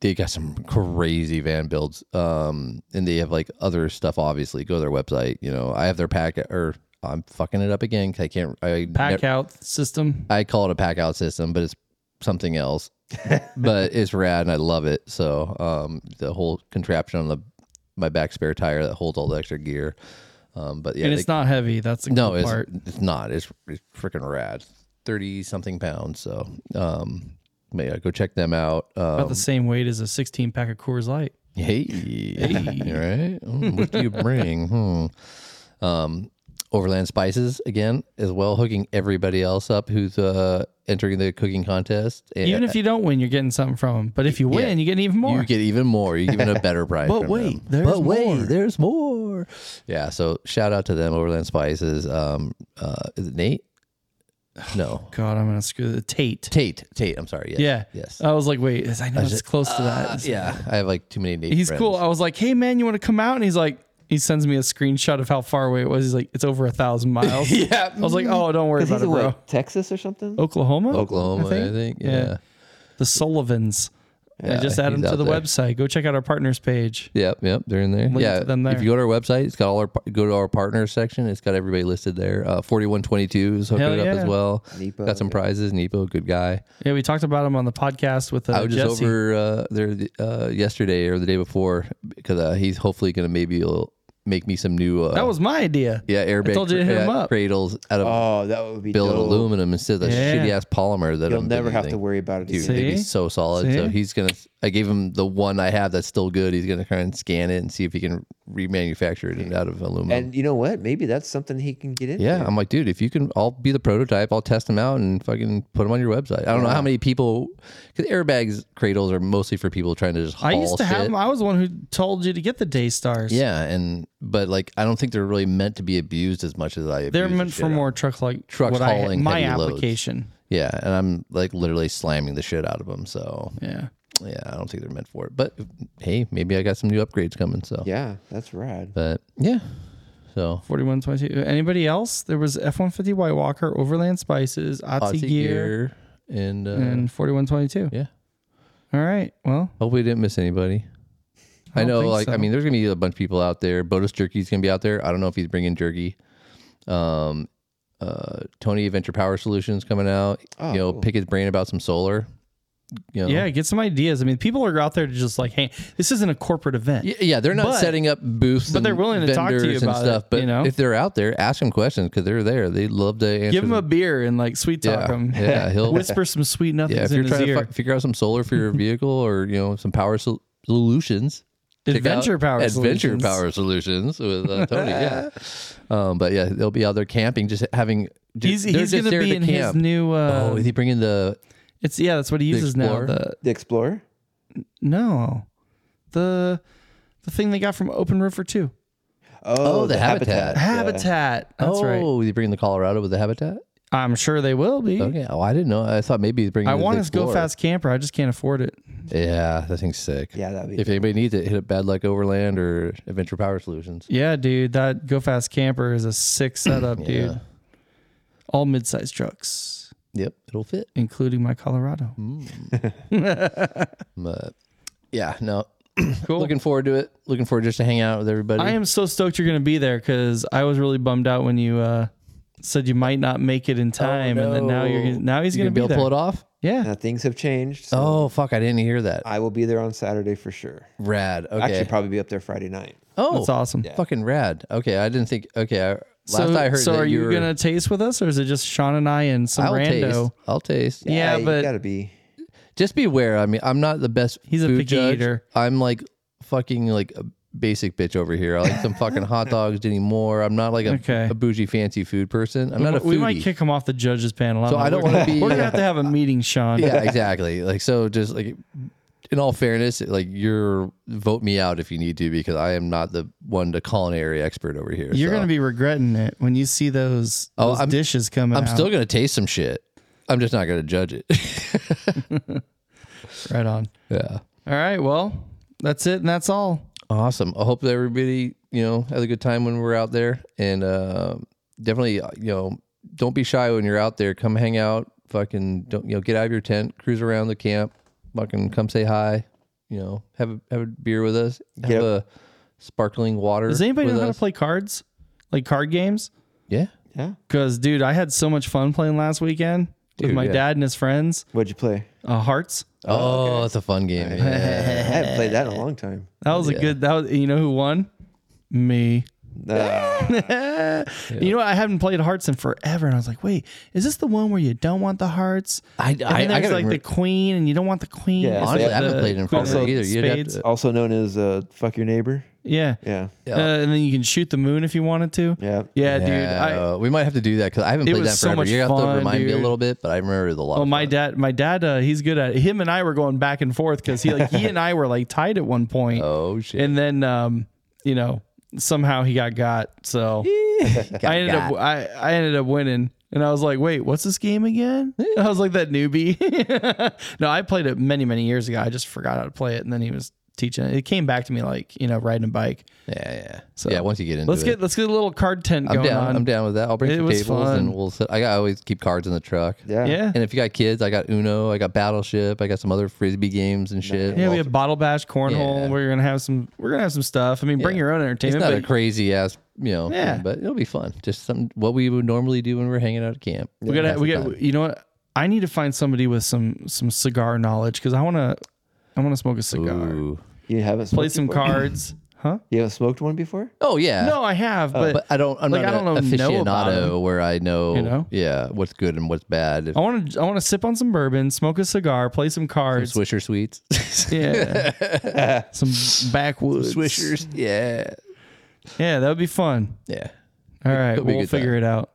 S1: They got some crazy van builds. Um, and they have like other stuff. Obviously, go to their website. You know, I have their pack or. I'm fucking it up again. 'cause I can't. I
S2: Pack out system.
S1: I call it a pack out system, but it's something else.
S2: [laughs]
S1: but it's rad and I love it. So um, the whole contraption on the my back spare tire that holds all the extra gear. Um, but yeah,
S2: and
S1: they-
S2: it's not heavy. That's the
S1: no,
S2: cool
S1: it's
S2: part.
S1: it's not. It's, it's freaking rad. Thirty something pounds. So um, but yeah, go check them out.
S2: About [laughs]
S1: Um,
S2: the same weight as a 16 pack of Coors Light.
S1: Hey, [laughs] right? Mm, what do you
S2: [laughs]
S1: bring? Hmm. Um, Overland Spices again, as well, hooking everybody else up who's uh, entering the cooking contest. And
S2: Even if you don't win, you're getting something from him. But if you win, you get even more.
S1: you get even more, you get even a
S2: [laughs]
S1: better price.
S2: But
S1: from
S2: wait,
S1: them.
S2: there's
S1: but wait,
S2: more.
S1: there's more. Yeah, so shout out to them, Overland Spices. Um, uh, is it
S2: [sighs]
S1: Nate? No,
S2: God, I'm gonna screw the Tate.
S1: Tate. Tate. I'm sorry. Yes,
S2: Yeah. Oh,
S1: Yes.
S2: I was like, wait, is- I know it's close to
S1: [laughs]
S2: that.
S1: yeah, I have like too many Nate.
S2: He's
S1: friends.
S2: cool. I was like, hey man, you want to come out? And he's like, he sends me a screenshot of how far away it was. He's like, it's over a thousand miles.
S1: [laughs] [laughs]
S2: [laughs]
S1: Yeah.
S2: I was like, oh, don't worry
S3: 'Cause
S2: about
S3: he's
S2: it,
S3: in,
S2: bro.
S3: what, Texas or something.
S1: Oh.
S2: Oklahoma,
S1: Oklahoma, I think. Yeah.
S2: Yeah. the Sullivans. I just add
S1: he's
S2: them to
S1: out
S2: the
S1: there.
S2: website. Go check out our partners page.
S1: Yep, yep, they're in there. yeah,
S2: to them
S1: if
S2: there.
S1: you go to our website, it's got all our par- go to our partners section. It's got everybody listed there. Uh, Forty one twenty two is hooking
S2: Hell
S1: it up
S2: yeah.
S1: as well.
S3: Nepo,
S1: got some
S3: yeah.
S1: prizes. Nepo, good guy.
S2: Yeah, we talked about him on the podcast with
S1: I
S2: uh,
S1: was
S2: Jesse.
S1: just over uh, there the, uh, yesterday or the day before because uh, he's hopefully going to maybe will make me some new. Uh,
S2: that was my idea.
S1: yeah airbag
S2: told you to hit him
S1: yeah,
S2: up.
S1: cradles out of
S3: Oh, that would be
S1: built
S3: dope.
S1: aluminum instead of that
S2: Yeah.
S1: shitty ass polymer that
S3: You'll
S1: I'm
S3: never have to
S1: using.
S3: worry about it.
S1: Dude,
S3: again.
S1: they'd be
S2: See?
S1: so solid. So
S2: See?
S1: he's gonna. I gave him the one I have that's still good. He's gonna try and scan it and see if he can remanufacture it out of aluminum.
S3: And you know what? Maybe that's something he can get into.
S1: Yeah, I'm like, dude, if you can, I'll be the prototype. I'll test them out and fucking put them on your website. I don't know how many people, because airbags cradles are mostly for people trying to just. Haul
S2: I used to
S1: shit.
S2: have him. I was the one who told you to get the Daystars.
S1: Yeah, and but like, I don't think they're really meant to be abused as much as I.
S2: They're
S1: abuse the
S2: meant
S1: shit
S2: for
S1: out-
S2: more truck like
S1: Trucks
S2: what I-
S1: hauling
S2: my
S1: heavy loads.
S2: application.
S1: Yeah, and I'm like literally slamming the shit out of them. So
S2: Yeah.
S1: yeah, I don't think they're meant for it. But hey, maybe I got some new upgrades coming. So
S3: Yeah, that's rad.
S1: but yeah, so
S2: 4122. Anybody else? There was F150 White Walker, Overland Spices, Otzi,
S1: Aussie
S2: Gear,
S1: gear and uh,
S2: and 4122.
S1: yeah,
S2: All right. Well,
S1: Hope we didn't miss anybody. I,
S2: don't
S1: know,
S2: think
S1: like, I
S2: so.
S1: mean, there's gonna be a bunch of people out there. Botus Jerky's gonna be out there. I don't know if he's bringing jerky. Um, uh, Tony Adventure Power Solutions coming out.
S3: Oh,
S1: you know,
S3: cool.
S1: pick his brain about some solar. You know,
S2: yeah, get some ideas. I mean, people are out there to just like, hey, this isn't a corporate event.
S1: Y- Yeah, they're not
S2: But-
S1: setting up booths,
S2: but
S1: and
S2: they're willing to talk to you
S1: vendors and
S2: about it,
S1: stuff. but
S2: you know?
S1: if they're out there, ask them questions because they're there. They love to answer.
S2: Give him a
S1: them.
S2: beer and like sweet talk him.
S1: yeah,
S2: [laughs]
S1: yeah. He'll
S2: Whisper some sweet nothings
S1: yeah. If
S2: in
S1: you're
S2: his
S1: trying to
S2: ear.
S1: fi- figure out some solar for
S2: [laughs]
S1: your vehicle or you know some power sol- solutions, check out
S2: Adventure Power
S1: Adventure
S2: Solutions.
S1: Power Solutions with
S2: [laughs]
S1: uh, Tony. yeah, um, but yeah, they'll be out there camping, just having. Just,
S2: he's
S1: they're
S2: he's
S1: just
S2: gonna
S1: there
S2: be
S1: to
S2: in
S1: camp.
S2: his new. Uh,
S1: Oh, is he bringing the?
S2: it's yeah, that's what he uses now.
S1: Explorer?
S2: The
S3: The Explorer.
S2: no, the the thing they got from Open River Two
S1: Oh, the Habitat.
S2: Habitat. That's
S1: oh,
S2: right.
S1: is he bringing the Colorado with the habitat?
S2: I'm sure they will be.
S1: Okay. Oh, I didn't know. I thought maybe he's bringing.
S2: I
S1: the
S2: want his Go
S1: Explorer.
S2: Fast Camper. I just can't afford it.
S1: Yeah, that thing's sick.
S3: Yeah, that'd be.
S1: If anybody needs it, hit up Bad Luck Overland or Adventure Power Solutions.
S2: Yeah, dude, that Go Fast Camper is a sick
S1: [clears throat]
S2: setup,
S1: Yeah.
S2: dude. All mid-sized trucks,
S1: Yep, it'll fit.
S2: including my Colorado.
S1: But yeah, no. [clears throat]
S2: Cool.
S1: Looking forward to it. Looking forward just to hang out with everybody.
S2: I am so stoked you're gonna be there because I was really bummed out when you uh, said you might not make it in time, and then now you're
S1: Oh, no.
S2: gonna- now he's
S1: You
S2: gonna
S1: gonna be able to
S2: be, there.
S1: pull it off.
S2: Yeah,
S3: Now, things have changed. So
S1: Oh fuck! I didn't hear that.
S3: I will be there on Saturday for sure.
S1: Rad. Okay.
S3: Actually, probably be up there Friday night.
S1: oh,
S2: that's awesome.
S1: Fucking rad. Okay, I didn't think. Okay, I,
S2: So,
S1: last I heard.
S2: so
S1: that
S2: are you
S1: were-
S2: gonna taste with us, or is it just Sean and I and some
S1: I'll
S2: rando?
S1: taste. I'll taste.
S2: Yeah,
S3: you
S2: but-
S3: gotta be.
S1: Just be aware. I mean, I'm not the best.
S2: He's a
S1: food
S2: picky
S1: judge.
S2: eater.
S1: I'm like fucking like a basic bitch over here. I like some fucking
S2: [laughs]
S1: hot dogs anymore. I'm not like a,
S2: Okay.
S1: a bougie fancy food person. I'm not a foodie.
S2: we might kick him off the judges panel.
S1: So I don't
S2: know. We're-
S1: wanna be-
S2: [laughs] We're gonna have to have a meeting, Sean. [laughs]
S1: yeah, exactly. Like so, just like in all fairness, like you're vote me out if you need to because I am not the one to culinary expert over here.
S2: You're
S1: so.
S2: gonna be regretting it when you see those,
S1: Oh,
S2: those
S1: I'm-
S2: dishes coming.
S1: I'm
S2: out.
S1: still gonna taste some shit. I'm just not gonna judge it. [laughs]
S2: right on.
S1: yeah.
S2: All right, well, that's it, and that's all.
S1: Awesome. I hope that everybody, you know, has a good time when we're out there. And uh, definitely, uh, you know, don't be shy when you're out there. Come hang out. Fucking don't, you know, get out of your tent, cruise around the camp, fucking come say hi. You know, have a, have a beer with us, have
S3: Yep.
S1: a sparkling water.
S2: Does anybody
S1: with
S2: know how to
S1: us.
S2: play cards, like card games?
S1: Yeah.
S3: Yeah.
S2: Because, dude, I had so much fun playing last weekend with
S1: Dude,
S2: my
S1: yeah.
S2: dad and his friends.
S3: What'd you play?
S2: Uh, Hearts.
S1: Oh, that's a fun
S2: [laughs]
S1: game. Yeah.
S3: I haven't played
S1: Eh.
S3: that in a
S1: [laughs]
S3: long time.
S2: That was a good. That was, you know who won? Me.
S3: Uh,
S2: You know what? I haven't played Hearts in forever, and I was like, wait, is this the one where you don't want the hearts?
S1: I,
S2: And
S1: I, I
S2: then there's
S1: gotta
S2: like the
S1: remember-
S2: queen, and you don't want the queen.
S3: Yeah,
S2: It's
S1: honestly,
S2: like
S1: I haven't
S2: the
S1: played it in
S2: queen
S1: forever
S2: of
S1: either. You'd have
S2: spades.
S1: to-
S3: also known as uh, "fuck your neighbor."
S2: yeah.
S3: Yeah.
S2: Uh, and then you can shoot the moon if you wanted to.
S3: Yeah.
S2: Yeah, dude. I,
S1: Yeah, we might have to do that because I haven't
S2: It
S1: played
S2: was
S1: that
S2: so
S1: forever.
S2: much
S1: you have
S2: fun,
S1: to remind me
S2: dude.
S1: a little bit, but I remember it was a lot.
S2: Oh,
S1: of
S2: my
S1: fun.
S2: dad, my dad, uh, he's good at it. him and I were going back and forth because he like he and I were like tied at one point,
S1: Oh shit! [laughs]
S2: and then um, you know somehow he got got. So I ended up I, I ended up winning, and I was like, wait, what's this game again? [laughs] I was like that newbie. no, I played it many many years ago. I just forgot how to play it, and then he was teaching it. It came back to me like you know riding a bike.
S1: yeah, yeah. yeah, once you get into
S2: Let's
S1: it,
S2: get let's get a little card tent
S1: I'm
S2: going
S1: down.
S2: on.
S1: I'm down with that. I'll bring
S2: It
S1: some
S2: was
S1: tables
S2: fun.
S1: and we'll. Set, I got I always keep cards in the truck.
S3: Yeah.
S2: Yeah.
S1: And if you got kids, I got Uno, I got Battleship, I got some other frisbee games and shit.
S2: Yeah, we
S1: Well,
S2: have bottle bash, cornhole.
S1: Yeah.
S2: We're gonna have some. We're gonna have some stuff. I mean, bring
S1: Yeah.
S2: your own
S1: it's
S2: entertainment.
S1: not a
S2: but
S1: crazy ass, you know.
S2: Yeah.
S1: Thing, but it'll be fun. Just something what we would normally do when we're hanging out at camp.
S2: we gotta. We got. You know what? I need to find somebody with some some cigar knowledge because I wanna. I wanna smoke a cigar.
S1: Ooh.
S3: You haven't smoked
S2: Play some
S3: before?
S1: [laughs]
S2: cards, huh?
S3: You haven't smoked one before?
S1: Oh yeah.
S2: No, I have, but,
S1: Uh, but I don't. I'm
S2: like,
S1: not
S2: I
S1: an
S2: don't know- know about
S1: aficionado
S2: 'em.
S1: where I know,
S2: You know?
S1: yeah, what's good and what's bad. If
S2: I want to. I want to sip on some bourbon, smoke a cigar, play some cards.
S1: Swisher sweets, [laughs]
S2: yeah, some backwoods.
S1: Swishers, yeah,
S2: Yeah, that would be fun.
S1: yeah.
S2: All right,
S1: be a
S2: we'll
S1: good time.
S2: figure it out.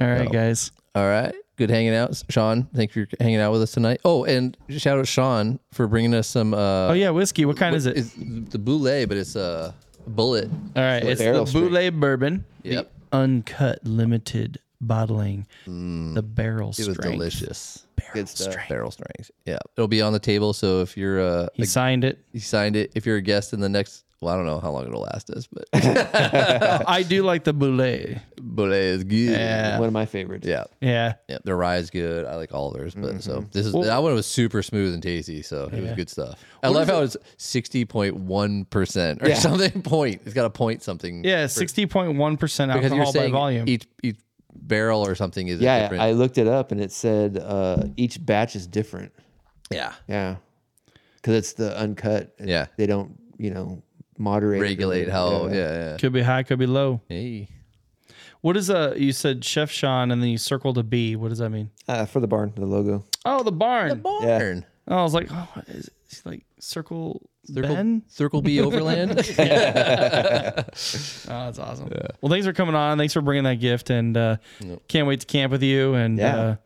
S2: All right, guys.
S1: All right. Good hanging out. Sean, thanks for hanging out with us tonight. Oh, and shout out Sean for bringing us some. Uh,
S2: Oh yeah, whiskey. What kind is it? Oh,
S1: It's the boule, but it's uh, a bullet.
S2: All right, it's the
S3: Barrel strength.
S2: Boule Bourbon.
S1: Yep.
S2: The uncut, limited bottling. the barrel
S1: Mm. It was
S2: strength.
S1: delicious.
S2: Barrel
S3: Good stuff.
S2: strength.
S1: Barrel strength. Yeah. It'll be on the table. So if you're, uh,
S2: He signed it.
S1: you signed it, if you're a guest in the next Well, I don't know how long it'll last us, but [laughs]
S2: Oh, I do like the boulet.
S1: boulet is good.
S2: Yeah.
S3: One of my favorites.
S1: Yeah.
S2: Yeah.
S1: Yeah, the rye is good. I like all theirs, but so this is that one was super smooth and tasty, so it was good stuff. I love how it's sixty point one percent or something [laughs] point. It's got a point something.
S2: Yeah, sixty point one percent
S1: because you're
S2: alcohol by
S1: saying e-
S2: volume.
S1: each each barrel or something is a
S3: Yeah,
S1: different.
S3: I looked it up and it said uh, each batch is different.
S1: yeah,
S3: Yeah, because it's the uncut. It-
S1: Yeah.
S3: they don't you know moderate or-
S1: regulate how. Yeah, yeah.
S2: could be high, could be low.
S1: Hey,
S2: What is a? You said Chef Sean, and then you circled a B. What does that mean?
S3: Uh, for the barn, the logo.
S2: Oh, the barn.
S1: barn.
S2: Oh, I was like, oh, what is it's like circle,
S1: Circle,
S2: Ben.
S1: Circle B Overland.
S2: Oh, that's awesome. Well, thanks for coming on. Thanks for bringing that gift, and uh, can't wait to camp with you and
S3: Yeah.
S2: uh,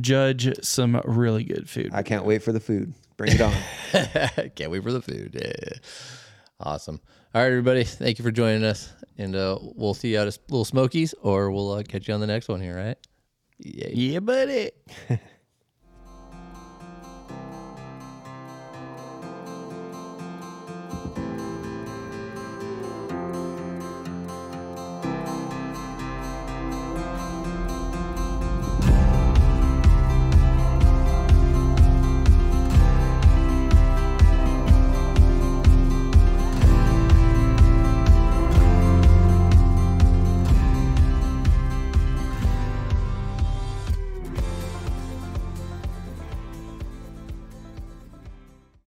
S2: judge some really good food.
S3: I can't wait for the food. Bring
S1: [laughs]
S3: it on.
S1: Can't wait for the food. Yeah. Awesome. All right, everybody. Thank you for joining us. And uh, we'll see you out at Little Smokies, or we'll uh, catch you on the next one here, all right? Yeah.
S4: Yeah, buddy.